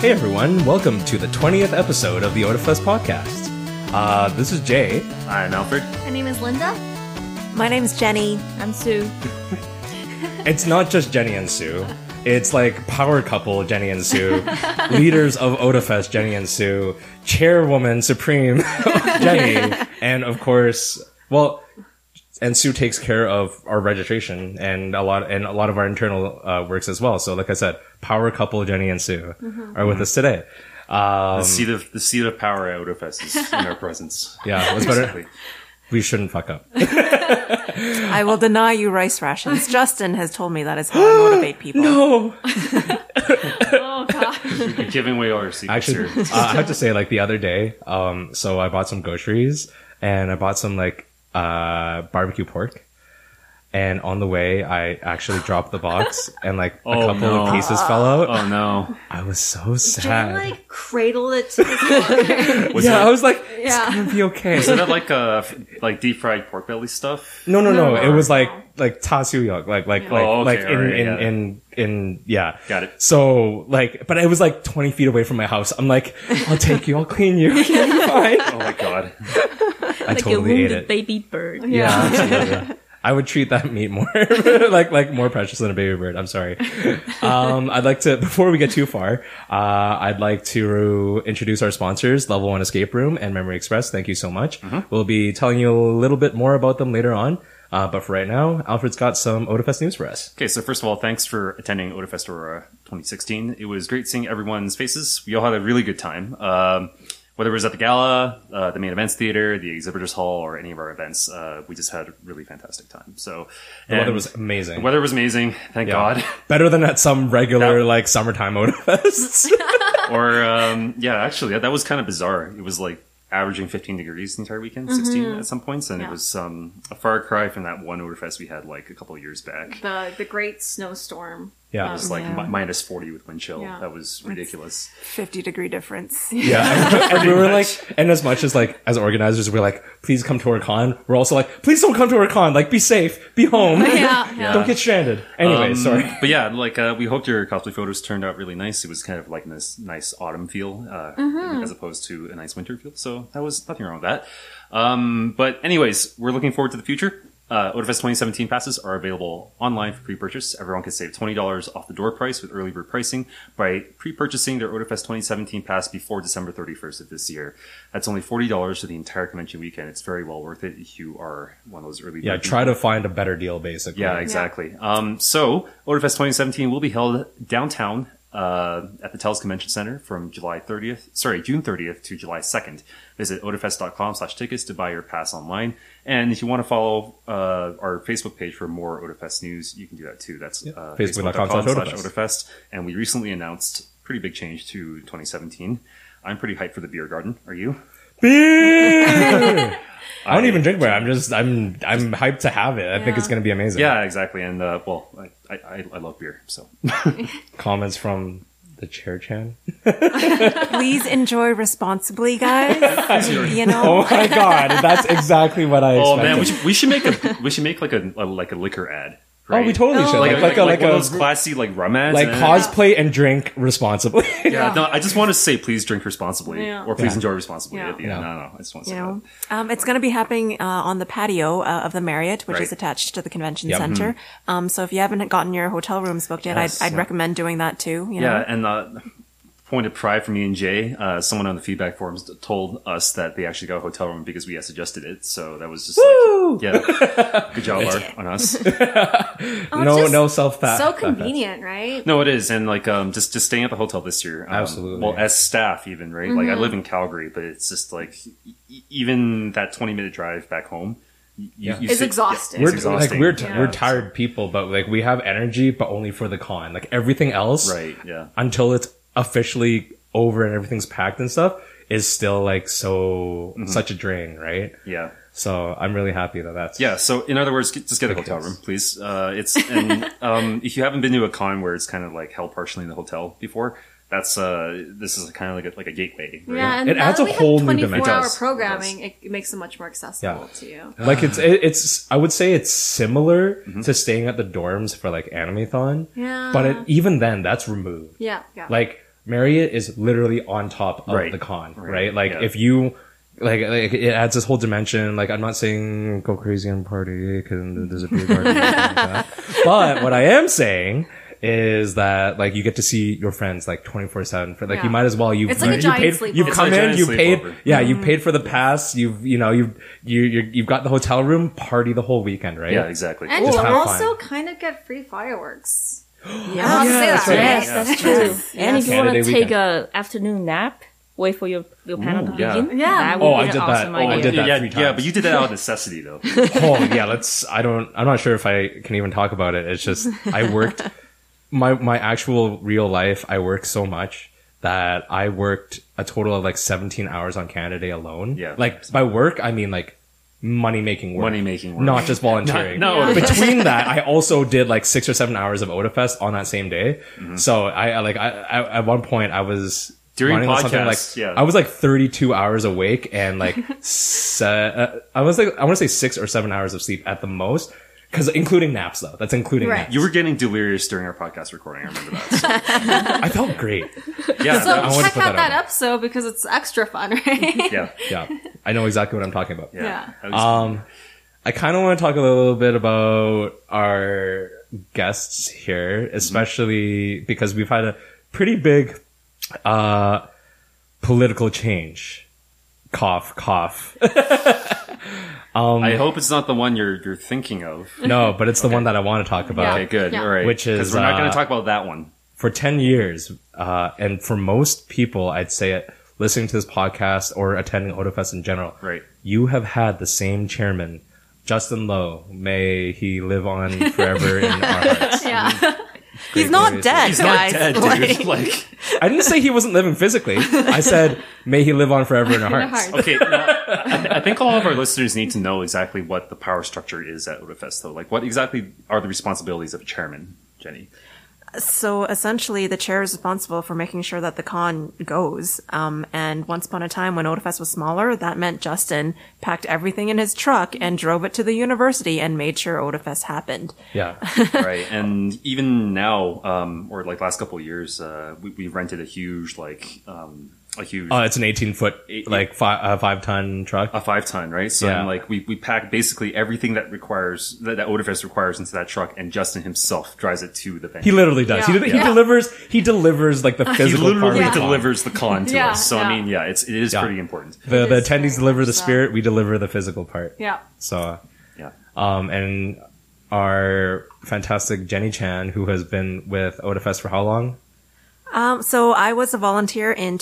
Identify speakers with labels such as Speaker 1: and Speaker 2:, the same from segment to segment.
Speaker 1: Hey everyone, welcome to the 20th episode of the OdaFest podcast. Uh, this is Jay.
Speaker 2: I'm Alfred.
Speaker 3: My name is Linda.
Speaker 4: My name's Jenny.
Speaker 3: I'm Sue.
Speaker 1: It's not just Jenny and Sue. It's like power couple Jenny and Sue, leaders of OdaFest Jenny and Sue, chairwoman supreme Jenny, and of course, well, and Sue takes care of our registration and a lot and a lot of our internal uh, works as well. So, like I said, power couple Jenny and Sue are with us today. Um,
Speaker 2: The seat of the seat of power at Odafest is in our presence.
Speaker 1: Yeah, what's better?
Speaker 2: Basically.
Speaker 1: We shouldn't fuck up.
Speaker 4: I will deny you rice rations. Justin has told me that is how I motivate people.
Speaker 1: Oh.
Speaker 3: Oh gosh.
Speaker 2: You're giving away all our secrets.
Speaker 1: Actually,
Speaker 2: here.
Speaker 1: uh, I have to say, like the other day, um, so I bought some groceries and I bought some like uh barbecue pork. And on the way, I actually dropped the box and like a
Speaker 2: Oh,
Speaker 1: couple
Speaker 2: no.
Speaker 1: of pieces fell out.
Speaker 2: Oh no!
Speaker 1: I was so
Speaker 3: Jenny
Speaker 1: sad.
Speaker 3: like cradled it to his
Speaker 2: Was
Speaker 1: yeah,
Speaker 2: it,
Speaker 1: I was like, it's
Speaker 3: Yeah.
Speaker 1: gonna be okay.
Speaker 2: was that like a like deep fried pork belly stuff?
Speaker 1: No, no, no.
Speaker 3: No.
Speaker 1: It was like like tatsuyok, like like like
Speaker 2: Oh, okay,
Speaker 1: like in
Speaker 2: alright,
Speaker 1: in,
Speaker 2: yeah.
Speaker 1: in in yeah.
Speaker 2: Got it.
Speaker 1: So like, but it was like twenty feet away from my house. I'm like, I'll take you. I'll clean you. You're fine.
Speaker 2: Oh my god!
Speaker 1: I totally ate it.
Speaker 3: baby bird.
Speaker 1: Yeah, absolutely. I would treat that meat more like like more precious than a baby bird. I'm sorry. Um, I'd like to before we get too far, uh, I'd like to introduce our sponsors, Level One Escape Room and Memory Express. Thank you so much.
Speaker 2: Mm-hmm.
Speaker 1: We'll be telling you a little bit more about them later on. Uh, but for right now, Alfred's got some Odafest news for us.
Speaker 2: Okay, so first of all, thanks for attending Odafest Aurora 2016. It was great seeing everyone's faces. We all had a really good time. Um, whether it was at the gala, uh, the main events theater, the exhibitors hall, or any of our events, uh, we just had a really fantastic time. So
Speaker 1: The weather
Speaker 2: and
Speaker 1: was amazing.
Speaker 2: the weather was amazing. Thank God.
Speaker 1: better than at some regular
Speaker 2: Yeah.
Speaker 1: like summertime Odafests.
Speaker 2: or um, yeah, actually, that, that was kind of bizarre. It was like averaging 15 degrees the entire weekend, 16 at some points, and it
Speaker 3: Mm-hmm. Yeah.
Speaker 2: was um, a far cry from that one Overfest we had like a couple of years back.
Speaker 3: The the great snowstorm.
Speaker 1: yeah,
Speaker 2: It was like
Speaker 4: Yeah.
Speaker 2: mi- minus 40 with wind chill.
Speaker 3: Yeah.
Speaker 2: That was ridiculous.
Speaker 4: 50 degree difference.
Speaker 1: Yeah, and, and we were
Speaker 2: much.
Speaker 1: like, and as much as like as organizers, we're like, please come to our con. We're also like, please don't come to our con. Like, be safe, be home,
Speaker 3: Yeah. yeah.
Speaker 1: don't get stranded. Anyway,
Speaker 2: Um,
Speaker 1: sorry.
Speaker 2: But yeah, like uh, we hoped your cosplay photos turned out really nice. It was kind of like this nice autumn feel uh, as opposed to a nice winter feel. So that was nothing wrong with that. Um, but anyways, we're looking forward to the future. Uh, Odafest 2017 passes are available online for pre-purchase. Everyone can save $20 off the door price with early bird pricing by pre-purchasing their Odafest 2017 pass before December 31st of this year. That's only $40 for the entire convention weekend. It's very well worth it if you are one of those early
Speaker 1: Yeah,
Speaker 2: bird
Speaker 1: try to find a better deal, basically.
Speaker 2: yeah, exactly. Um, so, Odafest 2017 will be held downtown uh, at the Tells Convention Center from July 30th, sorry, June 30th to July 2nd. Visit odafest.com slash tickets to buy your pass online. And if you want to follow uh, our Facebook page for more Odafest news, you can do that too. That's uh,
Speaker 1: facebook.com slash
Speaker 2: odafest. And we recently announced pretty big change to 2017. I'm pretty hyped for the beer garden. Are you?
Speaker 1: Beer! I don't even drink beer. I'm just, I'm, I'm hyped to have it. I think it's gonna be amazing.
Speaker 2: Yeah, exactly. And uh, well, I, I, I love beer, so
Speaker 1: Comments from the chair chan.
Speaker 4: Please enjoy responsibly, guys. you know,
Speaker 1: Oh my god, that's exactly what I.
Speaker 2: Oh
Speaker 1: expected.
Speaker 2: man, we should, we should make a we should make like a, a like a liquor ad.
Speaker 1: Oh,
Speaker 2: Right?
Speaker 1: we totally should.
Speaker 3: No.
Speaker 1: Like, like, a, like,
Speaker 2: one
Speaker 1: a,
Speaker 2: of those classy like rum ads.
Speaker 1: like
Speaker 2: and-
Speaker 1: cosplay and drink responsibly.
Speaker 2: Yeah, no, I just want to say please drink responsibly
Speaker 3: Yeah.
Speaker 2: or please
Speaker 1: Yeah.
Speaker 2: enjoy responsibly.
Speaker 3: Yeah.
Speaker 2: At the end.
Speaker 1: Yeah.
Speaker 2: No, no, I just want to
Speaker 4: you
Speaker 2: say
Speaker 4: know, um, it's going to be happening uh, on the patio uh, of the Marriott, which
Speaker 2: Right.
Speaker 4: is attached to the convention
Speaker 1: Yep.
Speaker 4: center. Um, so if you haven't gotten your hotel rooms booked yet,
Speaker 2: Yes.
Speaker 4: I'd, I'd
Speaker 2: Yeah.
Speaker 4: recommend doing that too.
Speaker 2: that.
Speaker 4: You
Speaker 2: Yeah,
Speaker 4: know?
Speaker 2: and uh, point of pride for me and Jay. Uh, someone on the feedback forums t- told us that they actually got a hotel room because we had suggested it. So that was just
Speaker 1: Woo!
Speaker 2: like yeah, good job Art, on us.
Speaker 3: Oh, it's
Speaker 1: no,
Speaker 3: just
Speaker 1: no self that.
Speaker 3: So
Speaker 1: that-
Speaker 3: convenient, right?
Speaker 2: No, it is, and like um, just just staying at the hotel this year. Um,
Speaker 1: Absolutely.
Speaker 2: Well, as staff, even right. Like I
Speaker 3: Mm-hmm.
Speaker 2: live in Calgary, but it's just like e- e- even that twenty minute drive back home. y- You,
Speaker 1: Yeah.
Speaker 2: you
Speaker 3: It's
Speaker 2: sit-
Speaker 3: exhausting.
Speaker 1: we're
Speaker 2: It's exhausting.
Speaker 1: like we're t-
Speaker 3: Yeah.
Speaker 1: we're tired people, but like we have energy, but only for the con. Like everything else,
Speaker 2: Right. Yeah.
Speaker 1: Until it's officially over and everything's packed and stuff, is still like so
Speaker 2: Mm-hmm.
Speaker 1: such a drain, right?
Speaker 2: Yeah.
Speaker 1: So I'm really happy that that's
Speaker 2: Yeah. So, in other words, get- just get a hotel room, please. Uh, it's and um, if you haven't been to a con where it's kind of like held partially in the hotel before, that's uh, this is kind of like a, like a gateway. Right?
Speaker 3: Yeah, and
Speaker 1: It adds
Speaker 3: now
Speaker 1: a
Speaker 3: that we
Speaker 1: whole
Speaker 3: have
Speaker 1: new
Speaker 3: 24
Speaker 1: dimension.
Speaker 2: It
Speaker 3: hour
Speaker 2: does.
Speaker 3: programming. It, it makes it much more accessible
Speaker 1: Yeah.
Speaker 3: to you.
Speaker 1: Like it's it, it's I would say it's similar
Speaker 2: Mm-hmm.
Speaker 1: to staying at the dorms for like Animathon,
Speaker 3: Yeah.
Speaker 1: but it, even then that's removed.
Speaker 3: Yeah, yeah.
Speaker 1: Like Marriott is literally on top of
Speaker 2: Right.
Speaker 1: the con, right?
Speaker 2: Right.
Speaker 1: Like
Speaker 2: Yeah.
Speaker 1: if you like, like it adds this whole dimension. Like I'm not saying go crazy and party because there's a beer garden, or anything like that. but what I am saying is that like you get to see your friends like 24 seven for like
Speaker 3: Yeah.
Speaker 1: you might as well you've
Speaker 3: It's like a
Speaker 1: you
Speaker 3: giant
Speaker 1: paid,
Speaker 3: sleepover. Mm-hmm.
Speaker 1: you've
Speaker 3: It's
Speaker 1: come
Speaker 2: like a
Speaker 1: in
Speaker 2: giant
Speaker 1: you paid
Speaker 2: sleepover.
Speaker 1: yeah you paid for the pass you've you know you've you you you've got the hotel room party the whole weekend right
Speaker 2: Yeah, exactly.
Speaker 3: And
Speaker 1: Just
Speaker 3: you
Speaker 1: have
Speaker 3: also kind of get free fireworks. I'll
Speaker 1: yeah,
Speaker 3: say
Speaker 1: that's
Speaker 3: that,
Speaker 1: right.
Speaker 3: right?
Speaker 2: Yeah.
Speaker 5: that's true. And if
Speaker 1: Canada
Speaker 5: you want
Speaker 1: Day
Speaker 5: to take
Speaker 1: weekend.
Speaker 5: a afternoon nap, wait for your, your panel
Speaker 2: Ooh,
Speaker 5: to
Speaker 2: yeah.
Speaker 5: begin.
Speaker 3: Yeah.
Speaker 5: that would
Speaker 1: Oh,
Speaker 5: be
Speaker 1: I
Speaker 5: an
Speaker 1: did that.
Speaker 5: awesome
Speaker 1: Oh, I
Speaker 5: idea.
Speaker 1: did that
Speaker 2: yeah,
Speaker 1: three
Speaker 2: yeah,
Speaker 1: times.
Speaker 2: but you did that out of necessity, though.
Speaker 1: oh yeah let's i don't i'm not sure if i can even talk about it it's just i worked my my actual real life i worked so much that i worked a total of like 17 hours on canada day alone
Speaker 2: Yeah.
Speaker 1: like by work i mean like money making work
Speaker 2: Money making work.
Speaker 1: not just volunteering
Speaker 2: Not- no,
Speaker 1: between that i also did like six or seven hours of odafest on that same day so i I, like I, I at one point i was
Speaker 2: Mm-hmm. During
Speaker 1: running on something like
Speaker 2: podcasts, yeah.
Speaker 1: i was like 32 hours awake and like se- uh, i was like i want to say six or seven hours of sleep at the most because including naps though that's including
Speaker 3: Right.
Speaker 1: naps
Speaker 2: you were getting delirious during our podcast recording. I remember that.
Speaker 1: i felt great
Speaker 2: Yeah,
Speaker 3: So
Speaker 1: I wanna
Speaker 3: check
Speaker 1: put
Speaker 3: out
Speaker 1: that on.
Speaker 3: that episode because it's extra fun, right?
Speaker 2: yeah,
Speaker 1: yeah i know exactly what i'm talking about
Speaker 2: yeah.
Speaker 3: Yeah.
Speaker 2: That was-
Speaker 1: Um, I kind of want to talk a little bit about our guests here, especially because we've had a pretty big uh, political change. Cough, cough. Um,
Speaker 2: I hope it's not the one you're you're thinking of.
Speaker 1: No, but it's the one that I want to talk about.
Speaker 2: Okay, good.
Speaker 3: Yeah.
Speaker 2: All right,
Speaker 1: Which is,
Speaker 2: because we're not going
Speaker 1: uh,
Speaker 2: to talk about that one.
Speaker 1: for 10 years, uh, and for most people, I'd say it, listening to this podcast or attending Odofest in general,
Speaker 2: Right.
Speaker 1: you have had the same chairman, Justin Lowe. May he live on forever in our hearts.
Speaker 3: yeah.
Speaker 4: He's
Speaker 1: Great
Speaker 4: not
Speaker 1: glorious
Speaker 4: dead,
Speaker 2: He's
Speaker 4: guys.
Speaker 2: not dead,
Speaker 4: Like-
Speaker 2: dude. Like,
Speaker 1: I didn't say he wasn't living physically. I said, may he live on forever in our
Speaker 3: Kinda
Speaker 1: hearts.
Speaker 3: hard.
Speaker 2: okay, now, I, th- I think all of our listeners need to know exactly what the power structure is at Odafest, though. Like, what exactly are the responsibilities of a chairman, Jenny?
Speaker 4: So essentially, the chair is responsible for making sure that the con goes. Um, and once upon a time, when Odafest was smaller, that meant Justin packed everything in his truck and drove it to the university and made sure Odafest happened.
Speaker 1: Yeah.
Speaker 2: right and even now um or like last couple of years uh we, we rented a huge like um a huge
Speaker 1: Uh, it's an 18 foot,
Speaker 2: Eight-
Speaker 1: like five, uh, five ton truck.
Speaker 2: a five ton right so
Speaker 1: Yeah.
Speaker 2: and, like we, we pack basically everything that requires that, that Odafest requires into that truck and justin himself drives it to the venue
Speaker 1: He literally does.
Speaker 3: Yeah.
Speaker 1: He, he
Speaker 3: Yeah.
Speaker 1: delivers, he delivers like the
Speaker 2: He
Speaker 1: physical part
Speaker 2: literally
Speaker 1: of the con.
Speaker 2: delivers the con to
Speaker 3: Yeah,
Speaker 2: us so i
Speaker 3: yeah.
Speaker 2: mean yeah it's it is
Speaker 1: Yeah.
Speaker 2: pretty important
Speaker 1: The, the
Speaker 3: It
Speaker 1: attendees
Speaker 3: is very
Speaker 1: deliver the
Speaker 3: much so.
Speaker 1: spirit. We deliver the physical part.
Speaker 3: Yeah.
Speaker 1: So,
Speaker 2: yeah
Speaker 1: um, and our fantastic Jenny Chan, who has been with Odafest for how long?
Speaker 4: Um, so I was a volunteer in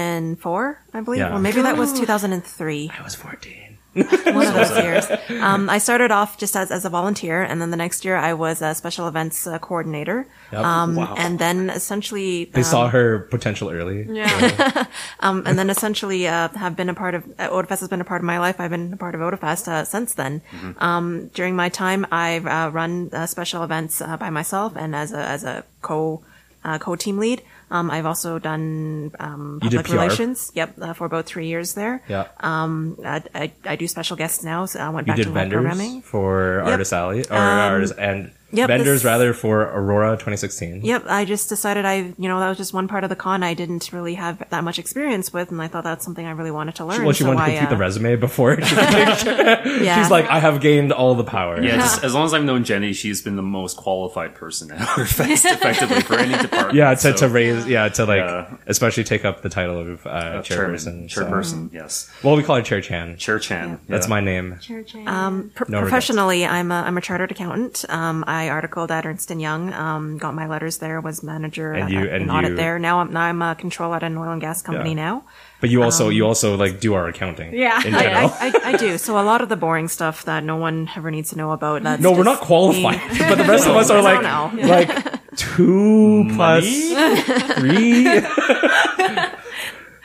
Speaker 4: 2004, I believe.
Speaker 1: Yeah.
Speaker 4: Or maybe that was 2003.
Speaker 1: I was 14.
Speaker 4: one of those years. Um, I started off just as, as a volunteer, and then the next year I was a special events uh, coordinator.
Speaker 1: Yep.
Speaker 4: Um,
Speaker 1: Wow.
Speaker 4: And then essentially,
Speaker 1: They
Speaker 4: um,
Speaker 1: saw her potential early.
Speaker 3: Yeah.
Speaker 4: um, and then essentially uh, have been a part of uh, Odafest has been a part of my life. I've been a part of Odafest uh, since then.
Speaker 1: Mm-hmm.
Speaker 4: Um, during my time, I've uh, run uh, special events uh, by myself and as a as a co uh, co team lead. Um, I've also done um,
Speaker 1: You did
Speaker 4: public
Speaker 1: PR.
Speaker 4: relations. Yep, uh, for about three years there.
Speaker 1: Yeah.
Speaker 4: I, I, I do special guests now. So I went
Speaker 1: you
Speaker 4: back
Speaker 1: did
Speaker 4: to live programming. Um,
Speaker 1: vendors for Artist Alley or Artist and
Speaker 4: yep,
Speaker 1: vendors
Speaker 4: this-
Speaker 1: rather for Aurora 2016.
Speaker 4: Yep, I just decided I, you know, that was just one part of the con I didn't really have that much experience with, and I thought that's something I really wanted to learn.
Speaker 1: Well, she
Speaker 4: so
Speaker 1: wanted to
Speaker 4: I,
Speaker 1: complete
Speaker 4: uh,
Speaker 1: the resume before. She was
Speaker 4: Yeah.
Speaker 1: like, I have gained all the power.
Speaker 2: yeah, just as long as I've known Jenny, she's been the most qualified person at our fest, effectively for any department.
Speaker 1: Yeah, to,
Speaker 2: so-
Speaker 1: to raise, yeah, to like,
Speaker 2: Yeah.
Speaker 1: especially take up the title of uh,
Speaker 2: uh, chairman,
Speaker 1: chairperson. so-
Speaker 2: chairperson, yes,
Speaker 1: Well, we call her Chair Chan.
Speaker 2: chair Chan.
Speaker 1: That's
Speaker 2: yeah.
Speaker 1: my name.
Speaker 4: um, pr-
Speaker 1: No regrets.
Speaker 4: professionally, I'm a, I'm a chartered accountant. Um, I articled at Ernst and Young, um, got my letters there, was manager
Speaker 1: And
Speaker 4: at,
Speaker 1: you-
Speaker 4: at
Speaker 1: and
Speaker 4: an audit
Speaker 1: you-
Speaker 4: there. Now I'm now I'm a control at an oil and gas company
Speaker 1: Yeah.
Speaker 4: now.
Speaker 1: But you also, you also like do our accounting.
Speaker 3: Yeah.
Speaker 1: In
Speaker 3: I-
Speaker 1: general.
Speaker 4: Um, I, I, I do. So a lot of the boring stuff that no one ever needs to know about. That's
Speaker 1: no, we're not
Speaker 4: just
Speaker 1: qualified, but the rest of us are
Speaker 4: No,
Speaker 1: like,
Speaker 4: no.
Speaker 1: like two plus three.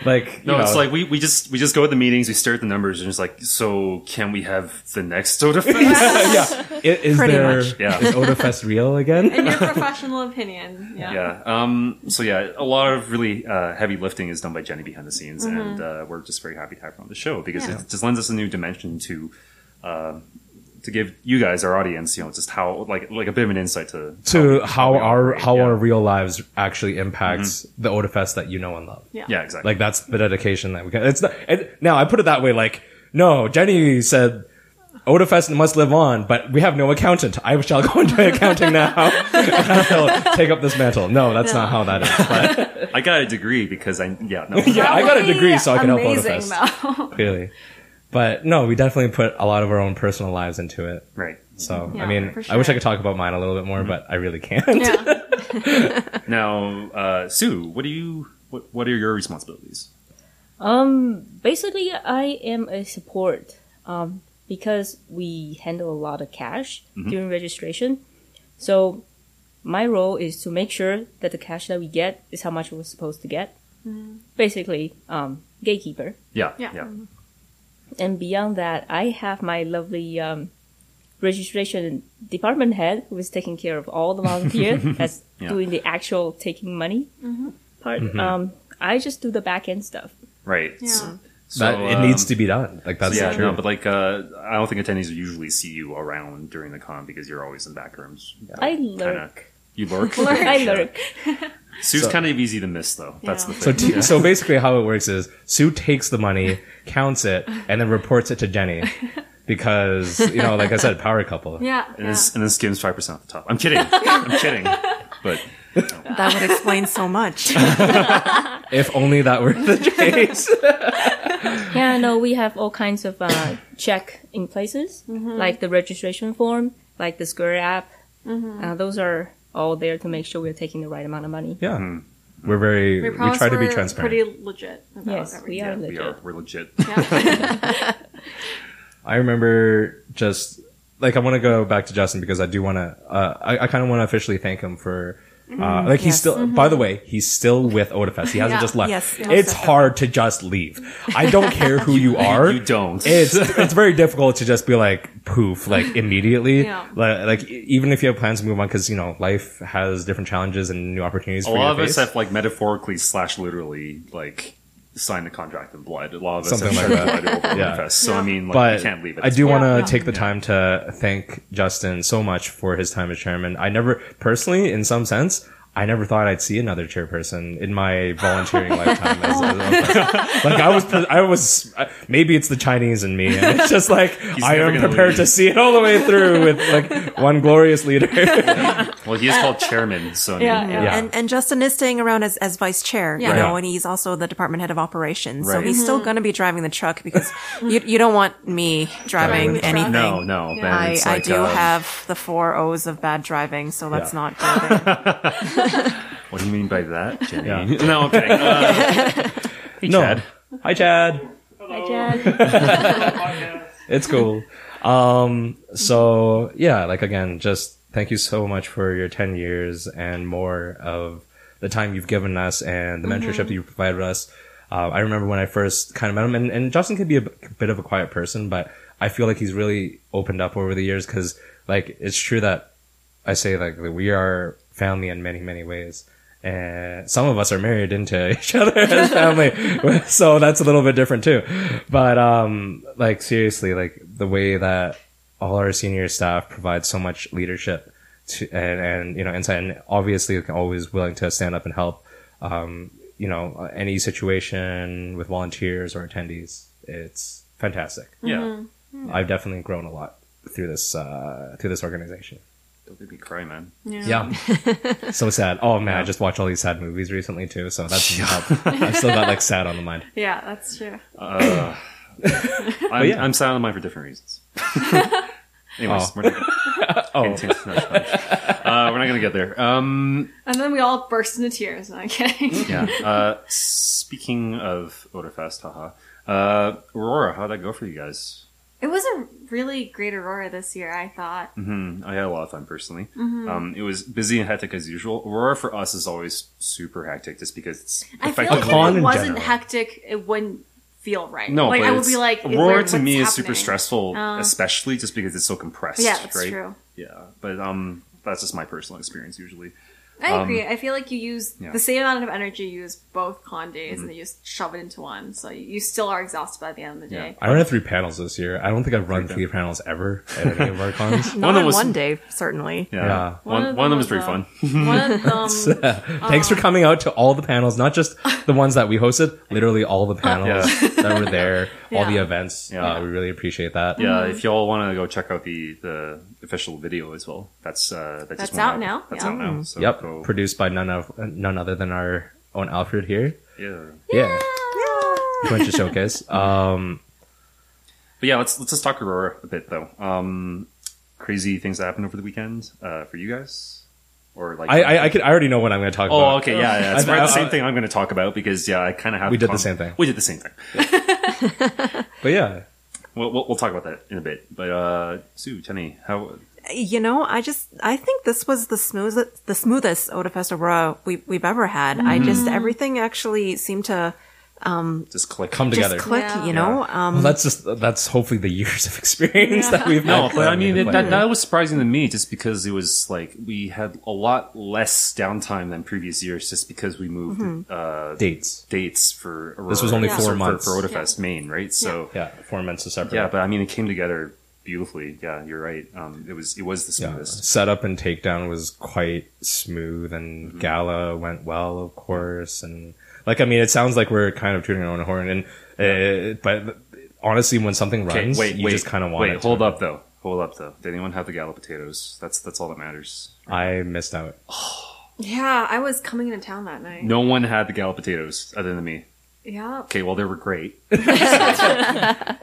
Speaker 1: like, you
Speaker 2: No, it's
Speaker 1: know,
Speaker 2: like we, we just we just go to the meetings, we stare at the numbers, and it's like, so can we have the next soda fest?
Speaker 1: yeah. I- Is
Speaker 4: Pretty
Speaker 1: there
Speaker 4: much.
Speaker 2: Yeah.
Speaker 1: is Odafest real again?
Speaker 3: In your professional opinion. Yeah.
Speaker 2: yeah. Um. So yeah, a lot of really uh, heavy lifting is done by Jenny behind the scenes,
Speaker 3: Mm-hmm.
Speaker 2: and uh, we're just very happy to have her on the show because it just lends us a new dimension to uh, to give you guys, our audience, you know, just how like like a bit of an insight to
Speaker 1: to how
Speaker 2: we
Speaker 1: our
Speaker 2: operate,
Speaker 1: how
Speaker 2: yeah.
Speaker 1: our real lives actually impacts the Odafest that you know and love.
Speaker 2: yeah exactly
Speaker 1: Like that's the dedication that we got. It's not, it, now I put it that way. Like no, Jenny said. Odafest must live on, but we have no accountant. I shall go into accounting now. and I'll take up this mantle. No, that's not how that is. But
Speaker 2: I got a degree because I yeah no
Speaker 1: yeah, I got a
Speaker 3: Probably
Speaker 1: degree, so I can help
Speaker 3: amazing,
Speaker 1: Odafest.
Speaker 3: Mel.
Speaker 1: Clearly, but no, we definitely put a lot of our own personal lives into it.
Speaker 2: right
Speaker 1: So I
Speaker 3: Yeah,
Speaker 1: mean,
Speaker 3: for
Speaker 1: I wish I
Speaker 3: sure.
Speaker 1: could talk about mine a little bit
Speaker 2: Mm-hmm.
Speaker 1: more, but I really can't.
Speaker 3: yeah.
Speaker 2: now uh, Sue, what do you what what are your responsibilities?
Speaker 5: Um, basically, I am a support um, because we handle a lot of cash
Speaker 1: Mm-hmm.
Speaker 5: during registration. So, my role is to make sure that the cash that we get is how much we're supposed to get.
Speaker 3: Mm.
Speaker 5: Basically, um, gatekeeper.
Speaker 2: Yeah
Speaker 3: Yeah. Mm-hmm.
Speaker 2: yeah
Speaker 5: And beyond that, I have my lovely um, registration department head who is taking care of all the volunteers that's
Speaker 2: Yeah. Mm-hmm.
Speaker 5: doing the actual taking money
Speaker 3: Mm-hmm.
Speaker 5: part. Um, I just do the back end stuff.
Speaker 2: right
Speaker 3: Yeah.
Speaker 2: so
Speaker 1: But it needs
Speaker 2: um,
Speaker 1: to be done. Like that's
Speaker 2: yeah,
Speaker 1: the truth.
Speaker 2: no, but like, uh, I don't think attendees usually see you around during the con because you're always in back rooms.
Speaker 5: I
Speaker 2: Kinda-
Speaker 5: lurk.
Speaker 2: You lurk.
Speaker 5: I lurk.
Speaker 2: Sue's
Speaker 1: So-
Speaker 2: kind of easy to miss, though. That's the
Speaker 3: Yeah.
Speaker 1: So,
Speaker 2: thing.
Speaker 1: t- so basically, how it works is Sue takes the money, counts it, and then reports it to Jenny because you know, like I said, power couple.
Speaker 3: Yeah.
Speaker 2: and, then, and then skims five percent off the top. I'm kidding. I'm kidding. But
Speaker 4: That would explain so much.
Speaker 1: If only that were the
Speaker 3: Hmm.
Speaker 1: case.
Speaker 5: Yeah, no, we have all kinds of uh, check in places,
Speaker 3: Mm-hmm.
Speaker 5: like the registration form, like the Square app.
Speaker 3: Mm-hmm.
Speaker 5: Uh, those are all there to make sure we're taking the right amount of money.
Speaker 1: yeah, we're very.
Speaker 3: We
Speaker 1: We,
Speaker 3: promise
Speaker 1: try to be
Speaker 3: we're
Speaker 1: transparent.
Speaker 3: Pretty legit. About
Speaker 5: Yes, we
Speaker 3: everything.
Speaker 5: are
Speaker 2: yeah, we
Speaker 5: legit.
Speaker 2: are. We're legit.
Speaker 1: I remember just like I want to go back to Justin because I do want to. Uh, I, I kind of want to officially thank him for. Uh, like he's
Speaker 4: Yes.
Speaker 1: still, by the way, he's still with Odafest. He hasn't
Speaker 3: Yeah.
Speaker 1: just left.
Speaker 4: Yes. Yeah.
Speaker 1: It's hard to just leave. I don't care who you are.
Speaker 2: You don't.
Speaker 1: it's it's very difficult to just be like poof like immediately
Speaker 3: Yeah.
Speaker 1: like, like e- even if you have plans to move on because you know life has different challenges and new opportunities
Speaker 2: a
Speaker 1: for you
Speaker 2: lot
Speaker 1: to
Speaker 2: of us
Speaker 1: face.
Speaker 2: have like metaphorically slash literally like signed the contract in blood. A lot of us
Speaker 1: Something
Speaker 2: have
Speaker 1: like
Speaker 2: shed blood over
Speaker 1: Yeah.
Speaker 2: yeah. So I mean, like,
Speaker 1: but
Speaker 2: you can't leave it.
Speaker 1: I do
Speaker 3: Yeah.
Speaker 1: want to
Speaker 3: Yeah.
Speaker 1: take the time to thank Justin so much for his time as chairman. I never personally, in some sense. I never thought I'd see another chairperson in my volunteering lifetime. As, as like I was, pre- I was. I- Maybe it's the Chinese in me. And it's just like I
Speaker 2: never
Speaker 1: am
Speaker 2: gonna
Speaker 1: prepared to
Speaker 2: leave.
Speaker 1: see it all the way through with like one glorious leader.
Speaker 2: Well, he is called chairman. So I mean,
Speaker 3: Yeah, yeah.
Speaker 1: Yeah.
Speaker 4: And, and Justin is staying around as, as vice chair,
Speaker 3: Yeah. Mm-hmm.
Speaker 4: you know,
Speaker 1: Right.
Speaker 4: and he's also the department head of operations. So
Speaker 2: Right.
Speaker 4: he's still going to be driving the truck because you, you don't want me driving
Speaker 1: Driving the truck.
Speaker 4: anything.
Speaker 2: No, no.
Speaker 3: Yeah.
Speaker 2: then
Speaker 4: I,
Speaker 2: it's
Speaker 4: I
Speaker 2: like,
Speaker 4: do
Speaker 2: uh,
Speaker 4: have the four O's of bad driving, so let's
Speaker 1: Yeah.
Speaker 4: not go there.
Speaker 2: What do you mean by that, Jenny?
Speaker 1: Yeah.
Speaker 2: no, I'm kidding. Uh, hey,
Speaker 1: No.
Speaker 2: Chad.
Speaker 1: Hi, Chad.
Speaker 5: Hi, Jen.
Speaker 1: It's cool. um, so yeah, like again, just thank you so much for your 10 years and more of the time you've given us and the mentorship that you provided us. Uh, I remember when I first kind of met him and, and Justin could be a b- bit of a quiet person, but I feel like he's really opened up over the years because like it's true that I say like that we are family in many many ways, and some of us are married into each other as family, so that's a little bit different too. But um, like seriously, like the way that all our senior staff provide so much leadership to and and you know insight, and obviously like, always willing to stand up and help. Um, you know any situation with volunteers or attendees, it's fantastic.
Speaker 2: Yeah.
Speaker 1: I've definitely grown a lot through this uh, through this organization.
Speaker 2: Don't make me cry, man.
Speaker 1: Yeah. so sad. Oh man, I just watched all these sad movies recently too, so that's helped. I've still got like sad on the mind.
Speaker 3: Yeah, that's true.
Speaker 2: I'm,
Speaker 1: yeah.
Speaker 2: I'm silent on mine for different reasons. Anyways,
Speaker 1: Oh.
Speaker 2: we're not gonna,
Speaker 1: Oh,
Speaker 2: intense- no, it's fine. uh, we're not gonna get there. Um,
Speaker 3: And then we all burst into tears. No, I'm kidding.
Speaker 2: yeah. Uh, speaking of Odafest, haha. Uh, Aurora, how'd that go for you guys?
Speaker 3: It was a really great Aurora this year, I thought.
Speaker 2: hmm I had a lot of fun personally.
Speaker 3: Mm-hmm.
Speaker 2: Um, it was busy and hectic as usual. Aurora for us is always super hectic, just because it's
Speaker 3: I feel
Speaker 2: effectively-
Speaker 3: like
Speaker 1: con
Speaker 3: if it
Speaker 1: in
Speaker 3: wasn't
Speaker 1: general.
Speaker 3: hectic, it wouldn't feel right.
Speaker 2: No,
Speaker 3: like
Speaker 2: but
Speaker 3: I would
Speaker 2: it's-
Speaker 3: be like,
Speaker 2: Aurora
Speaker 3: where-
Speaker 2: to me
Speaker 3: what's
Speaker 2: is super
Speaker 3: happening?
Speaker 2: stressful,
Speaker 3: Uh,
Speaker 2: especially just because it's so compressed.
Speaker 3: Yeah, that's
Speaker 2: right?
Speaker 3: true.
Speaker 2: Yeah, but um, that's just my personal experience usually.
Speaker 3: I agree. I feel like you use
Speaker 2: yeah. Mm-hmm.
Speaker 3: the same amount of energy you use both con days, and then you just shove it into one. So you, you still are exhausted by the end of the
Speaker 2: Yeah.
Speaker 3: day.
Speaker 1: I ran three panels this year. I don't think I've run three panels ever at any of our cons.
Speaker 4: Not
Speaker 2: One of
Speaker 4: on
Speaker 2: was-
Speaker 4: one day, certainly.
Speaker 2: Yeah.
Speaker 1: Yeah.
Speaker 2: One, one, of them was very
Speaker 3: uh,
Speaker 2: fun.
Speaker 3: One of them,
Speaker 1: Thanks for coming out to all the panels, not just the ones that we hosted, literally all the panels that were there, all the events.
Speaker 2: Yeah.
Speaker 1: Uh, we really appreciate that.
Speaker 2: Yeah, if y'all want to go check out the, the official video as well, that's uh, that just
Speaker 3: That's
Speaker 2: went
Speaker 3: out now,
Speaker 2: That's
Speaker 3: yeah.
Speaker 2: out now. So
Speaker 1: Mm-hmm. Yep.
Speaker 2: Go,
Speaker 1: Produced by none of none other than our own Alfred here.
Speaker 2: yeah.
Speaker 1: Yeah. Bunch of showcase. Um,
Speaker 2: But yeah, let's let's just talk Aurora a bit though. Um, crazy things that happened over the weekend uh, for you guys, or like
Speaker 1: I, I I could I already know what I'm going to talk about.
Speaker 2: Oh, okay, yeah, yeah. It's
Speaker 1: I-
Speaker 2: probably
Speaker 1: I-
Speaker 2: the same
Speaker 1: I-
Speaker 2: thing I'm going to talk about because yeah, I kind of have.
Speaker 1: We did
Speaker 2: talk-
Speaker 1: the same thing.
Speaker 2: We did the same thing.
Speaker 1: But yeah,
Speaker 2: We'll, we'll, we'll talk about that in a bit. But uh, Sue, Jenny, how?
Speaker 4: You know, I just I think this was the smoothest the smoothest Odafest Aurora we, we've ever had. I
Speaker 2: Mm-hmm.
Speaker 4: just everything actually seemed to
Speaker 2: Just click.
Speaker 1: come
Speaker 4: just
Speaker 1: together.
Speaker 4: click.
Speaker 3: Yeah.
Speaker 4: You know, um,
Speaker 1: Well, that's just that's hopefully the years of experience that we've
Speaker 2: No,
Speaker 1: had
Speaker 2: but I mean
Speaker 1: playing
Speaker 2: it,
Speaker 1: the
Speaker 2: that,
Speaker 1: player.
Speaker 2: that was surprising to me, just because it was like we had a lot less downtime than previous years, just because we moved uh,
Speaker 1: dates.
Speaker 2: dates for Aurora,
Speaker 1: This was only
Speaker 2: for-
Speaker 1: four
Speaker 2: for,
Speaker 1: months.
Speaker 2: for Odafest Maine, right? So
Speaker 1: Yeah, four months of separate.
Speaker 2: yeah, but I mean it came together beautifully. Yeah, you're right. Um, it was it was the
Speaker 1: yeah.
Speaker 2: smoothest.
Speaker 1: Setup and takedown was quite smooth, and
Speaker 2: Mm-hmm.
Speaker 1: Gala went well, of course. And like, I mean, it sounds like we're kind of tooting our own horn, and uh, but honestly, when something
Speaker 2: Okay,
Speaker 1: runs,
Speaker 2: wait,
Speaker 1: you
Speaker 2: wait,
Speaker 1: just kind of want
Speaker 2: wait.
Speaker 1: it.
Speaker 2: Hold
Speaker 1: to.
Speaker 2: up though. Hold up though. Did anyone have the gala potatoes? That's that's all that matters.
Speaker 1: I missed out.
Speaker 3: yeah, I was coming into town that night.
Speaker 2: No one had the gala potatoes other than me.
Speaker 3: Yeah.
Speaker 2: Okay, well they were great. They were garlic.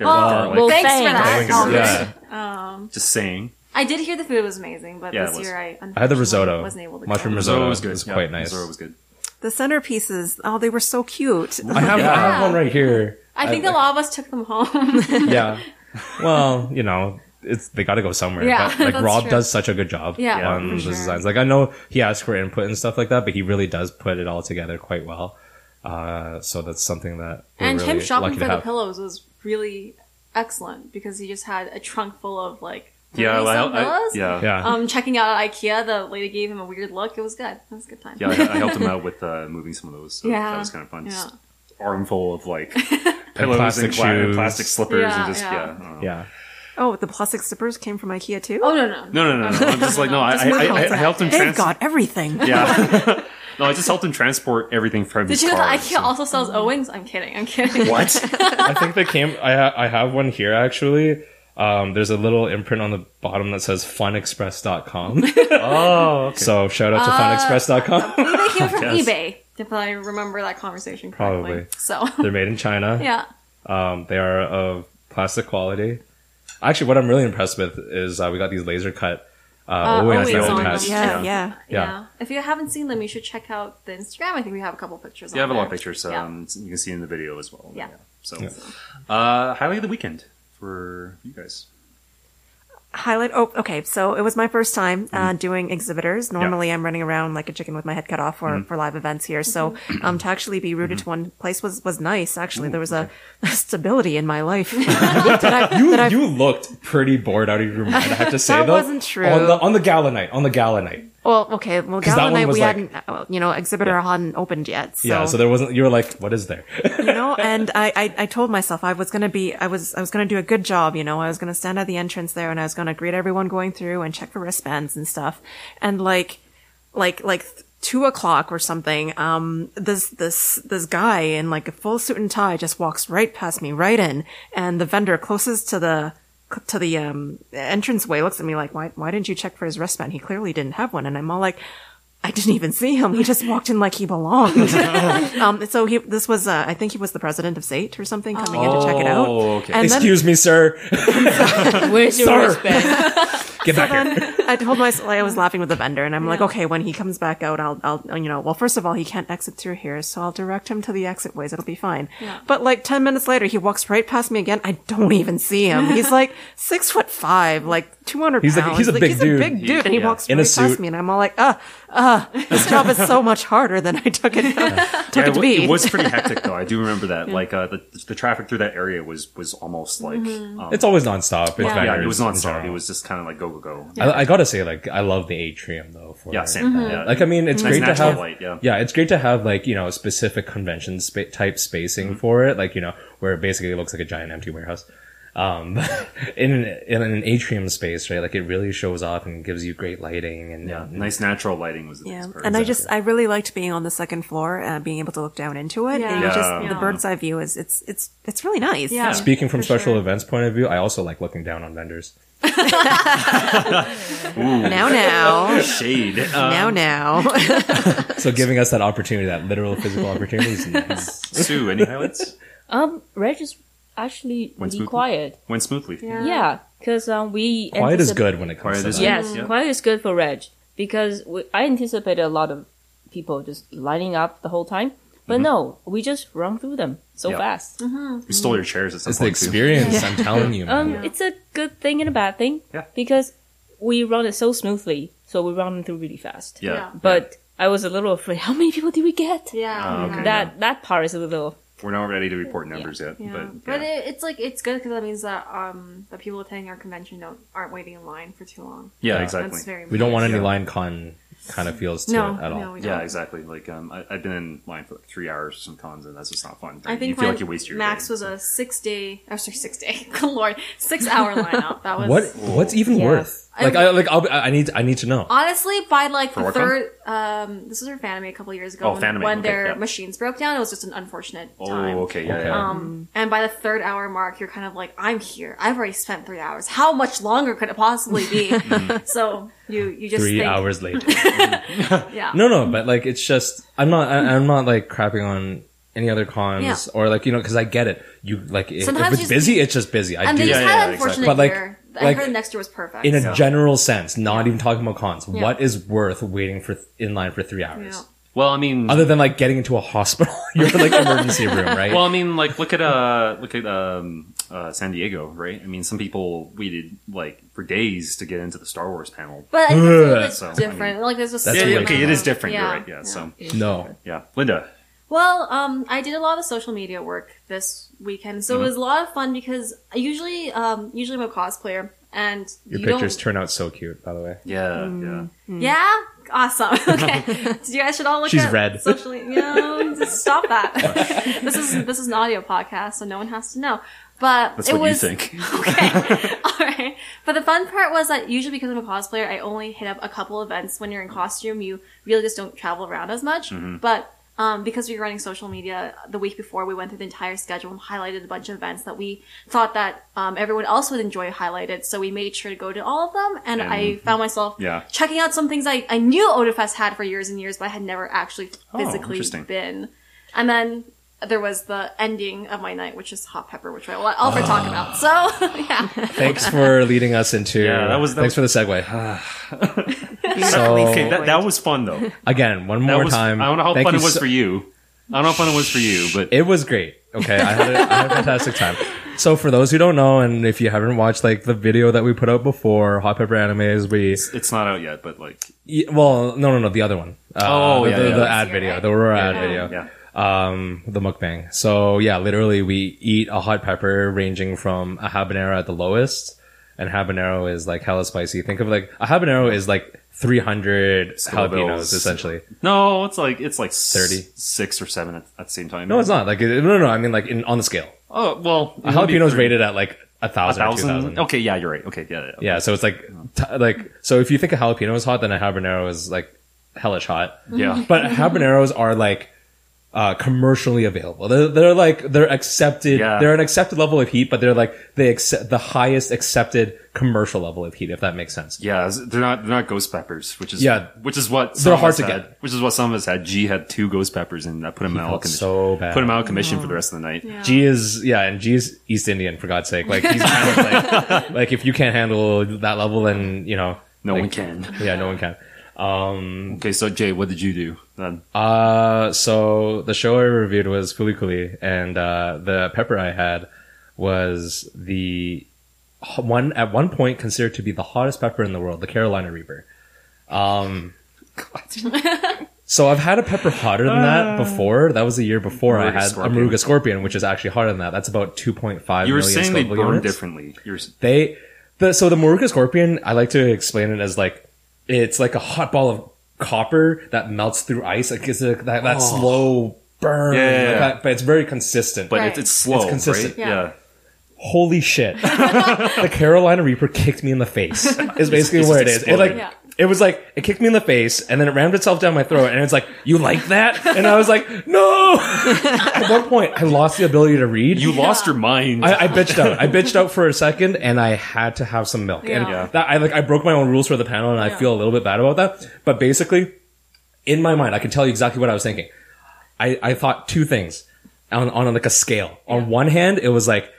Speaker 3: Thanks for
Speaker 5: well, thanks.
Speaker 3: that.
Speaker 2: Thanks.
Speaker 3: Albert.
Speaker 1: Yeah.
Speaker 3: Um,
Speaker 2: just saying.
Speaker 3: I did hear the food was amazing, but
Speaker 2: Yeah, it
Speaker 3: this
Speaker 2: was.
Speaker 3: year I unfortunately
Speaker 1: I had the risotto,
Speaker 3: wasn't able to
Speaker 1: mushroom
Speaker 3: go.
Speaker 1: risotto.
Speaker 2: Zoa
Speaker 1: was good. was
Speaker 2: Yeah,
Speaker 1: quite nice.
Speaker 2: Zoa was good.
Speaker 4: the centerpieces. Oh, they were so cute.
Speaker 1: I have, I have one right here.
Speaker 3: I think a lot of us took them home.
Speaker 1: yeah. Well, you know, it's they got to go somewhere.
Speaker 3: Yeah,
Speaker 1: but, like
Speaker 3: that's
Speaker 1: Rob
Speaker 3: true.
Speaker 1: does such a good job
Speaker 3: Yeah, Yeah,
Speaker 1: on
Speaker 3: for
Speaker 1: the
Speaker 3: sure.
Speaker 1: designs. Like I know he asks for input and stuff like that, but he really does put it all together quite well. Uh, so that's something that we're
Speaker 3: and
Speaker 1: really
Speaker 3: him shopping
Speaker 1: lucky
Speaker 3: for
Speaker 1: to
Speaker 3: the
Speaker 1: have.
Speaker 3: pillows was really excellent because he just had a trunk full of like
Speaker 2: Yeah,
Speaker 3: really
Speaker 2: well,
Speaker 3: some
Speaker 2: I-
Speaker 3: pillows.
Speaker 2: yeah.
Speaker 1: Yeah,
Speaker 3: Um, checking out at IKEA, the lady gave him a weird look. It was good. It was a good time.
Speaker 2: Yeah, I, I helped him out with uh, moving some of those. So
Speaker 3: Yeah.
Speaker 2: that was kind of fun.
Speaker 3: Yeah.
Speaker 2: Just armful of like pillows
Speaker 1: plastic
Speaker 2: and, pla- and
Speaker 1: shoes.
Speaker 2: plastic slippers,
Speaker 3: Yeah,
Speaker 2: and just yeah.
Speaker 3: yeah.
Speaker 2: I don't know.
Speaker 1: yeah.
Speaker 4: Oh, the plastic zippers came from IKEA too.
Speaker 3: Oh no no
Speaker 2: No, no, no, no. I'm just like no. I, I, I, I, I helped him.
Speaker 4: They've
Speaker 2: Trans-
Speaker 4: got everything.
Speaker 2: yeah. no, I just helped him transport everything from.
Speaker 3: Did
Speaker 2: his
Speaker 3: you know
Speaker 2: car,
Speaker 3: that
Speaker 2: so-
Speaker 3: IKEA also sells Owings? I'm kidding. I'm kidding.
Speaker 2: What?
Speaker 1: I think they came. I ha- I have one here actually. Um, there's a little imprint on the bottom that says funexpress.com.
Speaker 2: oh, okay.
Speaker 1: so shout
Speaker 3: Uh,
Speaker 1: out to funexpress.com.
Speaker 3: I think they came from
Speaker 2: Yes.
Speaker 3: eBay, if I remember that conversation
Speaker 1: Probably.
Speaker 3: correctly. So
Speaker 1: They're made in China.
Speaker 3: yeah,
Speaker 1: Um, they are of plastic quality. Actually, what I'm really impressed with is uh, we got these laser cut uh,
Speaker 3: Uh,
Speaker 1: Owens
Speaker 3: Owens
Speaker 1: that we
Speaker 3: on
Speaker 1: had.
Speaker 3: them.
Speaker 4: yeah,
Speaker 2: Yeah.
Speaker 4: yeah.
Speaker 3: yeah,
Speaker 1: Yeah.
Speaker 3: If you haven't seen them, you should check out the Instagram. I think we have a couple pictures.
Speaker 2: You have a
Speaker 3: on
Speaker 2: lot of
Speaker 3: there.
Speaker 2: pictures.
Speaker 3: Yeah.
Speaker 2: Um, You can see in the video as well.
Speaker 3: Yeah.
Speaker 2: So, uh, highlight of the weekend for you guys.
Speaker 4: Highlight. Oh, okay. So it was my first time
Speaker 1: Mm-hmm.
Speaker 4: uh, doing exhibitors. Normally, I'm running around like a chicken with my head cut off for,
Speaker 1: Mm-hmm.
Speaker 4: for live events here. So um, to actually be rooted to one place was was nice. Actually, there was a, stability in my life. that I,
Speaker 1: You,
Speaker 4: that I-
Speaker 1: you looked pretty bored out of your mind. I have to say
Speaker 4: That
Speaker 1: though,
Speaker 4: wasn't true.
Speaker 1: On the, on the gala night, on the gala night,
Speaker 4: well, okay. Well,
Speaker 1: 'Cause that one
Speaker 4: Gala night
Speaker 1: was
Speaker 4: we
Speaker 1: like-
Speaker 4: hadn't, uh, you know, exhibitor hadn't opened yet. So,
Speaker 1: yeah. So there wasn't. You were like, "What is there?"
Speaker 4: you know, and I, I I told myself I was gonna be I was I was gonna do a good job. You know, I was gonna stand at the entrance there and I was gonna greet everyone going through and check for wristbands and stuff. And like like like th- two o'clock or something um this this this guy in like a full suit and tie just walks right past me right in and the vendor closest to the to the um entranceway looks at me like why why didn't you check for his wristband he clearly didn't have one and i'm all like i didn't even see him he just walked in like he belonged um so he this was uh, i think he was the president of sate or something coming in to check it out
Speaker 2: Oh, okay.
Speaker 4: and then
Speaker 1: Excuse me, sir.
Speaker 5: Where's your
Speaker 1: Sir.
Speaker 5: wristband?
Speaker 1: Get back here.
Speaker 4: I told myself I was laughing with the vendor, and I'm like, okay, when he comes back out, I'll, I'll, you know, well, first of all, he can't exit through here, so I'll direct him to the exit ways. It'll be fine. But like ten minutes later, he walks right past me again. I don't even see him. He's like six foot five, like two hundred
Speaker 1: He's like-
Speaker 4: pounds.
Speaker 1: he's a big
Speaker 4: he's
Speaker 1: dude.
Speaker 4: a big dude, and he
Speaker 2: yeah.
Speaker 4: walks
Speaker 1: In a
Speaker 4: right past
Speaker 1: suit.
Speaker 4: me, and I'm all like, ah, ah, this job is so much harder than I took it took
Speaker 2: Yeah,
Speaker 4: it to
Speaker 2: wa-
Speaker 4: be.
Speaker 2: was pretty hectic though. I do remember that. Like uh, the the traffic through that area was was almost like um,
Speaker 3: Mm-hmm.
Speaker 1: It's always nonstop. It's
Speaker 2: yeah,
Speaker 1: vendors
Speaker 2: it was
Speaker 1: in
Speaker 2: nonstop.
Speaker 1: general.
Speaker 2: It was just kind of like go go go.
Speaker 1: I, I gotta say, like, I love the atrium though. For
Speaker 2: Yeah, same. Yeah.
Speaker 1: Like, I mean, it's
Speaker 2: Nice
Speaker 1: great to
Speaker 2: natural
Speaker 1: have.
Speaker 2: light, yeah.
Speaker 1: it's great to have like you know specific convention spa- type spacing
Speaker 2: Mm-hmm.
Speaker 1: for it. Like you know where it basically looks like a giant empty warehouse. Um, in an, in an atrium space, right? Like it really shows off and gives you great lighting and
Speaker 2: yeah,
Speaker 1: and-
Speaker 2: nice natural lighting was the
Speaker 4: Yeah,
Speaker 2: best part.
Speaker 4: and I just I really liked being on the second floor, uh, being able to look down into it.
Speaker 3: Yeah.
Speaker 4: And you just
Speaker 2: Yeah.
Speaker 4: the bird's eye view is it's it's it's really nice.
Speaker 3: Yeah.
Speaker 1: Speaking from
Speaker 3: For
Speaker 1: special
Speaker 3: sure.
Speaker 1: events point of view, I also like looking down on vendors.
Speaker 2: Ooh,
Speaker 4: Now now
Speaker 2: shade. Uh,
Speaker 4: now now.
Speaker 1: So giving us that opportunity, that literal physical opportunity is nice.
Speaker 2: Sue, any highlights?
Speaker 5: Um, Reg is actually
Speaker 2: Went
Speaker 5: really
Speaker 2: smoothly?
Speaker 5: quiet.
Speaker 2: Went smoothly.
Speaker 3: Yeah.
Speaker 5: Yeah, because um, we
Speaker 1: Quiet is
Speaker 5: anticip-
Speaker 1: good when it comes
Speaker 2: Quiet
Speaker 1: to
Speaker 2: is
Speaker 1: that.
Speaker 2: good.
Speaker 5: Yes,
Speaker 2: Yeah.
Speaker 5: quiet is good for Reg because we, I anticipated a lot of people just lining up the whole time, but no, we just run through them so
Speaker 2: Mm-hmm. Yeah.
Speaker 5: fast.
Speaker 2: We stole your chairs at some
Speaker 1: It's the
Speaker 2: point. too.
Speaker 1: experience, I'm telling you, man.
Speaker 5: Um, it's a good thing and a bad thing
Speaker 2: Yeah.
Speaker 5: because we run it so smoothly, so we run through really fast.
Speaker 2: Yeah.
Speaker 3: Yeah.
Speaker 5: But I was a little afraid. How many people did we get?
Speaker 3: Yeah.
Speaker 2: Oh, okay.
Speaker 3: yeah.
Speaker 5: That that part is a little
Speaker 2: We're not ready to report numbers yet,
Speaker 3: Yeah.
Speaker 2: but, yeah.
Speaker 3: But, it, it's like it's good because that means that um the people attending our convention don't aren't waiting in line for too long.
Speaker 2: yeah,
Speaker 1: Yeah.
Speaker 2: exactly.
Speaker 3: That's very.
Speaker 1: we don't want any
Speaker 3: important.
Speaker 2: Yeah.
Speaker 1: line con kind of feels to
Speaker 3: No,
Speaker 1: it at all.
Speaker 3: no, we don't.
Speaker 2: Yeah, exactly. Like um, I, I've been in line for like three hours for some cons, and that's just not fun.
Speaker 3: I think
Speaker 2: you feel
Speaker 3: my-
Speaker 2: like you waste your
Speaker 3: Max
Speaker 2: day.
Speaker 3: was a six day. Oh, sorry, six day. Good lord, six hour lineup. That was
Speaker 1: What what's even
Speaker 5: Yeah.
Speaker 1: worth? Like I like I'll, be- I I need I need to know.
Speaker 3: Honestly, by like
Speaker 2: For
Speaker 3: the
Speaker 2: what con?
Speaker 3: third, um, this was for Fanime a couple years ago.
Speaker 2: Oh,
Speaker 3: when,
Speaker 2: Fanime,
Speaker 3: when
Speaker 2: okay,
Speaker 3: their
Speaker 2: yeah.
Speaker 3: machines broke down, it was just an unfortunate
Speaker 2: Oh,
Speaker 3: time.
Speaker 2: okay, yeah,
Speaker 1: Okay.
Speaker 2: yeah.
Speaker 3: Um, and by the third hour mark, you're kind of like, I'm here. I've already spent three hours. How much longer could it possibly be? so you you just
Speaker 1: Three
Speaker 3: think,
Speaker 1: hours later.
Speaker 3: Yeah.
Speaker 1: no, no, but like it's just I'm not I, I'm not like crapping on any other cons
Speaker 3: Yeah.
Speaker 1: or like you know because I get it. You like if, if
Speaker 3: Sometimes
Speaker 1: it's
Speaker 3: you-
Speaker 1: busy, it's just busy. I
Speaker 3: And
Speaker 1: do
Speaker 3: they
Speaker 2: Yeah,
Speaker 3: just
Speaker 1: that.
Speaker 2: yeah,
Speaker 3: had an
Speaker 2: yeah,
Speaker 3: unfortunate
Speaker 2: exactly.
Speaker 1: But, like-
Speaker 3: year. I
Speaker 1: like-
Speaker 3: heard the next year was perfect.
Speaker 1: in a
Speaker 2: Yeah.
Speaker 1: general sense, not even talking about cons. What is worth waiting for th- in line for three
Speaker 3: You
Speaker 1: hours?
Speaker 3: know.
Speaker 2: well, I mean,
Speaker 1: Other than like getting into a hospital, you're like emergency room, right?
Speaker 2: well, I mean, like look at uh, look at um, uh, San Diego, right? I mean, some people waited like for days to get into the Star Wars panel.
Speaker 3: But I think it's a little
Speaker 1: Ugh.
Speaker 3: bit
Speaker 2: So, I mean-
Speaker 3: different. like there's just
Speaker 1: That's
Speaker 2: Yeah,
Speaker 1: a
Speaker 2: yeah,
Speaker 1: weird
Speaker 2: okay, it is
Speaker 3: amount.
Speaker 2: different. You're right. Yeah, So
Speaker 1: no,
Speaker 2: yeah, Linda.
Speaker 3: Well, um, I did a lot of social media work this weekend,
Speaker 2: Mm-hmm.
Speaker 3: so it was a lot of fun because I usually, um, usually I'm a cosplayer, and
Speaker 1: your
Speaker 3: you
Speaker 1: pictures
Speaker 3: don't.
Speaker 1: turn out so cute. By the way,
Speaker 2: Yeah, yeah.
Speaker 3: yeah, awesome. Okay, you guys should all look.
Speaker 1: She's
Speaker 3: at
Speaker 1: red.
Speaker 3: Social, you know, just stop that. this is this is an audio podcast, so no one has to know. But
Speaker 2: That's
Speaker 3: it
Speaker 2: what
Speaker 3: was,
Speaker 2: you think.
Speaker 3: okay. All right. But the fun part was that usually because I'm a cosplayer, I only hit up a couple events. When you're in costume, you really just don't travel around as much. But um, because we were running social media the week before, we went through the entire schedule and highlighted a bunch of events that we thought that um, everyone else would enjoy highlighted. So we made sure to go to all of them. And, I found myself
Speaker 2: Yeah.
Speaker 3: checking out some things I, I knew Odafest had for years and years, but I had never actually
Speaker 2: Oh,
Speaker 3: physically
Speaker 2: interesting.
Speaker 3: been. And then there was the ending of my night, which is hot pepper, which I will I'll never talk
Speaker 2: Ah.
Speaker 3: about. So yeah,
Speaker 1: thanks for leading us into.
Speaker 2: Yeah, that was- that
Speaker 1: thanks
Speaker 2: was-
Speaker 1: for the segue.
Speaker 4: Beautifully
Speaker 1: So-
Speaker 2: Okay, that, that
Speaker 4: sequenced.
Speaker 2: was fun though. That
Speaker 1: Again, one more
Speaker 2: was,
Speaker 1: time.
Speaker 2: I don't know how
Speaker 1: Thank
Speaker 2: fun
Speaker 1: you
Speaker 2: it was
Speaker 1: so-
Speaker 2: for you. I don't know how fun it was for you, but
Speaker 1: It was great. Okay, I had, a, I had a fantastic time. So for those who don't know, and if you haven't watched like the video that we put out before, Hot Pepper Animes, we
Speaker 2: it's not out yet. But like,
Speaker 1: y- well, no, no, no, the other one. Uh,
Speaker 2: Oh,
Speaker 1: the,
Speaker 2: yeah,
Speaker 1: the,
Speaker 2: yeah.
Speaker 1: the
Speaker 3: This
Speaker 1: ad
Speaker 3: year,
Speaker 1: video,
Speaker 3: right?
Speaker 1: the Aurora ad
Speaker 3: Yeah.
Speaker 1: video.
Speaker 2: yeah,
Speaker 1: um, the mukbang. So yeah, literally we eat a hot pepper ranging from a habanero at the lowest, and habanero is like hella spicy. Think of like a habanero is like 300
Speaker 2: Scoville's.
Speaker 1: jalapenos essentially.
Speaker 2: no, it's like it's like
Speaker 1: 30.
Speaker 2: thirty six or seven at, at the same time.
Speaker 1: No, it's not like it, no, no, no. I mean like in on the scale,
Speaker 2: Oh well,
Speaker 1: a jalapeno's rated at like a
Speaker 2: a
Speaker 1: thousand or two
Speaker 2: thousand.
Speaker 1: thousand.
Speaker 2: Okay, yeah, you're right. Okay, yeah, yeah.
Speaker 1: Yeah, so it's like t- like so if you think a jalapeno is hot, then a habanero is like hellish hot.
Speaker 2: Yeah.
Speaker 1: But habaneros are like uh, commercially available. They're, they're like they're accepted.
Speaker 2: Yeah.
Speaker 1: They're an accepted level of heat, but they're like they accept the highest accepted commercial level of heat, if that makes sense.
Speaker 2: Yeah, it's- they're not they're not ghost peppers, which is
Speaker 1: Yeah.
Speaker 2: which is what some of
Speaker 1: hard
Speaker 2: us
Speaker 1: to
Speaker 2: had,
Speaker 1: get.
Speaker 2: Which is what some of us had. G had two ghost peppers, and that put him out of
Speaker 1: felt
Speaker 2: commission.
Speaker 1: so bad.
Speaker 2: Put him out of commission for the rest of the night. Oh. Yeah,
Speaker 1: G is yeah, and G is East Indian for God's sake. Like he's kind of like, like if you can't handle that level, then you know
Speaker 2: no
Speaker 1: like,
Speaker 2: one can.
Speaker 1: Yeah, no one can. Um,
Speaker 2: Okay, so Jay, what did you do then?
Speaker 1: Uh, so the show I reviewed was Fuli Kuli, and uh, the pepper I had was the h- one at one point considered to be the hottest pepper in the world, the Carolina Reaper. Um, so I've had a pepper hotter than that before. That was the year before I
Speaker 2: Maruga
Speaker 1: had
Speaker 2: Scorpion.
Speaker 1: a Maruga Scorpion, which is actually hotter than that. That's about two point five.
Speaker 2: you were saying they burn
Speaker 1: units.
Speaker 2: differently. You're,
Speaker 1: They The so the Moruka scorpion, I like to explain it as like it's like a hot ball of copper that melts through ice. Like it's a, that, that slow burn,
Speaker 2: Oh. Yeah, yeah,
Speaker 1: like
Speaker 2: yeah.
Speaker 1: that, but it's very consistent.
Speaker 2: But
Speaker 1: But
Speaker 3: Right.
Speaker 2: it's, it's slow,
Speaker 1: It's consistent.
Speaker 2: right?
Speaker 3: Yeah.
Speaker 1: holy shit, the Carolina Reaper kicked me in the face. Is basically
Speaker 2: it's
Speaker 1: where it is.
Speaker 2: just
Speaker 1: It like.
Speaker 2: exploding.
Speaker 3: Yeah.
Speaker 1: It was like it kicked me in the face, and then it rammed itself down my throat, and it's like, "You like that?" And I was like, "No!" At one point, I lost the ability to read.
Speaker 2: You lost your mind.
Speaker 1: I, I bitched out. I bitched out for a second, and I had to have some milk. And
Speaker 3: Yeah.
Speaker 1: that I like, I broke my own rules for the panel, and I feel a little bit bad about that. But basically, in my mind, I can tell you exactly what I was thinking. I, I thought two things on on like a scale. On one hand, it was like.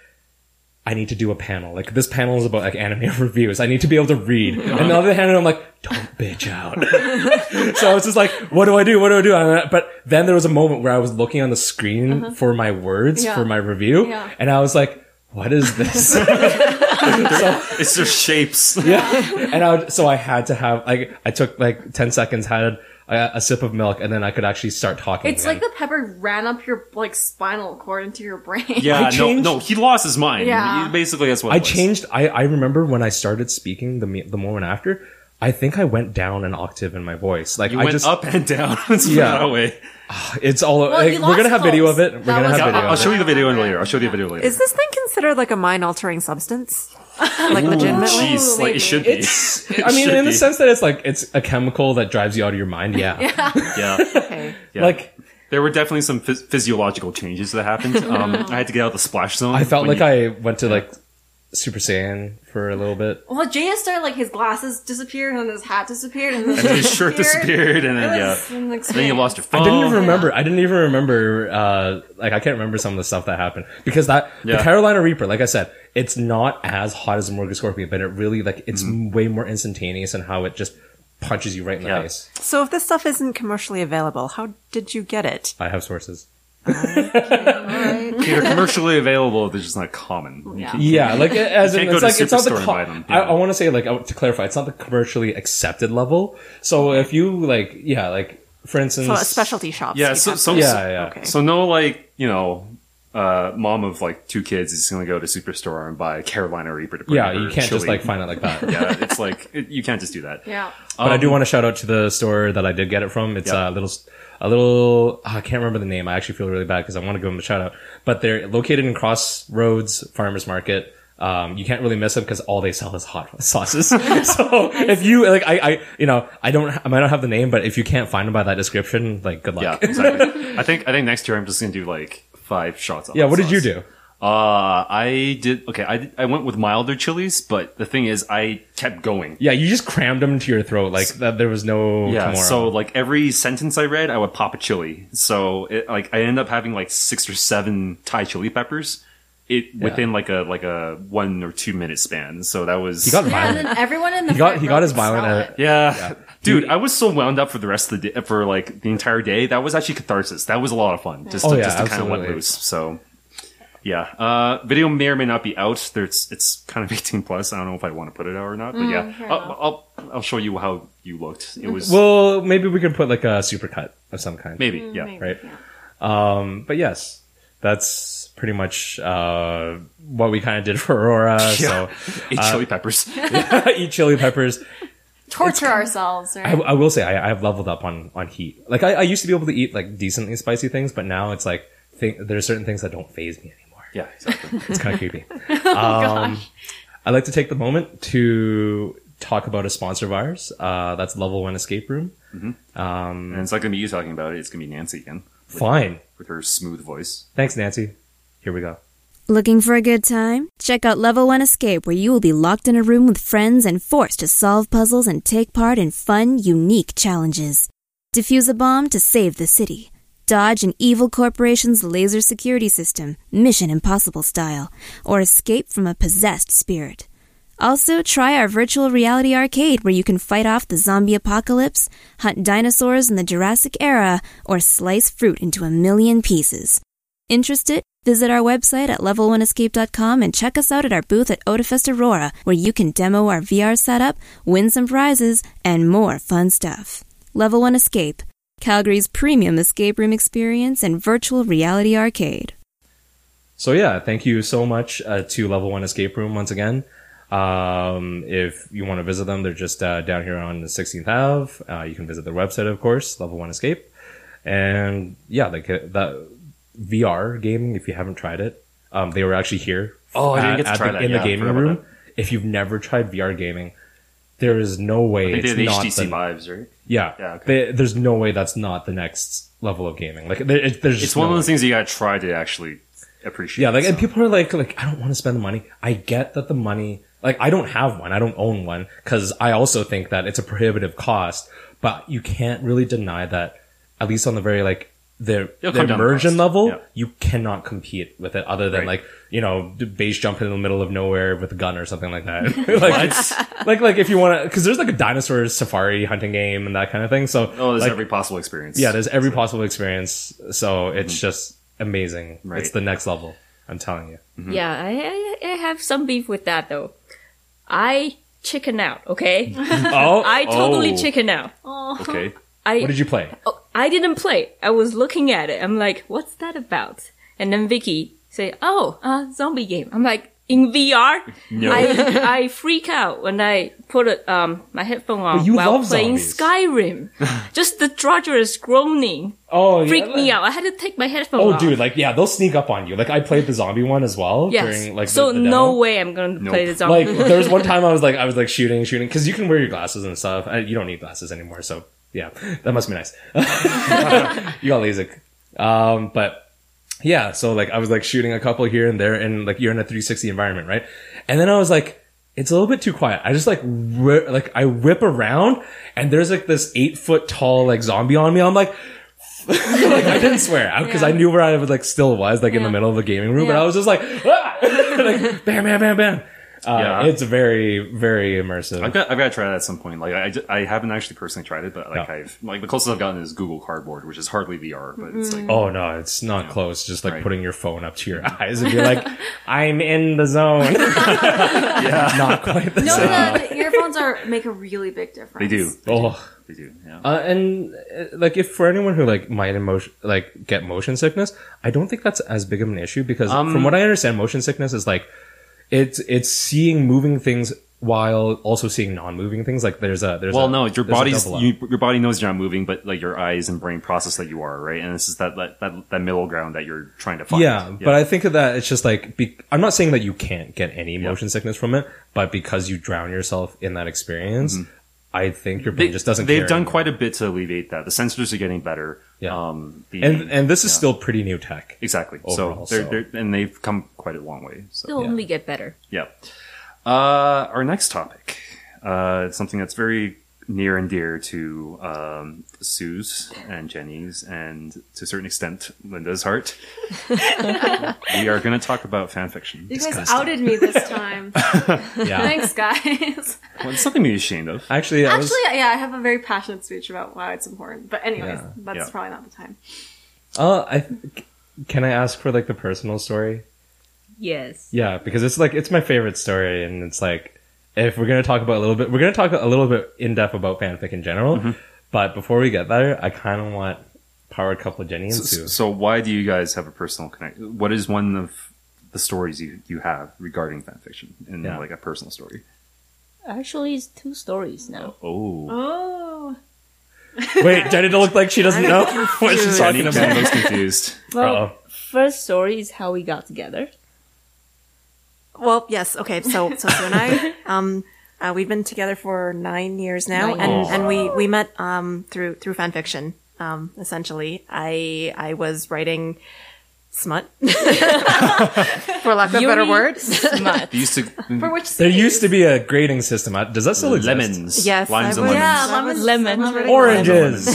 Speaker 1: I need to do a panel. Like this panel is about like anime reviews. I need to be able to read. And on the other hand, I'm like, don't bitch out. so I was just like, what do I do? What do I do? And I- But then there was a moment where I was looking on the screen for my words
Speaker 3: Uh-huh. Yeah.
Speaker 1: for my review,
Speaker 3: Yeah.
Speaker 1: and I was like, what is this?
Speaker 2: it's just shapes.
Speaker 1: and I would, so I had to have like I took like ten seconds, had a, a sip of milk, and then I could actually start talking.
Speaker 3: It's
Speaker 1: again.
Speaker 3: like the pepper ran up your like spinal cord into your brain.
Speaker 2: Yeah, no,
Speaker 1: changed-
Speaker 2: no, he lost his mind.
Speaker 3: Yeah.
Speaker 2: You- Basically, that's what
Speaker 1: I
Speaker 2: it was.
Speaker 1: changed. I, I remember when I started speaking the me- the moment after. I think I went down an octave in my voice. Like
Speaker 2: You
Speaker 1: I
Speaker 2: went
Speaker 1: just,
Speaker 2: up and down. It's
Speaker 1: Yeah.
Speaker 2: that way.
Speaker 1: it's all.
Speaker 3: you
Speaker 1: like, we're
Speaker 3: lost
Speaker 1: gonna have video
Speaker 3: pulse.
Speaker 1: of it. We're
Speaker 3: That
Speaker 1: gonna
Speaker 3: was-
Speaker 1: have
Speaker 2: Yeah,
Speaker 1: video.
Speaker 2: I'll, I'll
Speaker 1: of it.
Speaker 2: show you the video later. I'll show you the video later.
Speaker 4: Is this thing considered like a mind altering substance? Like legitimately?
Speaker 2: Jeez, like
Speaker 3: maybe.
Speaker 2: it should be.
Speaker 1: It's-
Speaker 2: It
Speaker 1: I mean,
Speaker 2: should
Speaker 1: in the
Speaker 2: be.
Speaker 1: sense that it's like it's a chemical that drives you out of your mind. Yeah.
Speaker 2: yeah,
Speaker 4: Okay.
Speaker 2: yeah.
Speaker 1: Like
Speaker 2: there were definitely some phys- physiological changes that happened. Um, I had to get out of the splash zone.
Speaker 1: I felt
Speaker 2: when
Speaker 1: like
Speaker 2: you-
Speaker 1: I went to like Super Saiyan for a little bit.
Speaker 3: Well, Janus started like his glasses disappeared and his hat disappeared and,
Speaker 2: and his shirt disappeared, and then yeah, And then you lost your phone.
Speaker 1: I didn't even remember. I didn't even remember. Uh, like I can't remember some of the stuff that happened because that
Speaker 2: Yeah.
Speaker 1: the Carolina Reaper, like I said, it's not as hot as the Morgan Scorpion, but it really like it's way more instantaneous in how it just punches you right in the
Speaker 2: Mm. Yeah.
Speaker 1: face.
Speaker 4: So if this stuff isn't commercially available, how did you get it?
Speaker 1: I have sources.
Speaker 2: They're commercially available. They're just not common.
Speaker 3: Yeah.
Speaker 1: Yeah, like it- as
Speaker 2: You
Speaker 1: in,
Speaker 2: can't go
Speaker 1: it's like
Speaker 2: to
Speaker 1: it's not the.
Speaker 2: Superstore and
Speaker 1: co-
Speaker 2: buy them,
Speaker 1: I,
Speaker 2: yeah.
Speaker 1: I want to say like I- to clarify, it's not the commercially accepted level. So if you like, yeah, like for instance,
Speaker 4: So a specialty shops.
Speaker 2: Yeah,
Speaker 4: you'd
Speaker 2: so,
Speaker 4: have
Speaker 2: so,
Speaker 4: to-
Speaker 1: Yeah, yeah.
Speaker 4: Okay.
Speaker 2: so no, like you know, uh, mom of like two kids is going to go to superstore and buy Carolina Reaper to put
Speaker 1: Yeah,
Speaker 2: in her
Speaker 1: you can't just
Speaker 2: chili.
Speaker 1: like find it like that.
Speaker 2: yeah, it's like it, you can't just do that.
Speaker 3: Yeah.
Speaker 1: But I do want to shout out to the store that I did get it from. It's
Speaker 2: Um, Yeah.
Speaker 1: a little, a little. ah, I can't remember the name. I actually feel really bad because I want to give them a shout out. But they're located in Crossroads Farmers Market. Um, you can't really miss them because all they sell is hot sauces. so if you like, I, I, you know, I don't, I might not have the name, but if you can't find them by that description, like, good
Speaker 2: Yeah,
Speaker 1: luck. Yeah.
Speaker 2: exactly. I think I think next year I'm just gonna do like five shots. Of hot
Speaker 1: what did you
Speaker 2: sauce.
Speaker 1: do?
Speaker 2: Uh, I did okay. I, did- I went with milder chilies, but the thing is, I kept going.
Speaker 1: Yeah, you just crammed them to your throat like that. There was no
Speaker 2: Yeah,
Speaker 1: tomorrow.
Speaker 2: so like every sentence I read, I would pop a chili. So it, like I ended up having like six or seven Thai chili peppers. It within like a like a one or two minute span. So that was
Speaker 1: he got
Speaker 3: Yeah, and
Speaker 1: violent.
Speaker 3: then everyone in the
Speaker 1: He got
Speaker 3: front
Speaker 1: he
Speaker 3: row
Speaker 1: got his
Speaker 3: could
Speaker 1: violent.
Speaker 3: smell
Speaker 1: uh,
Speaker 3: it.
Speaker 2: Yeah. Dude, I was so wound up for the rest of the day, for like the entire day. That was actually catharsis. That was a lot of fun. Just,
Speaker 1: Oh,
Speaker 2: to,
Speaker 1: yeah,
Speaker 2: just to kind of let
Speaker 1: absolutely.
Speaker 2: loose. So, yeah. Uh, video may or may not be out. There's, it's kind of 18 plus. I don't know if I want to put it out or not, but yeah,
Speaker 3: Mm, fair enough. Mm-hmm.
Speaker 2: I'll, I'll, I'll show you how you looked. It was,
Speaker 1: Well, maybe we could put like a supercut of some kind.
Speaker 2: maybe, yeah.
Speaker 3: Mm, maybe.
Speaker 1: right? Um, but yes, that's pretty much uh, what we kind of did for Aurora.
Speaker 2: Yeah.
Speaker 1: So
Speaker 2: Eight chili peppers.
Speaker 1: eat chili peppers.
Speaker 3: Torture ourselves,
Speaker 1: I,
Speaker 3: right?
Speaker 1: I will say I, I've leveled up on on heat. Like I, I used to be able to eat like decently spicy things, but now it's like th- there are certain things that don't phase me anymore.
Speaker 2: yeah, exactly.
Speaker 1: It's kind of creepy.
Speaker 3: oh gosh.
Speaker 1: I'd like to take the moment to talk about a sponsor of ours. Uh, that's Level One Escape Room.
Speaker 2: And it's not going to be you talking about it. It's going to be Nancy again
Speaker 1: Fine.
Speaker 2: with her smooth voice.
Speaker 1: Thanks, Nancy. Here we go.
Speaker 6: Looking for a good time? Check out Level 1 Escape, where you will be locked in a room with friends and forced to solve puzzles and take part in fun, unique challenges. Defuse a bomb to save the city. Dodge an evil corporation's laser security system, Mission Impossible style, or escape from a possessed spirit. Also, try our virtual reality arcade where you can fight off the zombie apocalypse, hunt dinosaurs in the Jurassic era, or slice fruit into a million pieces. Interested? Visit our website at level1escape.com and check us out at our booth at Odafest Aurora, where you can demo our VR setup, win some prizes, and more fun stuff. Level 1 Escape, Calgary's premium escape room experience and virtual reality arcade.
Speaker 1: So yeah, thank you so much uh, to Level One Escape Room once again. Um, if you want to visit them, they're just uh, down here on the 16th Ave. Uh, you can visit their website, of course, Level One Escape. And yeah, like uh, that VR gaming. If you haven't tried it, um, they were actually here.
Speaker 2: Oh, I didn't
Speaker 1: at-
Speaker 2: get to
Speaker 1: at
Speaker 2: try
Speaker 1: the-
Speaker 2: that.
Speaker 1: in
Speaker 2: Yeah, I
Speaker 1: the gaming
Speaker 2: forgot about
Speaker 1: room. If you've never tried VR gaming, there is no way
Speaker 2: They
Speaker 1: it's
Speaker 2: did
Speaker 1: not
Speaker 2: HTC
Speaker 1: the-
Speaker 2: Lives, right?
Speaker 1: yeah,
Speaker 2: Yeah, okay.
Speaker 1: They- there's no way that's not the next level of gaming. Like there, it, there's just
Speaker 2: It's one
Speaker 1: no
Speaker 2: of
Speaker 1: way.
Speaker 2: those things you gotta try to actually appreciate.
Speaker 1: Yeah, like and
Speaker 2: so.
Speaker 1: people are like, like I don't want to spend the money. I get that the money, like I don't have one, I don't own one, because I also think that it's a prohibitive cost. But you can't really deny that, at least on the very like the, the
Speaker 2: It'll come down to
Speaker 1: immersion
Speaker 2: cost.
Speaker 1: level,
Speaker 2: Yeah.
Speaker 1: you cannot compete with it. Other than
Speaker 2: Right.
Speaker 1: like you know d- base jump in the middle of nowhere with a gun or something like that. like, like like if you want to, because there's like a dinosaur safari hunting game and that kind of thing. So
Speaker 2: Oh, there's
Speaker 1: like,
Speaker 2: every possible experience.
Speaker 1: yeah, there's every possible experience. So
Speaker 5: Mm-hmm.
Speaker 1: it's just amazing.
Speaker 2: Right.
Speaker 1: It's the next level. I'm telling you.
Speaker 5: Yeah, I, I, I have some beef with that though. I chicken out, okay?
Speaker 1: Oh,
Speaker 5: I totally
Speaker 2: Oh.
Speaker 5: chicken out.
Speaker 2: okay.
Speaker 5: I
Speaker 1: What did you play?
Speaker 5: Oh, I didn't play. I was looking at it. I'm like, what's that about? And then Vicky say, oh, uh, zombie game. I'm like, in VR?
Speaker 2: No.
Speaker 5: I, I freak out when I put a, um, my headphone on
Speaker 1: But you
Speaker 5: while
Speaker 1: love
Speaker 5: playing
Speaker 1: zombies.
Speaker 5: Skyrim. Just the drudgerous groaning
Speaker 1: Oh, yeah,
Speaker 5: freaked me
Speaker 1: like-
Speaker 5: out. I had to take my headphone
Speaker 1: Oh,
Speaker 5: off.
Speaker 1: dude, like yeah, they'll sneak up on you. Like I played the zombie one as well
Speaker 5: Yes.
Speaker 1: during like the-
Speaker 5: so
Speaker 1: the
Speaker 5: no
Speaker 1: demo.
Speaker 5: way I'm going to play the zombie.
Speaker 1: Like there was one time I was like I was like shooting, shooting because you can wear your glasses and stuff. I, you don't need glasses anymore, so yeah, that must be nice. you got LASIK, um, but yeah, so like I was like shooting a couple here and there, and like you're in a 360 environment, right? And then I was like. It's a little bit too quiet. I just like whi like I whip around and there's like this eight foot tall like zombie on me. I'm like, like I didn't swear out because I knew where I was like still was like in the middle of a gaming room, but I was just like, ah! like bam, bam, bam, bam. Uh,
Speaker 2: Yeah.
Speaker 1: it's very, very immersive.
Speaker 2: I've got, I've got to try that at some point. Like I, ju- I haven't actually personally tried it, but like
Speaker 1: Yeah.
Speaker 2: I've like the closest I've gotten is Google Cardboard, which is hardly VR, but it's like
Speaker 1: Oh no, it's not close. Just like
Speaker 2: Right.
Speaker 1: putting your phone up to your eyes and you're like, I'm in the zone. not quite the
Speaker 3: No,
Speaker 1: same.
Speaker 3: the, the earphones are make a really big difference.
Speaker 2: they do,
Speaker 1: Oh.
Speaker 2: they do. Yeah.
Speaker 1: Uh, and uh, like if for anyone who like might emotion like get motion sickness, I don't think that's as big of an issue because
Speaker 2: Um,
Speaker 1: from what I understand, motion sickness is like it's it's seeing moving things while also seeing non-moving things. Like there's a there's
Speaker 2: well,
Speaker 1: a-
Speaker 2: no, your
Speaker 1: there's a
Speaker 2: body's
Speaker 1: double up.
Speaker 2: you, your body knows you're not moving, but like your eyes and brain process that you are, right? And this is that that, that, that middle ground that you're trying to find.
Speaker 1: yeah, but I think of that it's just like be, I'm not saying that you can't get any motion sickness from it, but because you drown yourself in that experience, I think your brain just doesn't.
Speaker 2: Mm-hmm. They've
Speaker 1: care
Speaker 2: done
Speaker 1: anymore.
Speaker 2: quite a bit to alleviate that. The sensors are getting better.
Speaker 1: Yeah.
Speaker 2: Um, the,
Speaker 1: and and this is
Speaker 2: yeah.
Speaker 1: still pretty new tech.
Speaker 2: exactly
Speaker 1: overall,
Speaker 2: so, they're,
Speaker 1: so-
Speaker 2: They're, and they've come quite a long way. So
Speaker 5: It'll only get better.
Speaker 2: Yeah. Uh, our next topic, uh, something that's very near and dear to um, Sue's and Jenny's, and to a certain extent, Linda's heart. we are going to talk about fan fiction.
Speaker 3: You guys outed me this time.
Speaker 1: Yeah,
Speaker 3: Thanks, guys.
Speaker 2: Well, it's something to be ashamed of.
Speaker 1: actually, I was,
Speaker 3: Actually, yeah, I have a very passionate speech about why it's important. But anyways,
Speaker 1: Yeah.
Speaker 3: that's
Speaker 2: Yeah.
Speaker 3: probably not the time.
Speaker 1: uh, I th- can I ask for like the personal story?
Speaker 5: Yes.
Speaker 1: Yeah, because it's like it's my favorite story, and it's like if we're gonna talk about a little bit, we're gonna talk a little bit in depth about fanfic in general. But before we get there, I kind of want powered couple Jenny and Sue.
Speaker 2: So, so why do you guys have a personal connect? What is one of the stories you, you have regarding fan fiction and
Speaker 1: Yeah.
Speaker 2: like a personal story?
Speaker 5: Actually, it's two stories now.
Speaker 2: Oh,
Speaker 3: Oh,
Speaker 1: Wait, Jenny looked like she doesn't know what she's talking
Speaker 2: Jenny, Jenny
Speaker 1: about.
Speaker 2: looks confused.
Speaker 5: Well,
Speaker 1: Uh-oh.
Speaker 5: first story is how we got together.
Speaker 4: Well, yes. Okay. So, so Sue and I, um, uh, we've been together for nine years now,
Speaker 5: Nine
Speaker 4: and
Speaker 5: years.
Speaker 4: and we we met um through through fan fiction. Um, essentially, I I was writing smut, for lack of a better
Speaker 5: Yuri
Speaker 4: word.
Speaker 5: Smut.
Speaker 2: You used to
Speaker 3: for which
Speaker 1: There used to be a grading system. Uh, Does that still exist?
Speaker 2: lemons,
Speaker 4: Yes,
Speaker 2: limes
Speaker 4: I
Speaker 2: and
Speaker 4: would-
Speaker 2: lemons.
Speaker 3: yeah, lemons,
Speaker 5: Lemon.
Speaker 3: lemons, lemons,
Speaker 1: Oranges.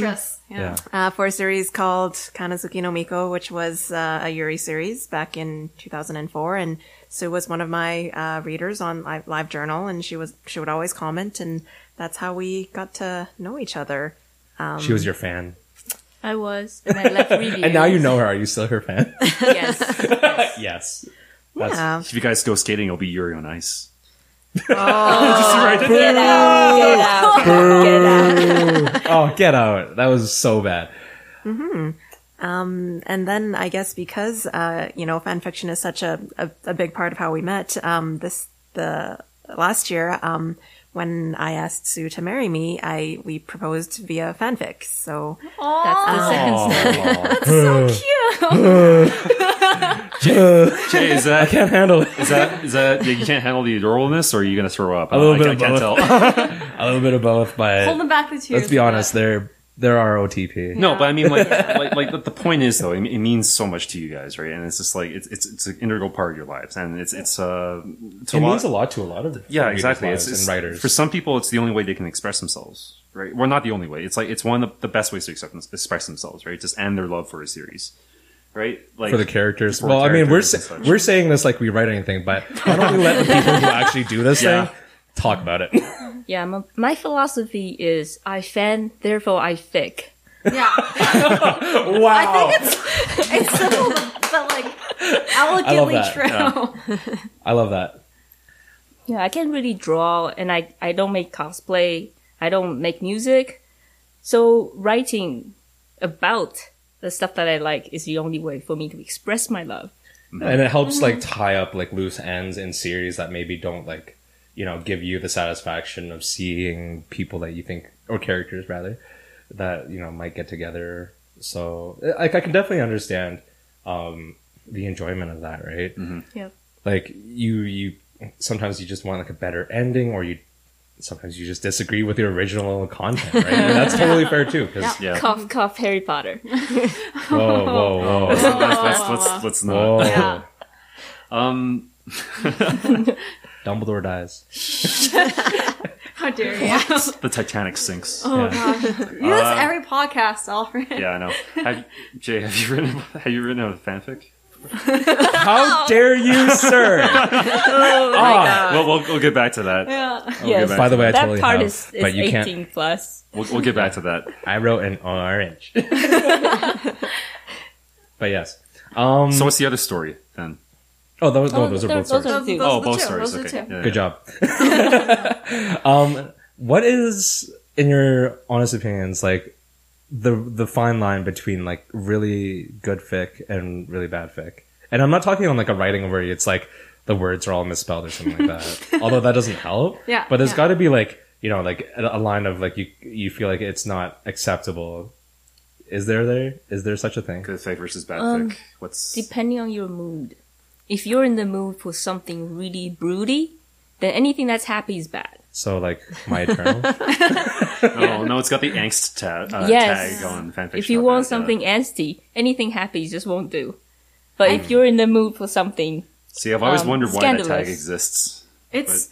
Speaker 3: citrus. Yeah.
Speaker 1: Yeah.
Speaker 4: uh, for a series called Kanazuki no Miko, which was uh, a Yuri series back in 2004. And Sue was one of my uh, readers on live, live Journal, and she was she would always comment, and that's how we got to know each other.
Speaker 1: She was your fan,
Speaker 5: I was, and I left reviews.
Speaker 1: and now you know her. Are you still her fan?
Speaker 5: Yes.
Speaker 1: yes.
Speaker 4: Yeah.
Speaker 2: If you guys go skating, it'll be Yuri on ice.
Speaker 1: Oh, get out! That was so bad.
Speaker 4: Um, and then I guess because, uh, you know, fan fiction is such a, a, a big part of how we met, um, this, the last year, um, when I asked Sue to marry me, I, we proposed via fanfic. So
Speaker 5: That's
Speaker 1: Oh,
Speaker 5: the second step.
Speaker 2: Jay, is that,
Speaker 1: I can't handle it.
Speaker 2: is that is that you can't handle the adorableness, or are you going to throw up? A
Speaker 1: little
Speaker 2: I,
Speaker 1: bit
Speaker 2: I
Speaker 1: of
Speaker 2: can't
Speaker 1: both.
Speaker 2: tell.
Speaker 1: A little bit of both, but
Speaker 3: Holding back the tears.
Speaker 1: let's be
Speaker 3: for
Speaker 1: honest,
Speaker 3: that.
Speaker 1: they're they're our OTP.
Speaker 2: No, but I mean, like, like, like the- the point is though, it, it means so much to you guys, right? And it's just like it's it's, it's an integral part of your lives, and it's it's uh, to
Speaker 1: it means a lot to a lot of
Speaker 2: Yeah,
Speaker 1: readers'
Speaker 2: exactly.
Speaker 1: lives
Speaker 2: It's,
Speaker 1: and
Speaker 2: it's
Speaker 1: writers.
Speaker 2: for some people, it's the only way they can express themselves, right? Well, not the only way. It's like it's one of the, the best ways to accept, express themselves, right? Just and their love for a series, right? Like
Speaker 1: for the characters.
Speaker 2: for
Speaker 1: well, I mean, we're
Speaker 2: characters and
Speaker 1: sa-
Speaker 2: such.
Speaker 1: we're saying this like we write anything, but why don't we let the people who actually do this
Speaker 2: Yeah.
Speaker 1: thing talk about it?
Speaker 5: Yeah, my, my philosophy is I fan, therefore I fic.
Speaker 3: Yeah.
Speaker 1: wow,
Speaker 3: It's simple, but like
Speaker 1: love
Speaker 3: elegantly
Speaker 1: that.
Speaker 3: true.
Speaker 1: I love that.
Speaker 5: Yeah, I can really draw, and I, I don't make cosplay, I don't make music. So writing about the stuff that I like is the only way for me to express my love.
Speaker 1: And it helps like tie up like loose ends in series that maybe don't like you know give you the satisfaction of seeing people that you think or characters rather that you know might get together. So I- like I can definitely understand um, the enjoyment of that, right?
Speaker 5: Yeah.
Speaker 1: Like you you sometimes you just want like a better ending, or you sometimes you just disagree with your original content, right? And that's totally fair too. Because
Speaker 2: yeah.
Speaker 5: Cough, cough, Harry Potter.
Speaker 1: whoa, whoa, whoa,
Speaker 2: Let's, let's,
Speaker 3: oh,
Speaker 2: let's, let's not.
Speaker 1: whoa.
Speaker 3: Yeah.
Speaker 2: Um,
Speaker 1: Dumbledore dies.
Speaker 3: How dare you?
Speaker 2: the Titanic sinks.
Speaker 3: You
Speaker 1: Uh,
Speaker 3: listen to every podcast, Alfred.
Speaker 2: Yeah, I know. Have, Jay, have you written have you written a fanfic?
Speaker 1: How dare you, sir?
Speaker 2: Well, we'll we'll get back to that.
Speaker 3: Yeah.
Speaker 2: We'll get
Speaker 5: Yes.
Speaker 2: back
Speaker 1: By the
Speaker 2: to
Speaker 1: way, I
Speaker 5: that
Speaker 1: totally
Speaker 5: part
Speaker 1: have,
Speaker 5: is, is
Speaker 1: but you
Speaker 5: 18
Speaker 1: can't.
Speaker 5: plus.
Speaker 2: that. We'll, we'll get back to that.
Speaker 1: I wrote an orange. but yes. Um,
Speaker 2: So, what's the other story then?
Speaker 1: oh, those, no,
Speaker 5: Oh,
Speaker 1: those are
Speaker 5: they're-
Speaker 1: both
Speaker 5: those
Speaker 1: swords.
Speaker 5: are-
Speaker 3: Those, those
Speaker 2: oh,
Speaker 3: are the
Speaker 2: both
Speaker 3: two.
Speaker 2: stories.
Speaker 3: Those are the
Speaker 2: okay.
Speaker 3: two.
Speaker 2: Yeah,
Speaker 1: Good
Speaker 2: yeah.
Speaker 1: job. um, what is, in your honest opinions, like the the fine line between like really good fic and really bad fic? And I'm not talking on like a writing where it's like the words are all misspelled or something like that. Although that doesn't help.
Speaker 3: Yeah,
Speaker 1: But there's
Speaker 3: yeah.
Speaker 1: got to be like you know like a a line of like you you feel like it's not acceptable. Is there there is there such a thing?
Speaker 2: Good fic versus bad
Speaker 5: Um,
Speaker 2: fic. What's
Speaker 5: Depending on your mood. If you're in the mood for something really broody, then anything that's happy is bad.
Speaker 1: So like my eternal.
Speaker 2: Oh no, it's got the angst ta- uh,
Speaker 5: Yes.
Speaker 2: tag on fanfiction.
Speaker 5: if you want something angsty, anything happy you just won't do. But if you're in the mood for something,
Speaker 2: see, I've always
Speaker 5: um,
Speaker 2: wondered why that tag
Speaker 5: scandalous.
Speaker 2: exists.
Speaker 3: It's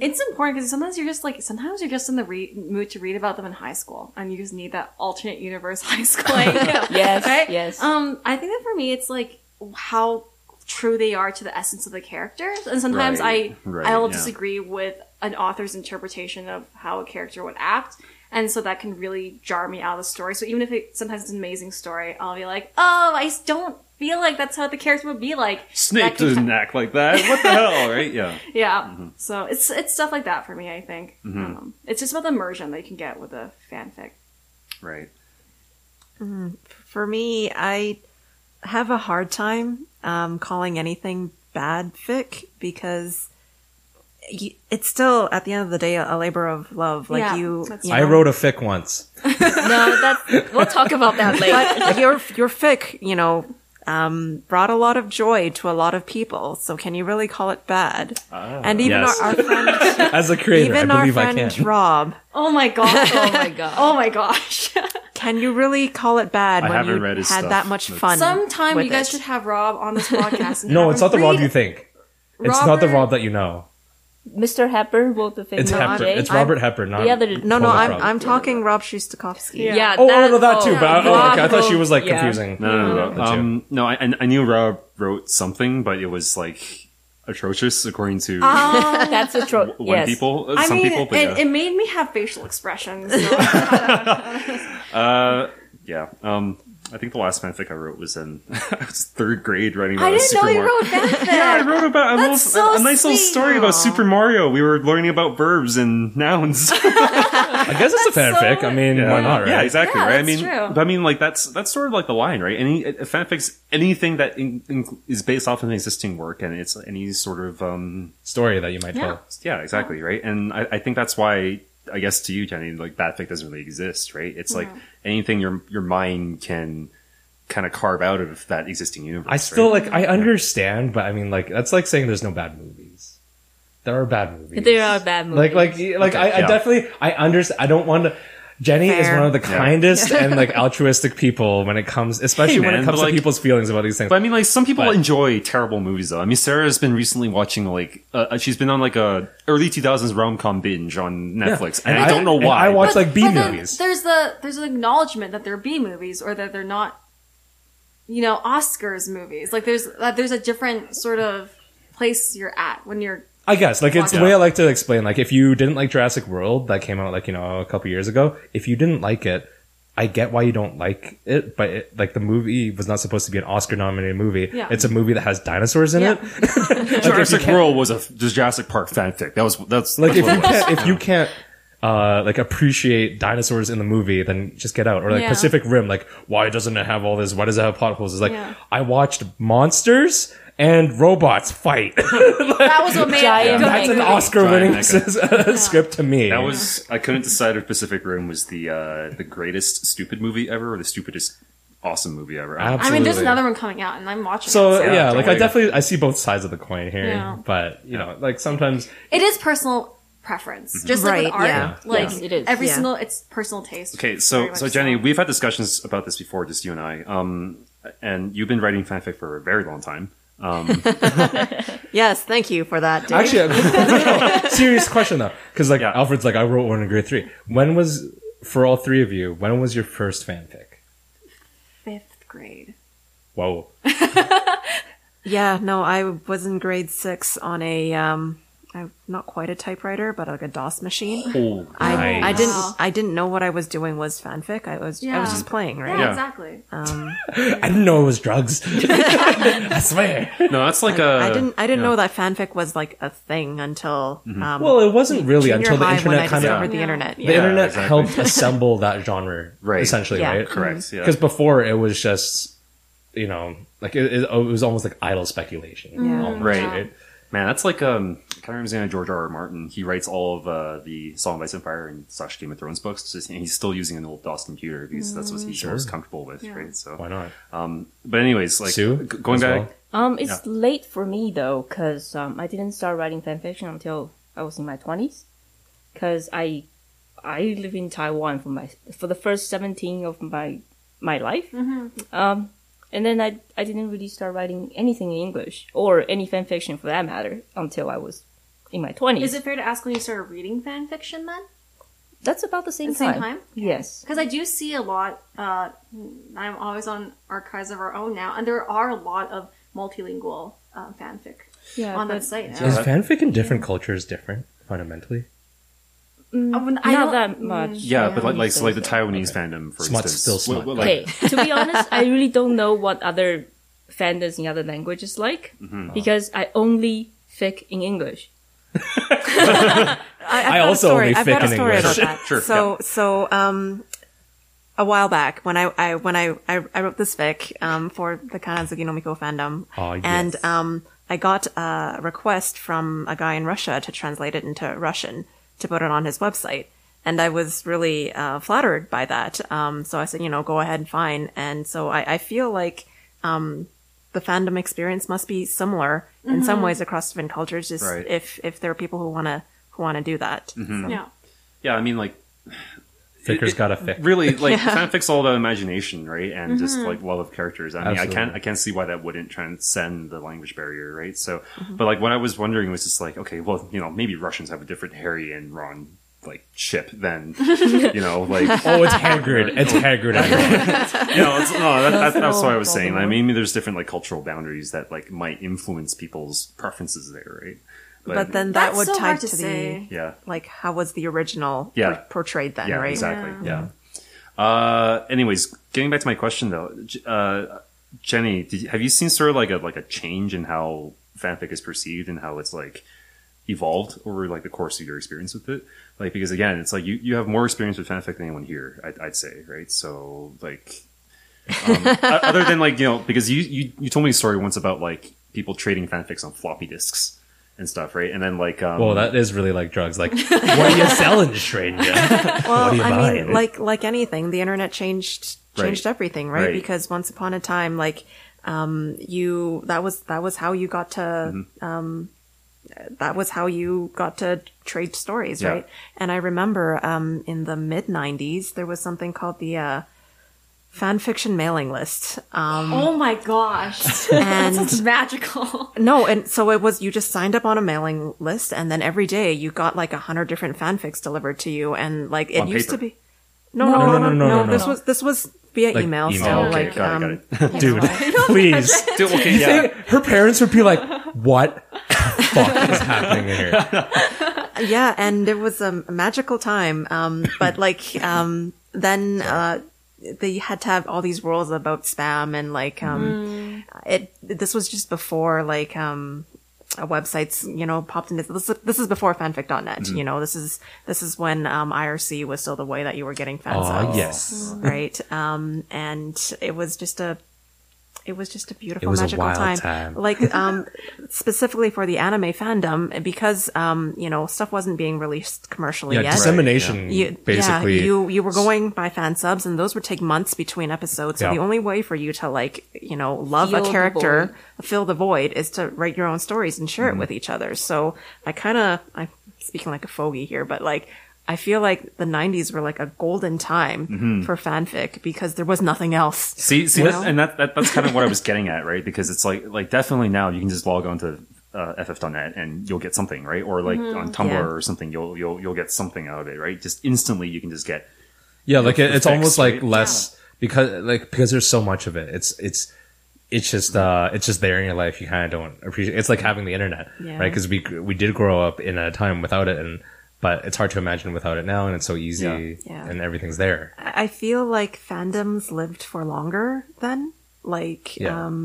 Speaker 3: it's important because sometimes you're just like sometimes you're just in the re- mood to read about them in high school, and you just need that alternate universe high school. idea,
Speaker 5: Yes,
Speaker 3: right?
Speaker 5: yes.
Speaker 3: Um, I think that for me, it's like how true they are to the essence of the characters, and sometimes
Speaker 2: Right,
Speaker 3: I
Speaker 2: right,
Speaker 3: I will
Speaker 2: yeah.
Speaker 3: disagree with an author's interpretation of how a character would act. And so that can really jar me out of the story. So even if it sometimes it's an amazing story, I'll be like, oh, I s- don't feel like that's how the character would be like.
Speaker 2: Snape
Speaker 3: That can-
Speaker 2: doesn't act like that. What the hell, right? Yeah.
Speaker 3: yeah.
Speaker 2: Mm-hmm.
Speaker 3: So it's it's stuff like that for me. I think um, it's just about the immersion that you can get with a fanfic.
Speaker 2: Right.
Speaker 4: for me, I have a hard time um, calling anything bad fic because y- it's still at the end of the day a labor of love. Like
Speaker 3: Yeah,
Speaker 4: you,
Speaker 3: that's
Speaker 4: you
Speaker 1: I
Speaker 4: know,
Speaker 1: wrote a fic once.
Speaker 5: no, that's we'll talk about that later.
Speaker 4: but your your fic, you know. Um, brought a lot of joy to a lot of people, so can you really call it bad? and even
Speaker 1: Ah, Yes.
Speaker 4: our, our friend,
Speaker 1: As a creator,
Speaker 4: even
Speaker 1: I
Speaker 4: our
Speaker 1: believe I
Speaker 4: friend
Speaker 1: can.
Speaker 4: Rob,
Speaker 3: Oh my gosh!
Speaker 5: oh my god.
Speaker 3: oh my gosh!
Speaker 4: can you really call it bad
Speaker 2: I
Speaker 4: when
Speaker 2: haven't
Speaker 4: you
Speaker 2: read
Speaker 4: had
Speaker 2: his stuff.
Speaker 4: that much
Speaker 2: That's-
Speaker 4: fun?
Speaker 3: Sometime
Speaker 4: with
Speaker 3: you guys
Speaker 4: it?
Speaker 3: should have Rob on this podcast. and
Speaker 1: No,
Speaker 3: have
Speaker 1: it's
Speaker 3: him
Speaker 1: not the Rob
Speaker 3: read
Speaker 1: you think. It's not the
Speaker 3: Robert-
Speaker 1: Rob that you know.
Speaker 5: Mr. Hepburn wrote the thing.
Speaker 1: It's
Speaker 5: the other
Speaker 1: Hepburn.
Speaker 5: day.
Speaker 1: It's Robert Hepburn. Not
Speaker 5: the other
Speaker 4: No, no,
Speaker 1: Hold on,
Speaker 4: I'm
Speaker 1: Rob.
Speaker 4: I'm talking Rob Shustakovsky.
Speaker 3: Yeah.
Speaker 5: yeah.
Speaker 1: Oh, oh, no, that
Speaker 5: whole-
Speaker 1: too. But I, oh,
Speaker 5: Rob
Speaker 1: okay, I thought she
Speaker 5: wrote-
Speaker 1: was like
Speaker 5: yeah.
Speaker 1: confusing.
Speaker 2: No, no, no.
Speaker 1: The
Speaker 2: no.
Speaker 1: two.
Speaker 2: Um, no, I, I knew Rob wrote something, but it was like atrocious according to
Speaker 1: oh.
Speaker 5: That's a trope.
Speaker 2: one
Speaker 5: Yes.
Speaker 2: people, uh,
Speaker 3: Ah, I
Speaker 2: some
Speaker 3: mean,
Speaker 2: people. But
Speaker 3: it,
Speaker 2: yeah.
Speaker 3: it made me have facial expressions. So.
Speaker 2: uh, yeah. Um, I think the last fanfic I wrote was in I was third grade writing about
Speaker 3: I
Speaker 2: a
Speaker 3: didn't
Speaker 2: Super
Speaker 3: know you
Speaker 2: Mario.
Speaker 3: wrote that.
Speaker 2: yeah, I wrote about a, little,
Speaker 3: That's so
Speaker 2: a nice little
Speaker 3: sweet.
Speaker 2: story about Super Mario. We were learning about verbs and nouns.
Speaker 1: I guess it's a fanfic. I mean, why not, right?
Speaker 2: Yeah, exactly.
Speaker 3: Yeah,
Speaker 2: right. I
Speaker 3: that's
Speaker 2: mean,
Speaker 3: true.
Speaker 2: but I mean, like that's that's sort of like the line, right? Any uh, fanfics, anything that in, in, is based off of an existing work, and it's any sort of um,
Speaker 1: Story that you might
Speaker 3: Yeah.
Speaker 1: tell.
Speaker 2: yeah, exactly, right. And I, I think that's why, I guess, to you, Jenny, like fanfic doesn't really exist, right? It's like anything your your mind can kind of carve out of that existing universe.
Speaker 1: I still
Speaker 2: right?
Speaker 1: like I understand, but I mean like that's like saying there's no bad movies. There are bad movies.
Speaker 5: There are bad
Speaker 1: Like
Speaker 5: movies.
Speaker 1: like y- like
Speaker 2: Okay,
Speaker 1: I, I
Speaker 2: yeah.
Speaker 1: definitely I understand I don't want to Jenny is
Speaker 4: Fair.
Speaker 1: one of the
Speaker 2: Yeah.
Speaker 1: kindest and like altruistic people when it comes especially
Speaker 2: Hey,
Speaker 1: when it
Speaker 2: man,
Speaker 1: comes to
Speaker 2: but, like-
Speaker 1: people's feelings about these things.
Speaker 2: But I mean, like some people
Speaker 1: But-
Speaker 2: enjoy terrible movies, though. I mean, Sarah's been recently watching like uh, she's been on like a early two thousands rom com binge on Netflix, and, I, don't know
Speaker 1: and
Speaker 2: why.
Speaker 1: I watch
Speaker 3: But-
Speaker 1: like B
Speaker 3: but then
Speaker 1: movies.
Speaker 3: There's the there's an acknowledgement that they're B movies or that they're not, you know, Oscars movies. Like there's that there's a different sort of place you're at when you're.
Speaker 1: I guess like it's the
Speaker 2: Yeah.
Speaker 1: way I like to explain. Like if you didn't like Jurassic World that came out like you know a couple years ago, if you didn't like it, I get why you don't like it. But it, like the movie was not supposed to be an Oscar nominated movie.
Speaker 3: Yeah.
Speaker 1: It's a movie that has dinosaurs in
Speaker 3: Yeah.
Speaker 1: it.
Speaker 2: Jurassic World was a f- just Jurassic Park fanfic. That was that's
Speaker 1: Like
Speaker 2: that's
Speaker 1: if
Speaker 2: what
Speaker 1: you
Speaker 2: it was.
Speaker 1: can't if you can't uh like appreciate dinosaurs in the movie, then just get out. Or like
Speaker 3: Yeah.
Speaker 1: Pacific Rim, like why doesn't it have all this? Why does it have potholes? It's like
Speaker 3: Yeah.
Speaker 1: I watched monsters and robots fight.
Speaker 3: That was what made
Speaker 5: Giant
Speaker 3: it.
Speaker 1: That's an
Speaker 5: Mecha.
Speaker 1: Oscar winning
Speaker 2: Giant
Speaker 1: script to me.
Speaker 2: That was I couldn't decide if Pacific Rim was the uh, the greatest stupid movie ever or the stupidest awesome movie ever. I don't
Speaker 1: Absolutely.
Speaker 3: I mean, there's another one coming out, and I'm watching.
Speaker 1: So
Speaker 3: it,
Speaker 1: yeah,
Speaker 2: Yeah, don't
Speaker 1: like I
Speaker 2: worry.
Speaker 1: definitely I see both sides of the coin here,
Speaker 3: Yeah.
Speaker 1: but you know, like sometimes
Speaker 3: it is personal
Speaker 1: Mm-hmm.
Speaker 3: preference, just like
Speaker 4: Right,
Speaker 3: with art.
Speaker 4: yeah.
Speaker 3: Like
Speaker 5: Yeah. It is,
Speaker 3: every
Speaker 4: yeah.
Speaker 3: single it's personal taste.
Speaker 2: Okay, so
Speaker 3: Very
Speaker 2: so
Speaker 3: much
Speaker 2: Jenny, we've had discussions about this before, just you and I. Um, and you've been writing fanfic for a very long time.
Speaker 4: Yes, thank you for that. Dave.
Speaker 1: actually no, serious question though, because like
Speaker 2: Yeah.
Speaker 1: Alfred's like I wrote one in grade three. When was for all three of you? When was your first fanfic?
Speaker 3: fifth grade.
Speaker 1: Whoa,
Speaker 4: Yeah, no, I was in grade six on a um, I, not quite a typewriter, but like a DOS machine.
Speaker 2: Oh,
Speaker 4: I, I
Speaker 1: Nice.
Speaker 4: didn't I didn't know what I was doing was fanfic. I was I
Speaker 3: Yeah.
Speaker 4: was just playing,
Speaker 3: Yeah,
Speaker 4: right? Um,
Speaker 2: Yeah.
Speaker 3: exactly.
Speaker 1: I didn't know it was drugs. I swear.
Speaker 2: no, that's like a
Speaker 4: I
Speaker 1: Uh,
Speaker 4: didn't I didn't
Speaker 2: yeah.
Speaker 4: know that fanfic was like a thing until um,
Speaker 1: Well, it wasn't really
Speaker 4: junior
Speaker 1: until the
Speaker 4: high when I
Speaker 1: internet kind
Speaker 4: discovered
Speaker 1: of
Speaker 4: the internet.
Speaker 1: the
Speaker 4: Yeah.
Speaker 1: internet
Speaker 2: exactly.
Speaker 1: helped assemble that genre,
Speaker 2: Right.
Speaker 1: Essentially,
Speaker 4: Yeah. Mm-hmm.
Speaker 1: right?
Speaker 2: Correct, yeah.
Speaker 1: Because before it was just, you know, like it, it, it was almost like idle speculation,
Speaker 4: Mm-hmm. Yeah.
Speaker 1: almost,
Speaker 2: Right.
Speaker 1: right?
Speaker 2: Man, that's like um, kind of reminds me of George R. R. Martin. He writes all of uh, the Song of Ice and Fire and slash Game of Thrones books, just- and he's still using an old DOS computer because that's what he's
Speaker 1: Mm.
Speaker 2: most comfortable with, right? So,
Speaker 1: Why not?
Speaker 2: um, but anyways, like
Speaker 1: Sue,
Speaker 2: g- going
Speaker 1: as
Speaker 2: back,
Speaker 1: well?
Speaker 5: um, it's late for me though, cause um, I didn't start writing fanfiction until I was in my twenties, cause I I live in Taiwan for my for the first seventeen of my my life.
Speaker 3: Mm-hmm.
Speaker 5: Um, and then I I didn't really start writing anything in English or any fanfiction for that matter until I was in my twenties.
Speaker 3: Is it fair to ask when you started reading fan fiction then?
Speaker 5: That's about the same
Speaker 3: The same
Speaker 5: time.
Speaker 3: time?
Speaker 5: Yes.
Speaker 3: Because I do see a lot. Uh, I'm always on archives of our own now, and there are a lot of multilingual uh, fanfic
Speaker 5: Yeah.
Speaker 3: on that
Speaker 5: but
Speaker 3: site now.
Speaker 1: Is fanfic in different cultures different fundamentally?
Speaker 3: I wouldn't- I don't- Mm,
Speaker 5: not that much.
Speaker 2: yeah, but like, like, so like the
Speaker 5: so-
Speaker 2: Taiwanese fandom, for
Speaker 1: Smut's
Speaker 2: instance,
Speaker 1: still smut.
Speaker 2: Well, well, like,
Speaker 5: Okay, to be honest, I really don't know what other fandoms in other languages like
Speaker 2: Mm-hmm.
Speaker 5: because I only fic in English.
Speaker 4: I, I've
Speaker 1: I
Speaker 4: got a
Speaker 1: also
Speaker 4: story-
Speaker 1: only
Speaker 4: I've got
Speaker 1: fic
Speaker 4: a
Speaker 1: in
Speaker 4: story
Speaker 1: English.
Speaker 4: about that.
Speaker 2: Sure,
Speaker 4: so so um, a while back when I, I when I, I I wrote this fic um for the Kanazuki no Miko fandom,
Speaker 1: Ah, yes.
Speaker 4: and um I got a request from a guy in Russia to translate it into Russian to put it on his website. And I was really uh, flattered by that. Um, so I said, you know, go ahead and fine. And so I, I feel like um, the fandom experience must be similar in
Speaker 3: Mm-hmm.
Speaker 4: some ways across different cultures. Just
Speaker 2: Right. Mm-hmm.
Speaker 4: if if there are people who want to who want to do that.
Speaker 3: Yeah.
Speaker 2: yeah, I mean, like
Speaker 1: Ficker's got a fic.
Speaker 2: really, like fanfic's all about imagination, right? And just like love of characters. I mean,
Speaker 1: Absolutely.
Speaker 2: I can't, I can't see why that wouldn't transcend the language barrier, right? So, but like what I was wondering was just like, okay, well, you know, maybe Russians have a different Harry and Ron like chip than you know, like
Speaker 1: Oh, it's Hagrid. It's Hagrid. everyone.
Speaker 2: you know, it's, no, that, that, that's what I was
Speaker 5: Voldemort.
Speaker 2: saying. I mean, there's different like cultural boundaries that like might influence people's preferences there, right?
Speaker 4: But then that
Speaker 3: That's
Speaker 4: would
Speaker 3: so
Speaker 4: tie
Speaker 3: hard
Speaker 4: to,
Speaker 3: to say.
Speaker 4: the
Speaker 2: yeah,
Speaker 4: like how was the original
Speaker 2: Yeah.
Speaker 4: por- portrayed then,
Speaker 2: yeah,
Speaker 4: right?
Speaker 2: exactly, yeah. Uh, anyways, getting back to my question though, J- uh, Jenny, did, you- have you seen sort of like a like a change in how fanfic is perceived and how it's like evolved over like the course of your experience with it? Like because again, it's like you you have more experience with fanfic than anyone here, I'd, I'd say, right? So like, um, o- other than like you know, because you, you you told me a story once about like people trading fanfics on floppy disks and stuff, right? And then like, um,
Speaker 1: Well, that is really like drugs. Like, what are you selling, stranger?
Speaker 4: Well,
Speaker 1: do you
Speaker 4: I
Speaker 1: buy?
Speaker 4: mean, like like anything, the internet changed changed
Speaker 2: Right.
Speaker 4: everything, right?
Speaker 2: Right.
Speaker 4: Because once upon a time, like um, you that was that was how you got to um, that was how you got to trade stories,
Speaker 2: Yeah.
Speaker 4: right? And I remember um, in the mid '90s, there was something called the uh, fan fiction mailing list. Um,
Speaker 3: Oh my gosh.
Speaker 4: and
Speaker 3: It's magical.
Speaker 4: no, and so it was you just signed up on a mailing list, and then every day you got like a hundred different fanfics delivered to you, and like it
Speaker 2: On
Speaker 4: used
Speaker 2: paper.
Speaker 4: to be. No, no, no, no, no.
Speaker 1: no,
Speaker 4: This
Speaker 1: no.
Speaker 4: was this was via
Speaker 1: Like
Speaker 4: email,
Speaker 1: email.
Speaker 4: so
Speaker 1: Oh,
Speaker 2: okay,
Speaker 4: like
Speaker 2: got
Speaker 4: um,
Speaker 2: it, got it.
Speaker 1: Dude, please.
Speaker 2: Dude, okay, yeah.
Speaker 1: Her parents would be like, what the fuck is happening in here?
Speaker 4: yeah, and it was a magical time. Um, but like um, then uh, they had to have all these rules about spam and like
Speaker 1: Mm.
Speaker 4: um, it. This was just before like um, uh, websites, you know, popped into this. This is before fanfic.net.
Speaker 1: Mm-hmm.
Speaker 4: You know, this is this is when um, IRC was still the way that you were getting fan
Speaker 1: Aw,
Speaker 4: sites,
Speaker 1: yes.
Speaker 4: right? Um, and it was just a it was just a beautiful
Speaker 1: It was a
Speaker 4: magical
Speaker 1: wild
Speaker 4: time.
Speaker 1: time.
Speaker 4: like um specifically for the anime fandom because um you know stuff wasn't being released commercially
Speaker 1: Yeah,
Speaker 4: yet
Speaker 1: dissemination,
Speaker 4: You-
Speaker 1: basically.
Speaker 4: yeah, you you were going by fan subs and those would take months between episodes so
Speaker 1: Yeah.
Speaker 4: the only way for you to like you know love
Speaker 5: Fill
Speaker 4: a
Speaker 5: the
Speaker 4: character fill the void is to write your own stories and
Speaker 1: Mm-hmm.
Speaker 4: share it with each other so i kind of i'm speaking like a fogey here but like I feel like the 90s were like a golden time
Speaker 1: Mm-hmm.
Speaker 4: for fanfic because there was nothing else.
Speaker 2: See, see,
Speaker 4: You
Speaker 2: that,
Speaker 4: know?
Speaker 2: and that, that that's kind of what I was getting at, right? Because it's like like definitely now you can just log on to uh, ff.net and you'll get something, right? Or like on Tumblr
Speaker 4: Mm-hmm. yeah.
Speaker 2: or something, you'll you'll you'll get something out of it, right? Just instantly, you can just get
Speaker 1: Yeah, like it, it's
Speaker 2: fix,
Speaker 1: almost like
Speaker 2: right?
Speaker 1: less because like because there's so much of it. It's it's it's just uh it's just there in your life. You kind of don't appreciate. It's like having the internet,
Speaker 4: Yeah.
Speaker 1: right? Because we we did grow up in a time without it, and but it's hard to imagine without it now, and it's so easy,
Speaker 4: Yeah.
Speaker 1: and everything's there.
Speaker 4: I feel like fandoms lived for longer then. Like,
Speaker 1: Yeah.
Speaker 4: um,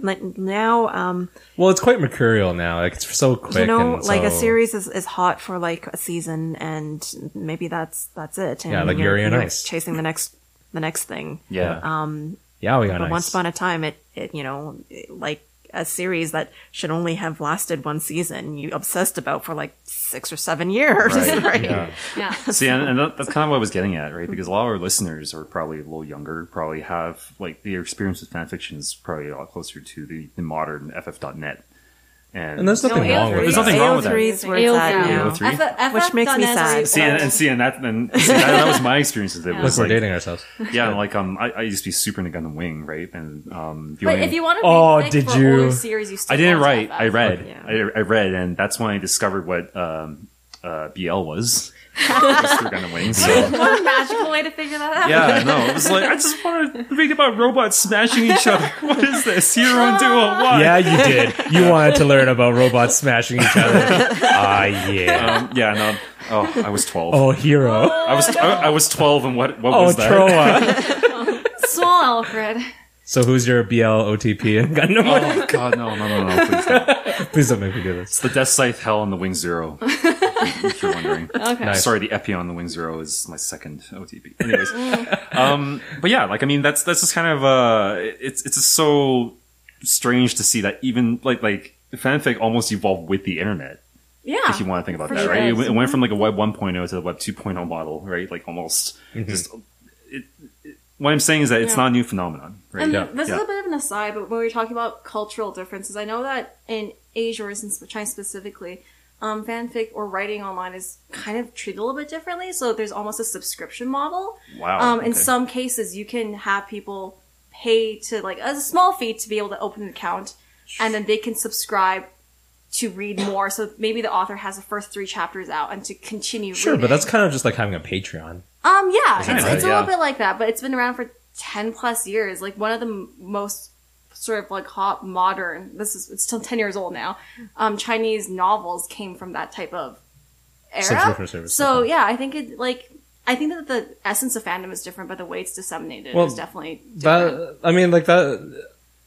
Speaker 4: like now, um,
Speaker 1: Well, it's quite mercurial now. Like it's so quick.
Speaker 4: you know,
Speaker 1: and
Speaker 4: like a
Speaker 1: so-
Speaker 4: series is, is hot for like a season and maybe that's, that's it. And
Speaker 1: Yeah, like
Speaker 4: you're,
Speaker 1: Yuri on
Speaker 4: you're
Speaker 1: Ice.
Speaker 4: chasing the next, the next thing.
Speaker 2: yeah.
Speaker 4: Um,
Speaker 1: Yeah, we
Speaker 4: but
Speaker 1: got
Speaker 4: once
Speaker 1: nice.
Speaker 4: upon a time, it, it, you know, it- like a series that should only have lasted one season, you obsessed about for like six or seven years,
Speaker 2: Right,
Speaker 4: right?
Speaker 1: yeah.
Speaker 3: Yeah.
Speaker 2: See, and, and that, that's kind of what I was getting at, right? Because a lot of our listeners are probably a little younger, probably have like their experience with fanfiction is probably a lot closer to the, the modern ff.net, and
Speaker 1: And there's nothing
Speaker 3: No,
Speaker 1: wrong with
Speaker 2: There's
Speaker 1: that.
Speaker 2: nothing wrong with that.
Speaker 4: AO3's where
Speaker 5: AO3.
Speaker 4: it's at now.
Speaker 2: AO3. Three?
Speaker 3: F-
Speaker 4: Which makes me
Speaker 3: FF.net is
Speaker 4: sad.
Speaker 3: where you
Speaker 2: See, and,
Speaker 3: go.
Speaker 2: and see, and that, and see, that, that was my experience with it.
Speaker 1: Look,
Speaker 2: Was
Speaker 1: we're
Speaker 2: like,
Speaker 1: dating ourselves.
Speaker 2: yeah, and, like um, I, I used to be super into Gundam Wing, right? And um, the
Speaker 3: But
Speaker 2: only-
Speaker 3: if you want to
Speaker 1: Oh,
Speaker 3: read
Speaker 1: did
Speaker 3: did
Speaker 1: you-
Speaker 3: you? older series, you still
Speaker 2: I didn't
Speaker 3: want to
Speaker 2: write.
Speaker 3: have
Speaker 2: I
Speaker 3: that.
Speaker 2: read.
Speaker 4: Yeah.
Speaker 2: I, I read, and that's when I discovered what um, uh, BL was. Mr. Gundam Wing. So.
Speaker 3: What a magical way to figure that out.
Speaker 2: Yeah, no, it was like I just want to read about robots smashing each other. What is this? Hero and duo. Why?
Speaker 1: Yeah, you did. You wanted to learn about robots smashing each other. Ah, yeah.
Speaker 2: Um, yeah. No. Oh, I was twelve.
Speaker 1: Oh, hero.
Speaker 2: I was I, I was twelve, and what what
Speaker 1: Oh,
Speaker 2: was that?
Speaker 1: Troa.
Speaker 3: Small Alfred.
Speaker 1: So who's your BL OTP and Gundam?
Speaker 2: Oh God, no, no, no, no! Please, don't.
Speaker 1: Please don't make me do
Speaker 2: it's
Speaker 1: this.
Speaker 2: the Death Scythe, Hell, and the Wing Zero. If you're wondering.
Speaker 3: Okay.
Speaker 1: Nice.
Speaker 2: Sorry, the Epion, the Wing Zero is my second OTP. Anyways, um, but yeah, like I mean, that's that's just kind of uh, it's it's just so strange to see that even like like fanfic almost evolved with the internet.
Speaker 3: Yeah.
Speaker 2: If you want to think about
Speaker 3: Ah, For
Speaker 2: that,
Speaker 3: sure.
Speaker 2: right? It, went- it went from like a web 1.0 to the web 2.0 model, right? Like almost
Speaker 1: Mm-hmm.
Speaker 2: just. It, it- what I'm saying is that it's
Speaker 3: Yeah.
Speaker 2: not a new phenomenon, right?
Speaker 3: And
Speaker 1: Yeah.
Speaker 3: this is
Speaker 2: Yeah.
Speaker 3: a bit of an aside, but when we were talking about cultural differences, I know that in Asia or in China specifically, um, fanfic or writing online is kind of treated a little bit differently. So there's almost a subscription model.
Speaker 2: Wow,
Speaker 3: Um,
Speaker 2: okay.
Speaker 3: In some cases, you can have people pay to like a small fee to be able to open an account, and then they can subscribe to read more. So maybe the author has the first three chapters out and to continue.
Speaker 1: Sure, but
Speaker 3: reading.
Speaker 1: that's kind of just like having a Patreon.
Speaker 3: Um, yeah, it's,
Speaker 1: right?
Speaker 3: it's a
Speaker 2: Yeah.
Speaker 3: little bit like that, but it's been around for ten plus years. Like one of the m- most sort of like hot modern. This is it's still ten years old now. Um, Chinese novels came from that type of era.
Speaker 1: Subscription service,
Speaker 3: So
Speaker 1: okay.
Speaker 3: yeah, I think it like. I think that the essence of fandom is different, but the way it's disseminated
Speaker 1: Well,
Speaker 3: is definitely different.
Speaker 1: that I mean, like that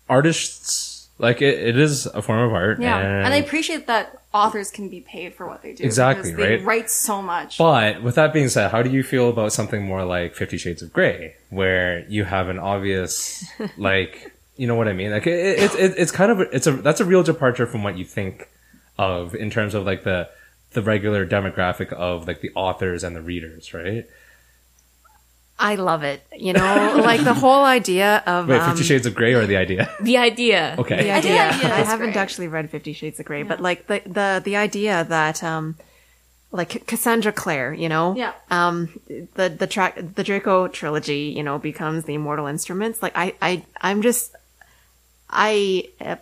Speaker 1: artists like it, it is a form of art.
Speaker 3: yeah,
Speaker 1: and,
Speaker 3: and I appreciate that authors can be paid for what they do.
Speaker 1: Exactly,
Speaker 3: because They
Speaker 1: right?
Speaker 3: write so much.
Speaker 1: But with that being said, how do you feel about something more like Fifty Shades of Grey, where you have an obvious, like, you know what I mean? Like, it, it, it, it's kind of a- it's a that's a real departure from what you think of in terms of like the the regular demographic of like the authors and the readers, right?
Speaker 4: I love it. You know, like the whole idea of
Speaker 1: Wait,
Speaker 4: um,
Speaker 1: Fifty Shades of Grey or the idea?
Speaker 5: The idea.
Speaker 1: Okay,
Speaker 4: the
Speaker 3: I think
Speaker 4: idea.
Speaker 3: the idea
Speaker 4: I
Speaker 3: is
Speaker 4: haven't
Speaker 3: great.
Speaker 4: actually read Fifty Shades of Grey, but like the the the idea that um, like Cassandra Clare, you know,
Speaker 3: Yeah.
Speaker 4: um, the the track the Draco trilogy, you know, becomes the Immortal Instruments. Like I I I'm just I uh,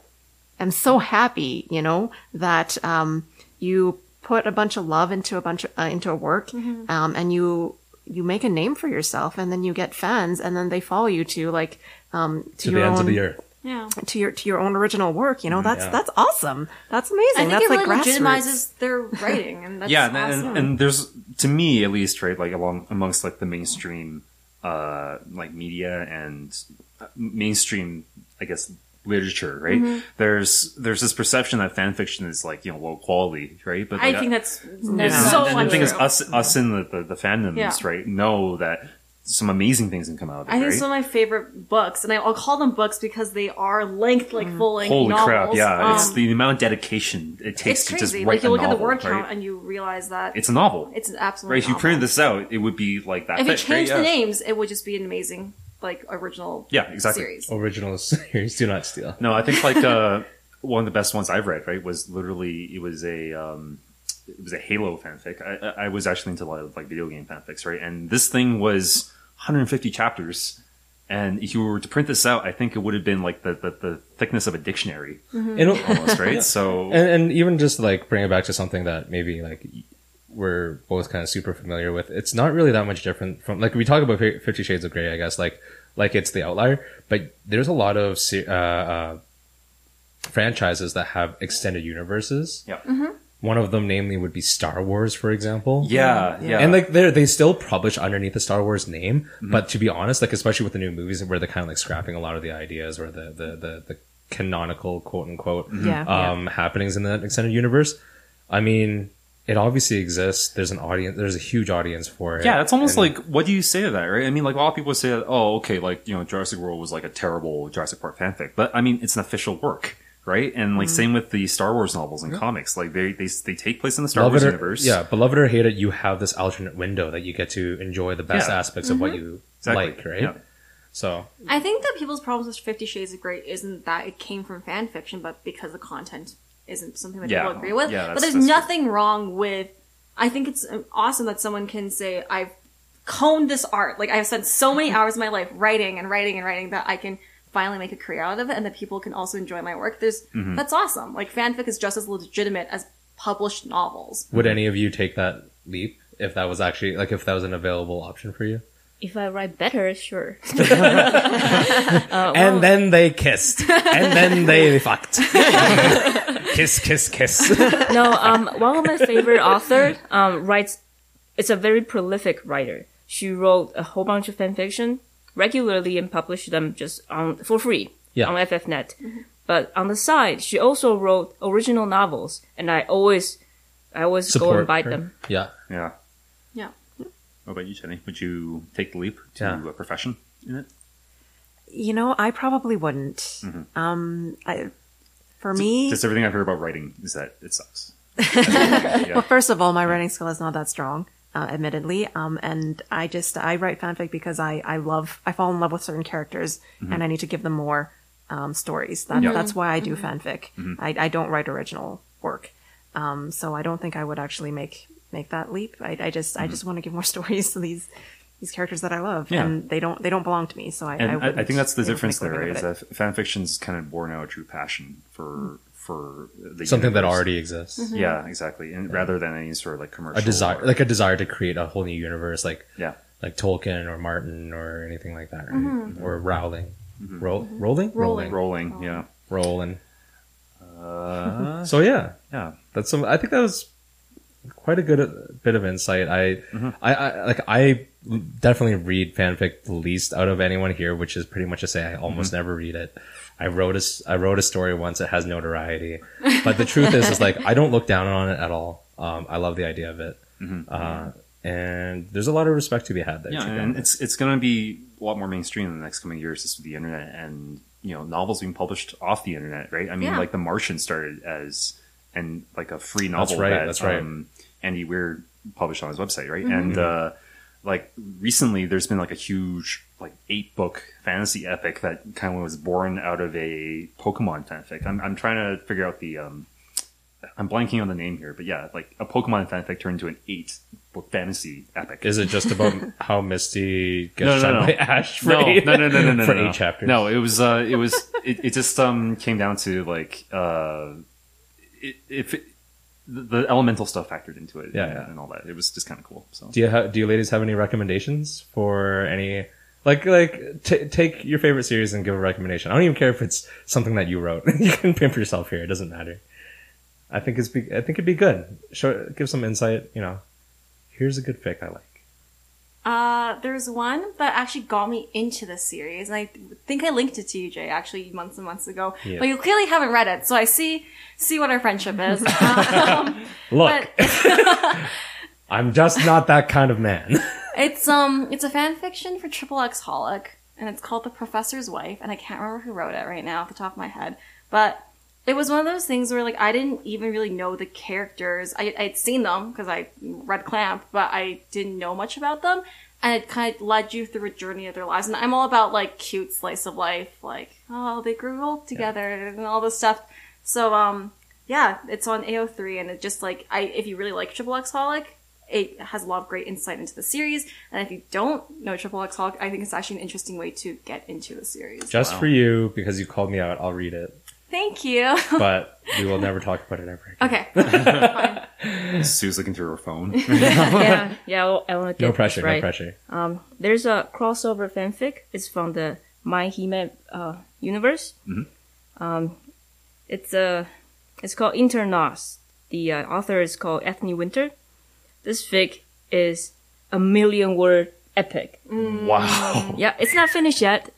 Speaker 4: am so happy, you know, that um you put a bunch of love into a bunch of, uh, into a work,
Speaker 3: Mm-hmm.
Speaker 4: um, and you. You make a name for yourself, and then you get fans, and then they follow you to like um, to,
Speaker 1: to
Speaker 4: your
Speaker 1: the ends
Speaker 4: own
Speaker 1: of the earth.
Speaker 3: yeah.
Speaker 4: to your to your own original work. You know, that's
Speaker 1: yeah.
Speaker 4: that's awesome. That's amazing.
Speaker 3: I think
Speaker 4: that's
Speaker 3: it really
Speaker 4: like grassroots.
Speaker 3: legitimizes their writing, and that's
Speaker 2: yeah, and,
Speaker 3: awesome.
Speaker 2: and, and there's to me at least right like along amongst like the mainstream uh like media and uh, mainstream I guess literature right
Speaker 3: Mm-hmm.
Speaker 2: there's there's this perception that fan fiction is like you know low quality right but
Speaker 3: I
Speaker 2: like,
Speaker 3: think
Speaker 2: uh,
Speaker 3: that's
Speaker 2: and-
Speaker 3: so
Speaker 2: and
Speaker 3: untrue.
Speaker 2: the thing is us us in the the, the fandoms
Speaker 3: Yeah.
Speaker 2: right know that some amazing things can come out of it
Speaker 3: I think
Speaker 2: right?
Speaker 3: some of my favorite books, and I- I'll call them books because they are length, like full length
Speaker 2: Holy
Speaker 3: novels.
Speaker 2: crap! Yeah,
Speaker 3: Um,
Speaker 2: it's the amount of dedication it takes
Speaker 3: it's
Speaker 2: to just
Speaker 3: crazy.
Speaker 2: write
Speaker 3: Like you
Speaker 2: a
Speaker 3: look
Speaker 2: novel.
Speaker 3: at the word count
Speaker 2: right?
Speaker 3: and you realize that
Speaker 2: It's a novel.
Speaker 3: it's an absolute.
Speaker 2: right. If you
Speaker 3: novel.
Speaker 2: printed this out, it would be like that.
Speaker 3: if you
Speaker 2: thick, right?
Speaker 3: change the
Speaker 2: Yeah.
Speaker 3: names, it would just be an amazing like original.
Speaker 2: Yeah, exactly.
Speaker 3: Series.
Speaker 1: Original series, do not steal.
Speaker 2: No, I think like uh, one of the best ones I've read, right, was literally it was a um, it was a Halo fanfic. I, I- I was actually into a lot of like video game fanfics, right, and this thing was 150 chapters. And if you were to print this out, I think it would have been like the, the, the thickness of a dictionary,
Speaker 1: It'll-
Speaker 2: almost, right? So
Speaker 1: and, and even just like bring it back to something that maybe like we're both kind of super familiar with it's not really that much different from like we talk about Fi- 50 shades of gray i guess like like it's the outlier but there's a lot of se- uh, uh, franchises that have extended universes
Speaker 2: yeah,
Speaker 4: Mm-hmm.
Speaker 1: one of them namely would be star wars for example
Speaker 2: yeah, yeah, Mm-hmm.
Speaker 1: and like they they still publish underneath the Star Wars name, but to be honest, like especially with the new movies, where they're kind of like scrapping a lot of the ideas or the the the, the canonical quote unquote
Speaker 2: Mm-hmm.
Speaker 4: Yeah.
Speaker 1: um, happenings in that extended universe. I mean, it obviously exists. There's an audience. There's a huge audience for it.
Speaker 2: Yeah, it's almost
Speaker 1: And-
Speaker 2: like what do you say to that, right? I mean, like a lot of people say, that, "Oh, okay, like you know, Jurassic World was like a terrible Jurassic Park fanfic," but I mean, it's an official work, right? And
Speaker 4: Mm-hmm.
Speaker 2: like same with the Star Wars novels and comics, like they they they take place in the Star
Speaker 1: Love
Speaker 2: Wars
Speaker 1: it or-
Speaker 2: universe.
Speaker 1: yeah, but love it or hate it, you have this alternate window that you get to enjoy the best
Speaker 2: Yeah. Mm-hmm.
Speaker 1: aspects of what you
Speaker 2: Exactly.
Speaker 1: like, right?
Speaker 2: Yeah.
Speaker 1: So
Speaker 3: I think that people's problems with Fifty Shades of Grey isn't that it came from fan fiction, but because the content isn't something that
Speaker 2: Yeah.
Speaker 3: people agree with.
Speaker 2: Yeah,
Speaker 3: but
Speaker 2: that's-
Speaker 3: there's
Speaker 2: that's true.
Speaker 3: nothing wrong with. I think it's um, awesome that someone can say, "I've coned this art. Like I've spent so many hours of my life writing and writing and writing that I can." finally make a career out of it and that people can also enjoy my work there's
Speaker 2: Mm-hmm.
Speaker 3: that's awesome like fanfic is just as legitimate as published novels
Speaker 2: Mm-hmm.
Speaker 1: would any of you take that leap if that was actually like if that was an available option for you?
Speaker 5: If I write better, sure.
Speaker 1: And then they kissed. And then they fucked. kiss, kiss, kiss.
Speaker 5: no, um, one of my favorite authors um, writes. It's a very prolific writer. She wrote a whole bunch of fan fiction regularly and published them just on for free
Speaker 1: Yeah.
Speaker 5: on FFNet. But on the side, she also wrote original novels, and I always, I always go and buy
Speaker 1: her.
Speaker 5: them.
Speaker 1: Yeah.
Speaker 2: yeah.
Speaker 3: yeah
Speaker 2: What about you, Jenny? Would you take the leap to
Speaker 1: Yeah.
Speaker 2: a profession in it?
Speaker 4: You know, I probably wouldn't. Um, I, for me,
Speaker 2: Just everything I've heard about writing is that it sucks.
Speaker 4: well, first of all, my writing skill is not that strong, uh, admittedly. Um, and I just I write fanfic because I I love I fall in love with certain characters
Speaker 2: Mm-hmm.
Speaker 4: and I need to give them more um, stories. That, That's why I do fanfic.
Speaker 2: Mm-hmm.
Speaker 4: I, I don't write original work, um, so I don't think I would actually make make that leap. I, I just I just want to give more stories to these. These characters that I love,
Speaker 2: Mm-hmm. Yeah.
Speaker 4: and they don't—they don't belong to me. So I,
Speaker 2: And I, I
Speaker 4: wouldn't
Speaker 2: think that's the
Speaker 4: be able to
Speaker 2: difference
Speaker 4: make
Speaker 2: there,
Speaker 4: a living
Speaker 2: right?
Speaker 4: with
Speaker 2: Is
Speaker 4: it.
Speaker 2: that fan fiction's kind of born out a true passion for for the
Speaker 1: Something that
Speaker 2: universe.
Speaker 1: already exists.
Speaker 2: yeah, exactly, and rather than any sort of like commercial
Speaker 1: Mm-hmm. A desire,
Speaker 2: or-
Speaker 1: like a desire to create a whole new universe, like
Speaker 2: yeah.
Speaker 1: like Tolkien or Martin or anything like that, right? Or Rowling, Ro- Rolling,
Speaker 3: Rolling.
Speaker 2: Rolling, yeah.
Speaker 1: Rolling.
Speaker 2: Uh,
Speaker 1: So yeah,
Speaker 2: yeah.
Speaker 1: that's some. I think that was quite a good bit of insight. I,
Speaker 2: Mm-hmm.
Speaker 1: I, I, like, I definitely read fanfic the least out of anyone here, which is pretty much to say I almost
Speaker 2: Mm-hmm.
Speaker 1: never read it. I wrote a, s- I wrote a story once. It has notoriety, but the truth is, is like I don't look down on it at all. Um, I love the idea of it,
Speaker 2: mm-hmm,
Speaker 1: uh, and there's a lot of respect to be had there.
Speaker 2: Yeah,
Speaker 1: too.
Speaker 2: and it's it's going to be a lot more mainstream in the next coming years just with the internet and you know novels being published off the internet, right? I mean,
Speaker 3: Yeah.
Speaker 2: like The Martian started as and like a free novel.
Speaker 1: That's right,
Speaker 2: That,
Speaker 1: that's right.
Speaker 2: Um, Andy Weir published on his website, right? And uh, like recently, there's been like a huge like eight book fantasy epic that kind of was born out of a Pokemon fanfic. I'm I'm trying to figure out the um. I'm blanking on the name here, but yeah, like a Pokemon fanfic turned into an eight book fantasy epic.
Speaker 1: Is it just about how Misty gets
Speaker 2: No, no,
Speaker 1: shot
Speaker 2: no.
Speaker 1: by Ash for
Speaker 2: no,
Speaker 1: eight,
Speaker 2: no, no, no, no, no,
Speaker 1: for
Speaker 2: no, no.
Speaker 1: eight chapters?
Speaker 2: No, it was, uh, it was, it, it just um came down to like, uh, it, if it, the, the elemental stuff factored into it,
Speaker 1: Yeah,
Speaker 2: and,
Speaker 1: yeah.
Speaker 2: and all that, it was just kind of cool. So
Speaker 1: Do you ha- do you ladies have any recommendations for any like like t- take your favorite series and give a recommendation? I don't even care if it's something that you wrote. you can pimp yourself here; it doesn't matter. I think it's be- I think it'd be good. Show give some insight. You know, here's a good fic I like.
Speaker 3: Uh, there's one that actually got me into this series, and I think I linked it to you, Jay, actually months and months ago.
Speaker 1: Yeah.
Speaker 3: But you clearly haven't read it, so I see see what our friendship is. um,
Speaker 1: Look,
Speaker 3: but
Speaker 1: I'm just not that kind of man.
Speaker 3: it's um, it's a fan fiction for Triple X Holic, and it's called The Professor's Wife, and I can't remember who wrote it right now off the top of my head, but. It was one of those things where, like, I didn't even really know the characters. I, I'd seen them because I read Clamp, but I didn't know much about them. and it kind of led you through a journey of their lives. And I'm all about like cute slice of life, like oh they grew old together and all this stuff. So um yeah, it's on AO3, and it just like I if you really like Triple X Holic, it has a lot of great insight into the series. And if you don't know Triple X Holic, I think it's actually an interesting way to get into the series.
Speaker 1: Just for you, because you called me out, I'll read it.
Speaker 3: Thank you.
Speaker 1: But we will never talk about it ever again.
Speaker 3: okay.
Speaker 2: Sue's looking through her phone.
Speaker 5: yeah, yeah, I- I want to get
Speaker 1: No
Speaker 5: this
Speaker 1: pressure,
Speaker 5: right.
Speaker 1: no pressure.
Speaker 5: There's a crossover fanfic. It's from the My He-Man uh, universe. Um, it's uh, it's called Internos. The uh, author is called Ethne Winter. This fic is a million word epic.
Speaker 2: wow,
Speaker 5: Yeah, it's not finished yet.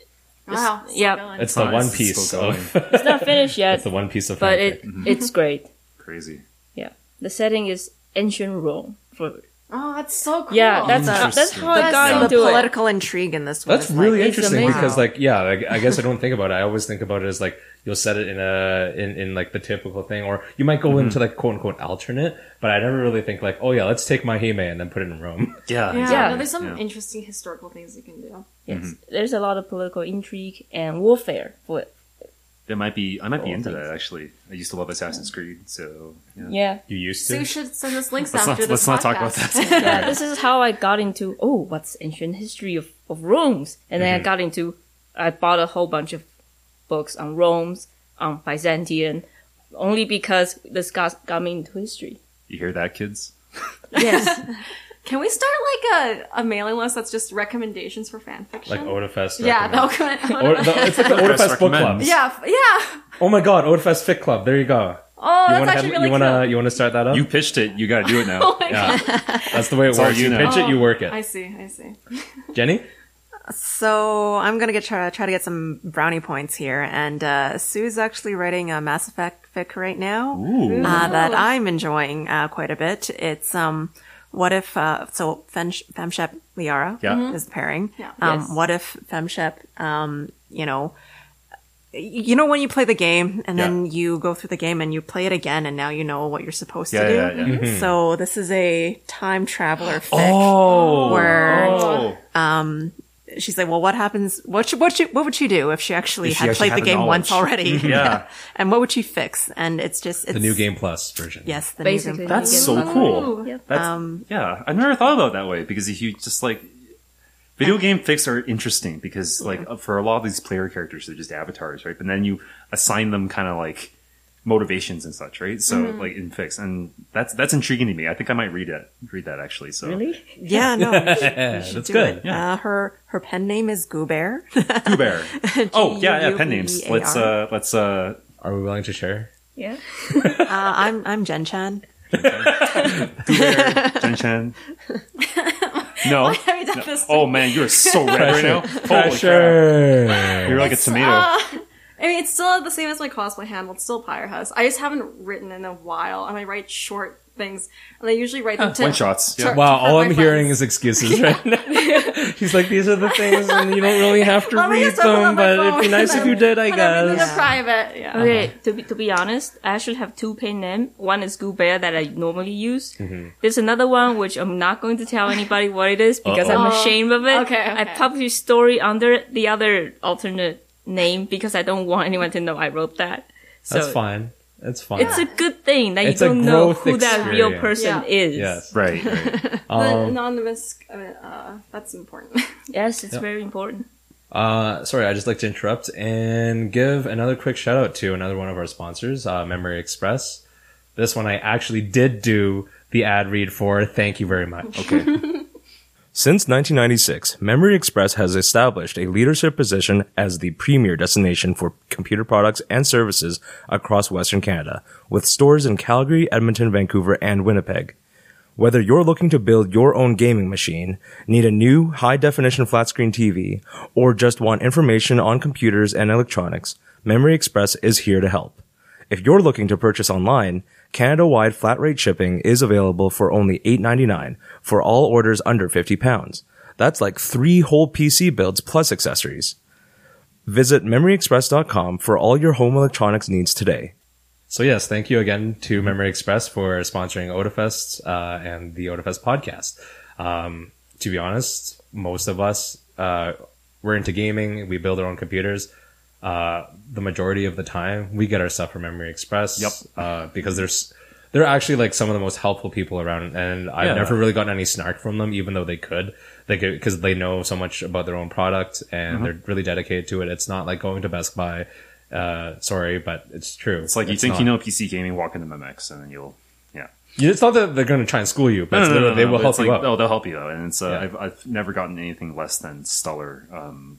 Speaker 3: Wow.
Speaker 5: Yep.
Speaker 3: Still going.
Speaker 1: It's the
Speaker 2: Nice,
Speaker 1: one
Speaker 2: it's
Speaker 1: piece
Speaker 2: still
Speaker 1: of
Speaker 5: It's not finished
Speaker 1: it's
Speaker 5: yet,
Speaker 1: the one piece of
Speaker 5: but
Speaker 1: fanfic.
Speaker 5: it it's great.
Speaker 2: crazy.
Speaker 5: Yeah, the setting is ancient Rome. For
Speaker 3: Oh, that's so cool.
Speaker 5: yeah, that's uh, that's
Speaker 2: Interesting.
Speaker 5: how I
Speaker 4: So
Speaker 5: got
Speaker 4: the
Speaker 5: into it.
Speaker 4: political intrigue in this one.
Speaker 1: That's
Speaker 4: is,
Speaker 1: really
Speaker 4: like,
Speaker 1: interesting
Speaker 5: amazing.
Speaker 1: because, like, yeah, like, I guess I don't think about it. I always think about it as like you'll set it in a in, in like the typical thing, or you might go
Speaker 2: Mm-hmm.
Speaker 1: into like quote unquote alternate. But I never really think like, oh yeah, let's take my Hime and then put it in Rome.
Speaker 2: Yeah,
Speaker 3: yeah.
Speaker 5: Yeah.
Speaker 3: No, there's some
Speaker 2: Yeah.
Speaker 3: interesting historical things you can do.
Speaker 5: Yes, there's a lot of political intrigue and warfare for it.
Speaker 2: That might be. I might be
Speaker 5: Cool,
Speaker 2: into
Speaker 5: thanks.
Speaker 2: that actually. I used to love Assassin's Creed, so yeah.
Speaker 5: Yeah.
Speaker 1: You used
Speaker 3: So you
Speaker 1: to.
Speaker 3: should send us links
Speaker 2: Let's
Speaker 3: after
Speaker 2: not- let's
Speaker 3: this
Speaker 2: not
Speaker 3: podcast.
Speaker 2: talk about
Speaker 5: yeah, this is how I got into oh, what's ancient history of, of Rome's, and then
Speaker 2: Mm-hmm.
Speaker 5: I got into I bought a whole bunch of books on Rome's, on Byzantian, only because this got got me into history.
Speaker 2: You hear that, kids?
Speaker 5: Yes,
Speaker 3: Can we start like a, a mailing list that's just recommendations for fan fiction?
Speaker 1: like
Speaker 2: oh,
Speaker 1: Odafest.
Speaker 3: yeah,
Speaker 1: recommend-
Speaker 3: that'll come.
Speaker 1: Or, the, it's like the Odafest book club.
Speaker 2: recommends.
Speaker 3: yeah, f- yeah.
Speaker 1: Oh my god, Odafest Fit Club. There you go.
Speaker 3: Oh,
Speaker 1: you
Speaker 3: that's
Speaker 1: wanna
Speaker 3: actually
Speaker 1: have-
Speaker 3: really
Speaker 1: you wanna
Speaker 3: cool.
Speaker 1: you wanna start that up?
Speaker 2: You pitched it. You got to do it now.
Speaker 1: yeah, that's the way it
Speaker 2: all
Speaker 1: works.
Speaker 2: you
Speaker 1: You
Speaker 2: know.
Speaker 1: pitch it, you work
Speaker 3: I
Speaker 1: it.
Speaker 3: see, I see.
Speaker 1: Jenny,
Speaker 4: So I'm gonna get try, try to get some brownie points here, and uh, Sue's actually writing a Mass Effect fic right now Uh, that I'm enjoying uh, quite a bit. It's um, what if uh, so Fen- Femshep Liara
Speaker 2: Yeah. Mhm.
Speaker 4: is pairing.
Speaker 3: Yeah.
Speaker 4: Um,
Speaker 5: Yes.
Speaker 4: What if Femshep, um, you know. y- You know when you play the game and then you go through the game and you play it again and now you know what you're supposed
Speaker 2: Yeah,
Speaker 4: to do.
Speaker 2: yeah, yeah.
Speaker 4: So this is a time traveler fic
Speaker 2: Oh,
Speaker 4: where
Speaker 2: oh.
Speaker 4: she's like, well, what happens? What should, what should, what would she do if she actually
Speaker 2: If she
Speaker 4: had
Speaker 2: actually
Speaker 4: played
Speaker 2: had the
Speaker 4: the game
Speaker 2: knowledge.
Speaker 4: once already?
Speaker 2: yeah.
Speaker 4: and what would she fix? And it's just it's,
Speaker 1: Mm-hmm. the new game plus version.
Speaker 4: Yes, the new
Speaker 5: basically.
Speaker 4: game.
Speaker 2: That's so Oh, cool.
Speaker 5: Yeah.
Speaker 2: That's, yeah, I never thought about it that way because if you just like video game fics are interesting because like for a lot of these player characters they're just avatars, right? But then you assign them kind of like motivations and such, right? So like in fics, and that's that's intriguing to me. I think I might read it, read that actually. So
Speaker 5: really.
Speaker 4: Yeah, no, you should, you should
Speaker 1: that's
Speaker 4: do
Speaker 1: good,
Speaker 4: it.
Speaker 2: yeah.
Speaker 4: Uh, her her pen name is Uh, Goubert.
Speaker 2: Pooh Bear. oh yeah, yeah. Pen names.
Speaker 4: G-U-B-E-A-R.
Speaker 2: Let's uh let's uh
Speaker 1: Are we willing to share?
Speaker 5: Yeah.
Speaker 4: Uh, I'm I'm Jen Chan.
Speaker 2: Jen Chen. No.
Speaker 3: have you done this?
Speaker 2: Oh man, you're so red right now. Holy crap.
Speaker 1: Pressure.
Speaker 2: You're like a tomato.
Speaker 3: I mean, it's still the same as my cosplay handle. It's still Pyre House. I just haven't written in a while, and I write short things, and I usually write them to
Speaker 2: One shots.
Speaker 3: to-
Speaker 2: Yeah.
Speaker 3: to
Speaker 1: Wow, all
Speaker 3: my
Speaker 1: I'm
Speaker 3: friends.
Speaker 1: hearing is excuses right now. He's like, these are the things, and you don't really have to
Speaker 3: Let me
Speaker 1: read
Speaker 3: just open up
Speaker 1: them,
Speaker 3: my
Speaker 1: but it'd be
Speaker 3: phone
Speaker 1: nice
Speaker 3: and
Speaker 1: if you
Speaker 3: then
Speaker 1: did, I
Speaker 3: put everything in
Speaker 1: guess.
Speaker 3: private. Yeah.
Speaker 5: Okay,
Speaker 1: Uh-huh.
Speaker 5: to be, to be honest, I actually have two pen names. One is Goo Bear that I normally use.
Speaker 1: Mm-hmm.
Speaker 5: There's another one which I'm not going to tell anybody what it is because
Speaker 1: Uh-oh.
Speaker 5: I'm
Speaker 3: Oh,
Speaker 5: ashamed of it.
Speaker 3: okay,
Speaker 5: I
Speaker 3: okay.
Speaker 5: published a story under the other alternate name because I don't want anyone to know I wrote that. So
Speaker 1: That's fine. That's fine.
Speaker 5: It's a good thing that
Speaker 1: It's a
Speaker 5: you don't know
Speaker 1: growth
Speaker 5: who that real
Speaker 1: experience.
Speaker 5: person
Speaker 3: Yeah.
Speaker 5: is.
Speaker 1: yes.
Speaker 2: Right. right.
Speaker 3: the
Speaker 1: Um,
Speaker 3: anonymous, I mean, uh, that's important.
Speaker 5: Yes, it's very important.
Speaker 1: uh, sorry, I just like to interrupt and give another quick shout out to another one of our sponsors, uh, Memory Express. This one I actually did do the ad read for. Thank you very much.
Speaker 2: Okay.
Speaker 1: Since 1996, Memory Express has established a leadership position as the premier destination for computer products and services across Western Canada, with stores in Calgary, Edmonton, Vancouver, and Winnipeg. Whether you're looking to build your own gaming machine, need a new high definition flat screen TV, or just want information on computers and electronics, Memory Express is here to help. If you're looking to purchase online, Canada-wide flat rate shipping is available for only $8.99 for all orders under 50 pounds. That's like three whole PC builds plus accessories. Visit memoryexpress.com for all your home electronics needs today. So yes, thank you again to Memory Express for sponsoring OdaFest uh, and the OdaFest podcast. Um, to be honest, most of us uh, we're into gaming. We build our own computers. Uh, the majority of the time, we get our stuff from Memory Express.
Speaker 2: Yep.
Speaker 1: Uh, because there's they're actually like some of the most helpful people around, and I've
Speaker 2: Yeah.
Speaker 1: never really gotten any snark from them, even though they could. They could because they know so much about their own product and
Speaker 2: Mm-hmm.
Speaker 1: they're really dedicated to it. It's not like going to Best Buy. Uh, sorry, but it's true.
Speaker 2: It's like you think you know PC gaming, walk into MX, and then you'll yeah.
Speaker 1: Yeah, It's not that they're going to try and school you, but
Speaker 2: No,
Speaker 1: it's
Speaker 2: no, no,
Speaker 1: literally-
Speaker 2: no,
Speaker 1: they
Speaker 2: no,
Speaker 1: will
Speaker 2: but
Speaker 1: help
Speaker 2: it's
Speaker 1: you
Speaker 2: like,
Speaker 1: out.
Speaker 2: No, they'll help you out, and it's uh,
Speaker 1: Yeah.
Speaker 2: I've, I've never gotten anything less than stellar um,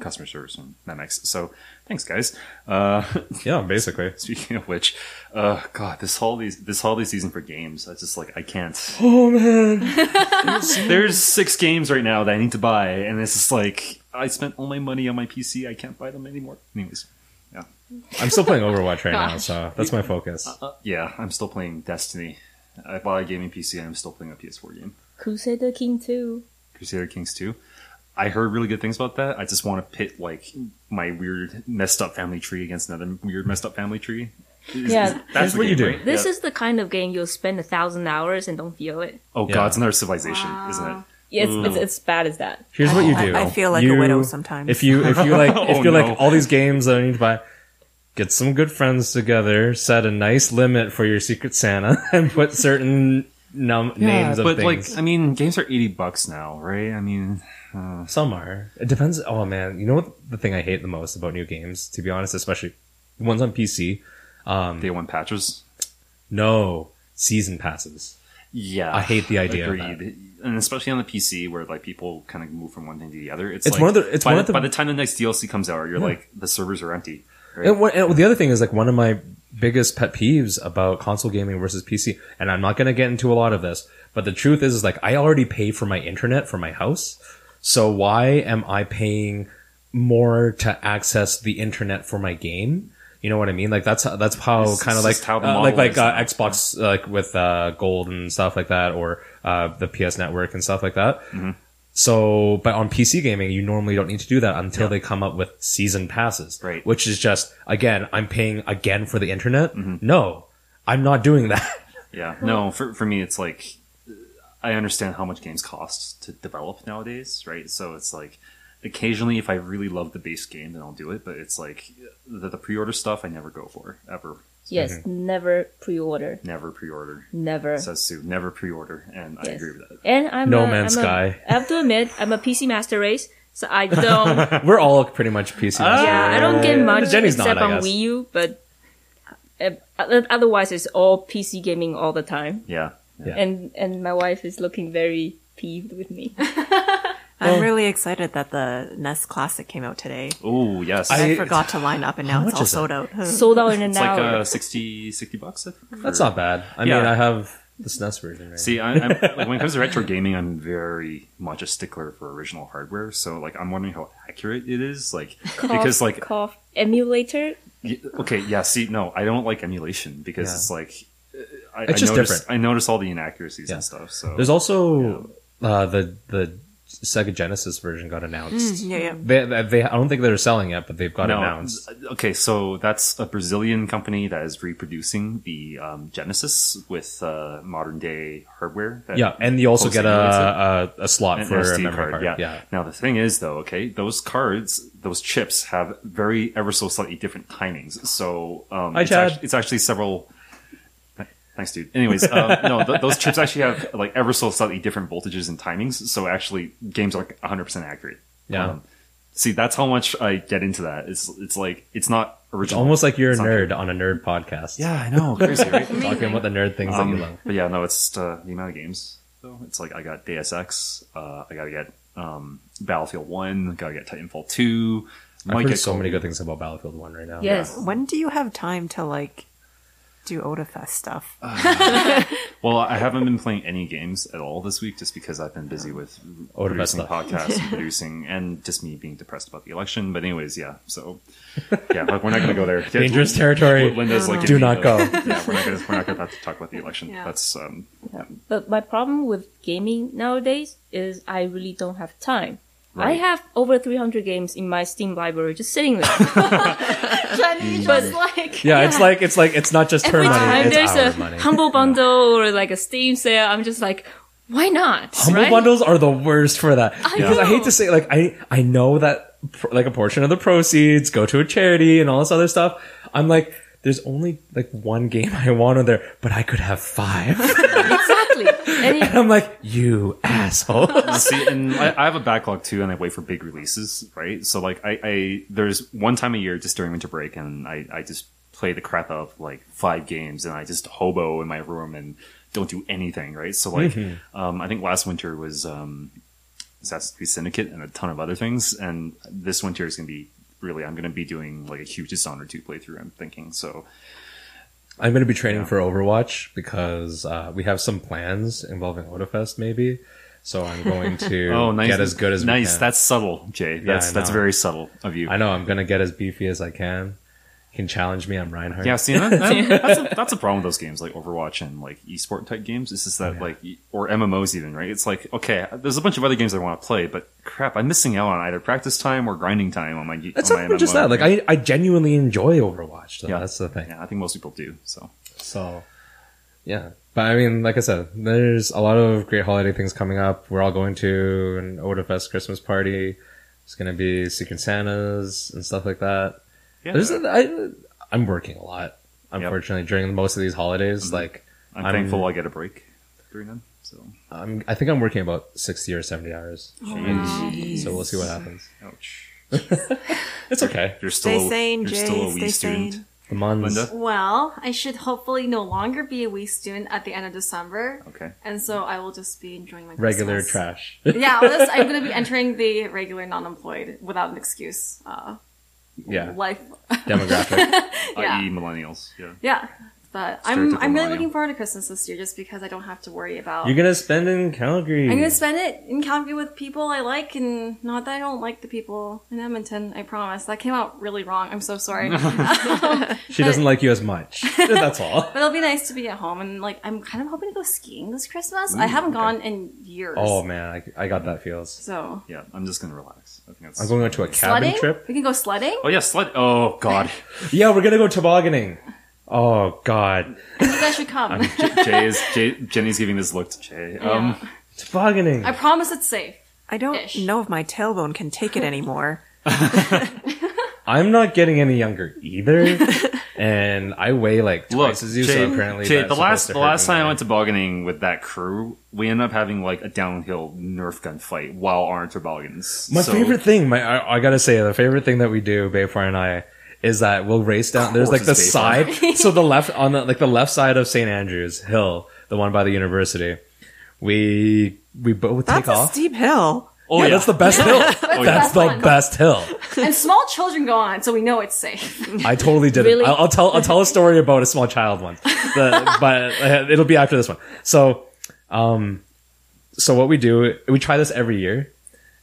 Speaker 2: customer service from Memex. So thanks, guys. Uh,
Speaker 1: Yeah, basically.
Speaker 2: speaking of which, uh, God, this holiday this holiday season for games, I just like I can't.
Speaker 1: Oh man,
Speaker 2: There's six games right now that I need to buy, and it's just like I spent all my money on my PC. I can't buy them anymore. Anyways,
Speaker 1: I'm still playing Overwatch right now, so that's my focus.
Speaker 2: uh, yeah, I'm still playing Destiny. I bought a gaming PC, and I'm still playing a PS4 game.
Speaker 5: Crusader King 2.
Speaker 2: Crusader Kings 2. I heard really good things about that. I just want to pit like my weird messed up family tree against another weird messed up family tree. Is-
Speaker 5: Yeah.
Speaker 2: is-
Speaker 1: That's
Speaker 2: the
Speaker 1: what you
Speaker 2: game,
Speaker 1: do.
Speaker 2: right?
Speaker 5: This
Speaker 2: Yeah.
Speaker 5: is the kind of game you'll spend a thousand hours and don't feel it.
Speaker 2: oh
Speaker 1: Yeah.
Speaker 2: god, it's another civilization, isn't it?
Speaker 5: Yeah, it's,
Speaker 1: Mm.
Speaker 5: it's, it's bad as that.
Speaker 1: Here's what you do.
Speaker 4: I- I feel like a
Speaker 1: You-
Speaker 4: widow sometimes.
Speaker 1: If you if you like if
Speaker 2: Oh,
Speaker 1: you're
Speaker 2: no.
Speaker 1: like all these games that I need to buy, get some good friends together, set a nice limit for your Secret Santa, and put certain num- names of
Speaker 2: but
Speaker 1: things.
Speaker 2: like, I mean, games are eighty bucks now, right? I mean,
Speaker 1: Some are. It depends. Oh man, you know what the thing I hate the most about new games, to be honest, especially the ones on PC.
Speaker 2: day one patches.
Speaker 1: No season passes.
Speaker 2: Yeah,
Speaker 1: I hate the idea of
Speaker 2: Agreed, and especially on the PC where like people kind of move from one thing to the other. It's,
Speaker 1: It's
Speaker 2: like,
Speaker 1: one of the- it's
Speaker 2: by,
Speaker 1: one of the-
Speaker 2: by the time the next DLC comes out, you're like the servers are empty. Right?
Speaker 1: And, what, and the other thing is like one of my biggest pet peeves about console gaming versus PC, and I'm not going to get into a lot of this, but the truth is, is like I already pay for my internet for my house, so why am I paying more to access the internet for my game? You know what I mean? Like that's how, that's how
Speaker 2: It's-
Speaker 1: kind of
Speaker 2: it's
Speaker 1: like
Speaker 2: just how the
Speaker 1: uh,
Speaker 2: model
Speaker 1: like like
Speaker 2: is
Speaker 1: uh,
Speaker 2: now.
Speaker 1: Xbox like with uh, Gold and stuff like that, or uh, the PS Network and stuff like that. So, but on PC gaming, you normally don't need to do that until they come up with season passes,
Speaker 2: Right.
Speaker 1: Which is just again, I'm paying again for the internet.
Speaker 2: Mm-hmm.
Speaker 1: No, I'm not doing that.
Speaker 2: Yeah, no, for, for me, it's like I understand how much games cost to develop nowadays, right? So it's like occasionally, if I really love the base game, then I'll do it, but it's like the, the pre order stuff I never go for, ever.
Speaker 5: Yes,
Speaker 1: Mm-hmm.
Speaker 5: never pre-order.
Speaker 2: Never pre order.
Speaker 5: Never.
Speaker 2: Says Sue, never pre order, and I
Speaker 5: Yes.
Speaker 2: agree with that.
Speaker 5: And I'm
Speaker 1: No
Speaker 5: a,
Speaker 1: Man's
Speaker 5: I'm a-
Speaker 1: Sky.
Speaker 5: I have to admit, I'm a PC master race, so I don't. yeah,
Speaker 1: We're all pretty much PC.
Speaker 2: Ah,
Speaker 5: I don't get much
Speaker 1: Jenny's not,
Speaker 5: except
Speaker 1: I
Speaker 5: on
Speaker 1: guess.
Speaker 5: Wii U, but uh, oth- otherwise it's all PC gaming all the time.
Speaker 2: Yeah.
Speaker 1: Yeah.
Speaker 5: And and my wife is looking very peeved with me.
Speaker 1: Eh.
Speaker 4: I'm really excited that the Nest Classic came out today.
Speaker 2: Oh yes,
Speaker 4: I,
Speaker 1: I-
Speaker 4: forgot to line up, and now it's
Speaker 1: much
Speaker 4: all
Speaker 1: is it?
Speaker 4: sold out.
Speaker 5: Sold out in an
Speaker 2: it's like
Speaker 5: hour.
Speaker 2: uh, 60, 60 bucks. I think,
Speaker 1: That's
Speaker 2: or-
Speaker 1: not bad. I
Speaker 2: Yeah.
Speaker 1: mean, I have the SNES version. Right?
Speaker 2: See, I, I'm, like when it comes to retro gaming, I'm very much a stickler for original hardware. So, like, I'm wondering how accurate it is. Like, because, like,
Speaker 5: cough emulator.
Speaker 2: y- okay, yeah. See, no, I don't like emulation because
Speaker 1: Yeah.
Speaker 2: it's like uh, I,
Speaker 1: It's
Speaker 2: I
Speaker 1: just
Speaker 2: notice,
Speaker 1: different.
Speaker 2: I notice all the inaccuracies
Speaker 1: Yeah.
Speaker 2: and stuff. So
Speaker 1: There's also uh, the the Sega Genesis version got
Speaker 5: Mm.
Speaker 1: announced.
Speaker 4: yeah, yeah.
Speaker 1: They, they, they- I don't think they're selling it, but they've got
Speaker 2: no,
Speaker 1: announced.
Speaker 2: okay, so that's a Brazilian company that is reproducing the um, Genesis with uh, modern day hardware. that
Speaker 1: Yeah, and you also
Speaker 2: closely
Speaker 1: get a,
Speaker 2: emulates it.
Speaker 1: a a slot
Speaker 2: An
Speaker 1: for a
Speaker 2: SD
Speaker 1: memory
Speaker 2: card,
Speaker 1: card.
Speaker 2: Yeah.
Speaker 1: yeah.
Speaker 2: Now the thing is, though, okay, those cards, those chips have very ever so slightly different timings. So um,
Speaker 1: Hi,
Speaker 2: it's,
Speaker 1: Chad.
Speaker 2: act- it's actually several. Thanks, dude. Anyways, um, no, th- those chips actually have like ever so slightly different voltages and timings. So actually, games aren't 100 percent accurate. Um,
Speaker 1: Yeah.
Speaker 2: see, that's how much I get into that. It's it's like it's not
Speaker 1: It's
Speaker 2: original.
Speaker 1: almost like you're a
Speaker 2: It's not
Speaker 1: nerd
Speaker 2: good.
Speaker 1: on a nerd podcast.
Speaker 2: Yeah, I know. Crazy, right?
Speaker 1: Talking about the nerd things that you love.
Speaker 2: Um, but yeah, no, it's uh, the amount of games. Though it's like I got Deus Ex, uh, I gotta get um, Battlefield One, gotta get Titanfall Two.
Speaker 1: I've
Speaker 2: might
Speaker 1: heard
Speaker 2: get
Speaker 1: so
Speaker 2: Call-
Speaker 1: many good things about Battlefield 1 right now.
Speaker 5: Yes.
Speaker 4: When do you have time to like do Odafest stuff?
Speaker 1: Uh,
Speaker 2: Well, I haven't been playing any games at all this week just because I've been busy with
Speaker 1: Oh, the best
Speaker 2: producing
Speaker 1: stuff.
Speaker 2: podcasts, and producing, and just me being depressed about the election. But anyways, yeah. So yeah, like, we're not gonna go there. Yeah,
Speaker 1: Dangerous territory.
Speaker 2: Linda's like,
Speaker 1: Do
Speaker 2: giving me
Speaker 1: not
Speaker 2: the-
Speaker 1: go.
Speaker 2: Yeah, we're not gonna we're not gonna have to talk about the election.
Speaker 3: Yeah.
Speaker 2: That's um,
Speaker 5: But my problem with gaming nowadays is I really don't have time. I
Speaker 2: Right.
Speaker 5: have over 300 games in my Steam library just sitting there.
Speaker 3: Jenny just like
Speaker 1: Yeah, it's like it's like it's not just her
Speaker 5: Every
Speaker 1: money,
Speaker 5: time
Speaker 1: it's
Speaker 5: there's
Speaker 1: our
Speaker 5: a
Speaker 1: money.
Speaker 5: humble bundle or like a Steam sale, I'm just like, why not?
Speaker 1: Humble
Speaker 5: right?
Speaker 1: bundles are the worst for that because I hate
Speaker 5: know.
Speaker 1: to say like I I know that pr- like a portion of the proceeds go to a charity and all this other stuff. I'm like there's only like one game I want on there, but I could have five.
Speaker 5: Exactly. And it-
Speaker 1: and I'm like you asshole.
Speaker 2: See, and I, I have a backlog too, and I wait for big releases, right? So like, I, I there's one time a year just during winter break, and I, I just play the crap out of like five games, and I just hobo in my room and don't do anything, right? So like,
Speaker 1: Mm-hmm.
Speaker 2: um, I think last winter was um, Assassin's Creed Syndicate and a ton of other things, and this winter is gonna be really I'm gonna be doing like a huge Dishonored two playthrough. I'm thinking so.
Speaker 1: I'm going to be training for Overwatch because uh, we have some plans involving Odafest maybe. So I'm going to
Speaker 2: Oh, nice!
Speaker 1: get as good as
Speaker 2: nice.
Speaker 1: We can.
Speaker 2: That's subtle, Jay. That's
Speaker 1: I
Speaker 2: that's
Speaker 1: know.
Speaker 2: very subtle of you.
Speaker 1: I know I'm gonna get as beefy as I can. Can challenge me. I'm Reinhardt.
Speaker 2: Yeah, see, that, that- that's, a, that's a problem with those games like Overwatch and like esport type games. It's just that like e- or MMOs even right. It's like okay, there's a bunch of other games I want to play, but crap, I'm missing out on either practice time or grinding time on my.
Speaker 1: It's
Speaker 2: on
Speaker 1: not
Speaker 2: my
Speaker 1: even just
Speaker 2: MMO.
Speaker 1: that. Like I, I genuinely enjoy Overwatch. Though.
Speaker 2: Yeah.
Speaker 1: that's the thing.
Speaker 2: yeah, I think most people do. So
Speaker 1: So, yeah. But I mean, like I said, there's a lot of great holiday things coming up. We're all going to an Odafest Christmas party. It's gonna be Secret Santas and stuff like that.
Speaker 2: yeah,
Speaker 1: There's, a, I, I'm working a lot. Unfortunately, during most of these holidays, like
Speaker 2: Mm-hmm. I'm,
Speaker 1: I'm-
Speaker 2: thankful I get a break during them. So
Speaker 1: I'm, I think I'm working about sixty or seventy hours.
Speaker 3: Oh,
Speaker 4: Oh,
Speaker 1: So we'll see what happens.
Speaker 2: ouch.
Speaker 1: It's okay.
Speaker 2: You're still
Speaker 4: Stay
Speaker 2: a,
Speaker 4: sane,
Speaker 2: you're
Speaker 4: Jay.
Speaker 2: still a wee
Speaker 4: Stay
Speaker 2: student.
Speaker 4: sane.
Speaker 1: The months.
Speaker 2: Linda?
Speaker 3: well, I should hopefully no longer be a wee student at the end of December.
Speaker 2: Okay.
Speaker 3: And so I will just be enjoying my
Speaker 1: regular
Speaker 3: Christmas.
Speaker 1: trash.
Speaker 3: Yeah, well, this, I'm going to be entering the regular non-employed without an excuse. Uh,
Speaker 1: yeah,
Speaker 3: life.
Speaker 1: demographic.
Speaker 3: Yeah.
Speaker 2: I.e. e millennials. Yeah.
Speaker 3: yeah, but
Speaker 2: Stereotypical
Speaker 3: I'm I'm really
Speaker 2: millennial.
Speaker 3: looking forward to Christmas this year just because I don't have to worry about.
Speaker 1: You're gonna spend in Calgary.
Speaker 3: I'm gonna spend it in Calgary with people I like, and not that I don't like the people in Edmonton. I promise. That came out really wrong. I'm so sorry.
Speaker 1: she doesn't like you as much. That's all.
Speaker 3: But it'll be nice to be at home and like I'm kind of hoping to go skiing this Christmas. I haven't gone in years.
Speaker 1: Oh man, I, I got that feels.
Speaker 3: So
Speaker 2: Yeah, I'm just gonna relax. I think that's.
Speaker 1: I'm going to a cabin
Speaker 3: sledding?
Speaker 1: trip.
Speaker 3: We can go sledding.
Speaker 2: Oh yeah, sled. Oh god,
Speaker 1: Yeah, we're gonna go tobogganing. Oh god,
Speaker 3: You guys should come.
Speaker 2: J- Jay is Jay, Jenny's giving this look to Jay. Um,
Speaker 1: tobogganing.
Speaker 3: I promise it's safe.
Speaker 4: I don't
Speaker 3: Ish.
Speaker 4: know if my tailbone can take it anymore.
Speaker 1: I'm not getting any younger either, and I weigh like twice as you. so apparently,
Speaker 2: Jay,
Speaker 1: that's
Speaker 2: the
Speaker 1: supposed
Speaker 2: last
Speaker 1: to
Speaker 2: the
Speaker 1: hurt
Speaker 2: last
Speaker 1: me.
Speaker 2: time I went tobogganing with that crew, we ended up having like a downhill Nerf gun fight while on our toboggans.
Speaker 1: My
Speaker 2: So-
Speaker 1: favorite thing, my I, I gotta say, the favorite thing that we do, Bayfar and I, is that we'll race down. There's like the
Speaker 2: course it's
Speaker 1: side, so the left on the like the left side of St Andrews Hill, the one by the university. We we both
Speaker 4: That's
Speaker 1: take
Speaker 4: a
Speaker 1: off.
Speaker 4: steep hill.
Speaker 2: Oh
Speaker 1: yeah, that's the best hill.
Speaker 2: yeah.
Speaker 1: That's the best hill.
Speaker 3: and small children go on, so we know it's safe.
Speaker 1: I totally did
Speaker 5: Really?
Speaker 1: it. I'll, I'll tell I'll tell a story about a small child one, The- but uh, it'll be after this one. So, um, so what we do, we try this every year.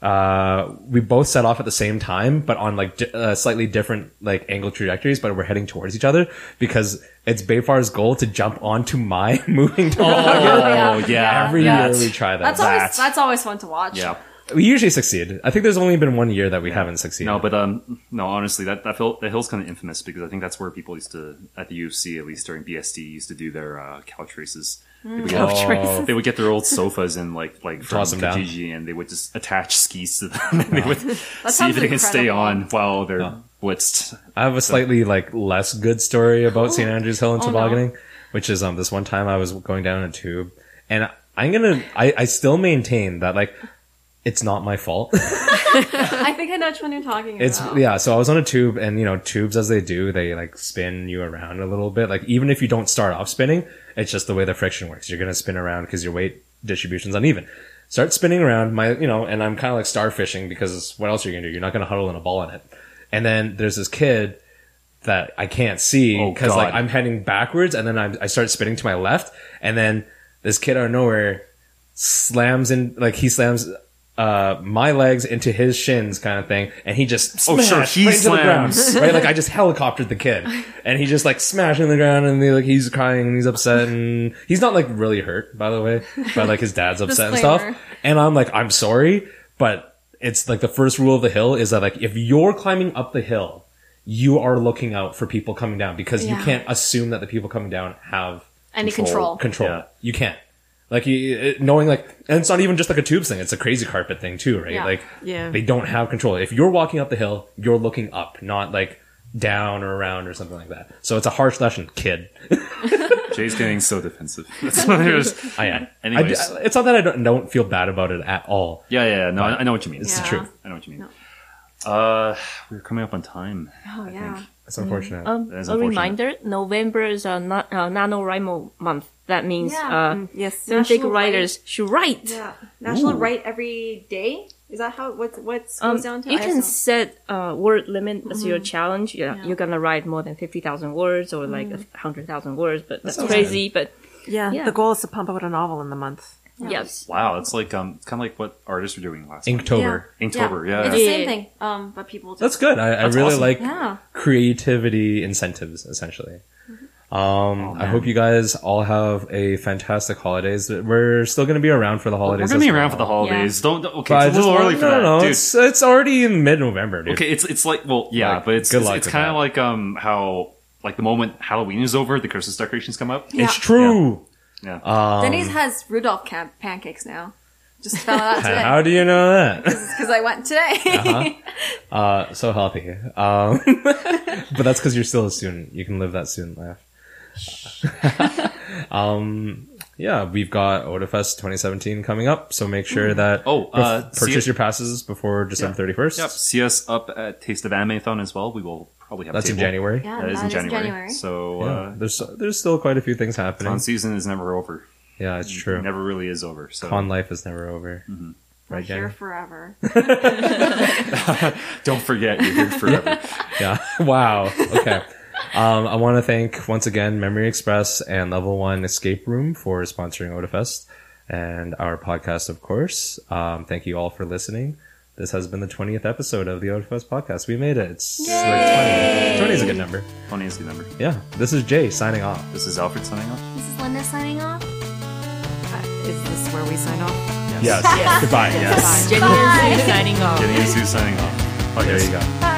Speaker 1: Uh, we both set off at the same time, but on like di- uh, slightly different like angle trajectories, but we're heading towards each other because it's Bayfar's goal to jump onto my moving dog.
Speaker 2: Oh, yeah.
Speaker 1: every
Speaker 2: that.
Speaker 1: year we try that.
Speaker 3: That's
Speaker 1: That-
Speaker 3: always that's always fun to watch.
Speaker 2: Yeah.
Speaker 1: we usually succeed. I think there's only been one year that we haven't succeeded.
Speaker 2: No, but um, no. Honestly, that that, hill, that hill's kind of infamous because I think that's where people used to at the UFC, at least during BSD, used to do their uh, couch races. They would,
Speaker 1: Hmm. Couch
Speaker 2: get,
Speaker 1: races.
Speaker 2: they would get their old sofas and like like from
Speaker 1: Toss 'em down.
Speaker 2: Kijiji, and they would just attach skis to them. and They would see if
Speaker 3: sounds
Speaker 2: they can stay
Speaker 3: incredible.
Speaker 2: on while they're blitzed.
Speaker 1: I have a slightly like less good story about St. Andrews Hill and tobogganing, which is um this one time I was going down a tube, and I'm gonna I, I still maintain that like it's not my fault.
Speaker 3: I think I know which one you're talking
Speaker 1: It's
Speaker 3: about.
Speaker 1: yeah. So I was on a tube, and you know tubes as they do, they like spin you around a little bit. Like even if you don't start off spinning, it's just the way the friction works. You're gonna spin around because your weight distribution's uneven. Start spinning around, my you know, and I'm kind of like starfishing because what else are you gonna do? You're not gonna huddle in a ball in it. And then there's this kid that I can't see
Speaker 2: Oh,
Speaker 1: because like
Speaker 2: God.
Speaker 1: I'm heading backwards and then I'm, I start spinning to my left and then this kid out of nowhere slams in like he slams uh my legs into his shins kind of thing and he just
Speaker 2: Oh, sure,
Speaker 1: smashed
Speaker 2: he
Speaker 1: right into the ground,
Speaker 2: slams.
Speaker 1: right like I just helicoptered the kid and he just like smashed in the ground and he, like he's crying and he's upset and he's not like really hurt by the way but like his dad's upset and
Speaker 3: Disclaimer.
Speaker 1: stuff and I'm like I'm sorry but it's like the first rule of the hill is that like if you're climbing up the hill you are looking out for people coming down because
Speaker 3: Yeah.
Speaker 1: you can't assume that the people coming down have
Speaker 3: Any control.
Speaker 1: Control.
Speaker 2: Yeah.
Speaker 1: You can't. Like you, it, knowing like, and it's not even just like a tubes thing. It's a crazy carpet thing too, right?
Speaker 3: Yeah.
Speaker 1: Like,
Speaker 4: Yeah.
Speaker 1: they don't have control. If you're walking up the hill, you're looking up, not like down or around or something like that. So it's a harsh lesson, kid.
Speaker 2: Jay's getting so defensive. That's what it is.
Speaker 1: I am.
Speaker 2: Oh, Anyways.
Speaker 1: I, it's not that I don't, don't feel bad about it at all.
Speaker 2: Yeah, yeah, yeah. No, I, I know what you mean.
Speaker 1: It's
Speaker 3: Yeah.
Speaker 1: the truth.
Speaker 2: I know what you mean. Uh, we're coming up on time.
Speaker 3: Oh yeah.
Speaker 1: It's
Speaker 2: Mm.
Speaker 1: unfortunate.
Speaker 5: Um,
Speaker 2: That is
Speaker 5: a
Speaker 2: unfortunate.
Speaker 5: reminder: November is a na- uh, NaNoWriMo month. That means
Speaker 3: Yeah. Mm.
Speaker 5: uh,
Speaker 4: Yes.
Speaker 5: scientific
Speaker 3: National
Speaker 5: writers should write.
Speaker 3: Yeah. National
Speaker 2: Ooh.
Speaker 3: Right Every Day? Is that how what's what's
Speaker 5: Um,
Speaker 3: goes down to? Mm-hmm.
Speaker 5: you
Speaker 3: I
Speaker 5: can
Speaker 3: don't-
Speaker 5: set uh, word limit as your challenge. Yeah, you're gonna write more than fifty thousand words or like
Speaker 3: Mm.
Speaker 5: a hundred thousand words, but that's
Speaker 1: sounds
Speaker 5: crazy. But
Speaker 4: Yeah.
Speaker 5: Yeah.
Speaker 4: The goal is to pump out a novel in the month.
Speaker 5: yes,
Speaker 2: Wow, it's like um, kind of like what artists are doing last. month.
Speaker 1: Inktober.
Speaker 2: Inktober, yeah.
Speaker 3: It's the
Speaker 5: Yeah.
Speaker 3: same thing. Um but people just
Speaker 1: That's good. I, I
Speaker 2: That's
Speaker 1: really
Speaker 2: awesome.
Speaker 1: like
Speaker 3: Yeah.
Speaker 1: creativity incentives, essentially.
Speaker 2: Mm-hmm. Oh,
Speaker 1: Um, I hope you guys all have a fantastic holidays. We're still going to be around for the
Speaker 2: We're
Speaker 1: holidays.
Speaker 2: gonna be
Speaker 1: as
Speaker 2: around
Speaker 1: well.
Speaker 2: for the holidays. Don't don't- okay.
Speaker 1: But I
Speaker 2: it's a
Speaker 1: just
Speaker 2: little early
Speaker 1: want-
Speaker 2: for
Speaker 1: no,
Speaker 2: that,
Speaker 1: no, no,
Speaker 2: dude.
Speaker 1: It's, it's already in mid-November, dude.
Speaker 2: Okay, it's it's like well, yeah,
Speaker 1: Like,
Speaker 2: but it's
Speaker 1: good
Speaker 2: it's,
Speaker 1: luck
Speaker 2: it's
Speaker 1: with
Speaker 2: kind of
Speaker 1: that.
Speaker 2: like um how like the moment Halloween is over, the Christmas decorations come up.
Speaker 1: It's true.
Speaker 2: Yeah,
Speaker 3: Denny's
Speaker 2: um,
Speaker 3: has Rudolph camp pancakes now. Just found out
Speaker 1: And
Speaker 3: today
Speaker 1: How do you know that?
Speaker 3: because I went today.
Speaker 2: Uh-huh.
Speaker 1: Uh, so healthy. Um, but that's because you're still a student. You can live that student life. um, yeah, we've got OdaFest 2017 coming up, so make sure that
Speaker 2: Oh, uh,
Speaker 1: bef-
Speaker 2: see
Speaker 1: purchase
Speaker 2: it-
Speaker 1: your passes before December 31st.
Speaker 2: yep. See us up at Taste of Animathon as well. We will probably have a
Speaker 1: That's in
Speaker 2: table.
Speaker 1: January.
Speaker 3: Yeah,
Speaker 2: That is in January. So
Speaker 1: Yeah,
Speaker 2: uh,
Speaker 1: there's there's still quite a few things happening.
Speaker 2: con season is never over.
Speaker 1: yeah, it's true.
Speaker 2: It never really is over. So
Speaker 1: Con life is never over.
Speaker 3: We're
Speaker 1: Right,
Speaker 3: here
Speaker 1: Jenny?
Speaker 3: forever.
Speaker 2: don't forget you're here forever.
Speaker 1: Yeah. wow. Okay. Um, I want to thank once again Memory Express and Level One Escape Room for sponsoring OdaFest and our podcast, of course. Um, thank you all for listening. This has been the 20th episode of the OdaFest podcast. We made it. It's like 20. 20 is a good number.
Speaker 2: Funny is the number.
Speaker 1: Yeah. This is Jay signing off.
Speaker 2: This is Alfred signing off.
Speaker 3: This is Linda signing off.
Speaker 4: Uh, Is this where we sign off?
Speaker 1: Yes. Goodbye. Yes.
Speaker 4: Bye.
Speaker 5: Jenny is signing off.
Speaker 2: Getting Sue signing off. Okay,
Speaker 1: There you go.
Speaker 3: Bye.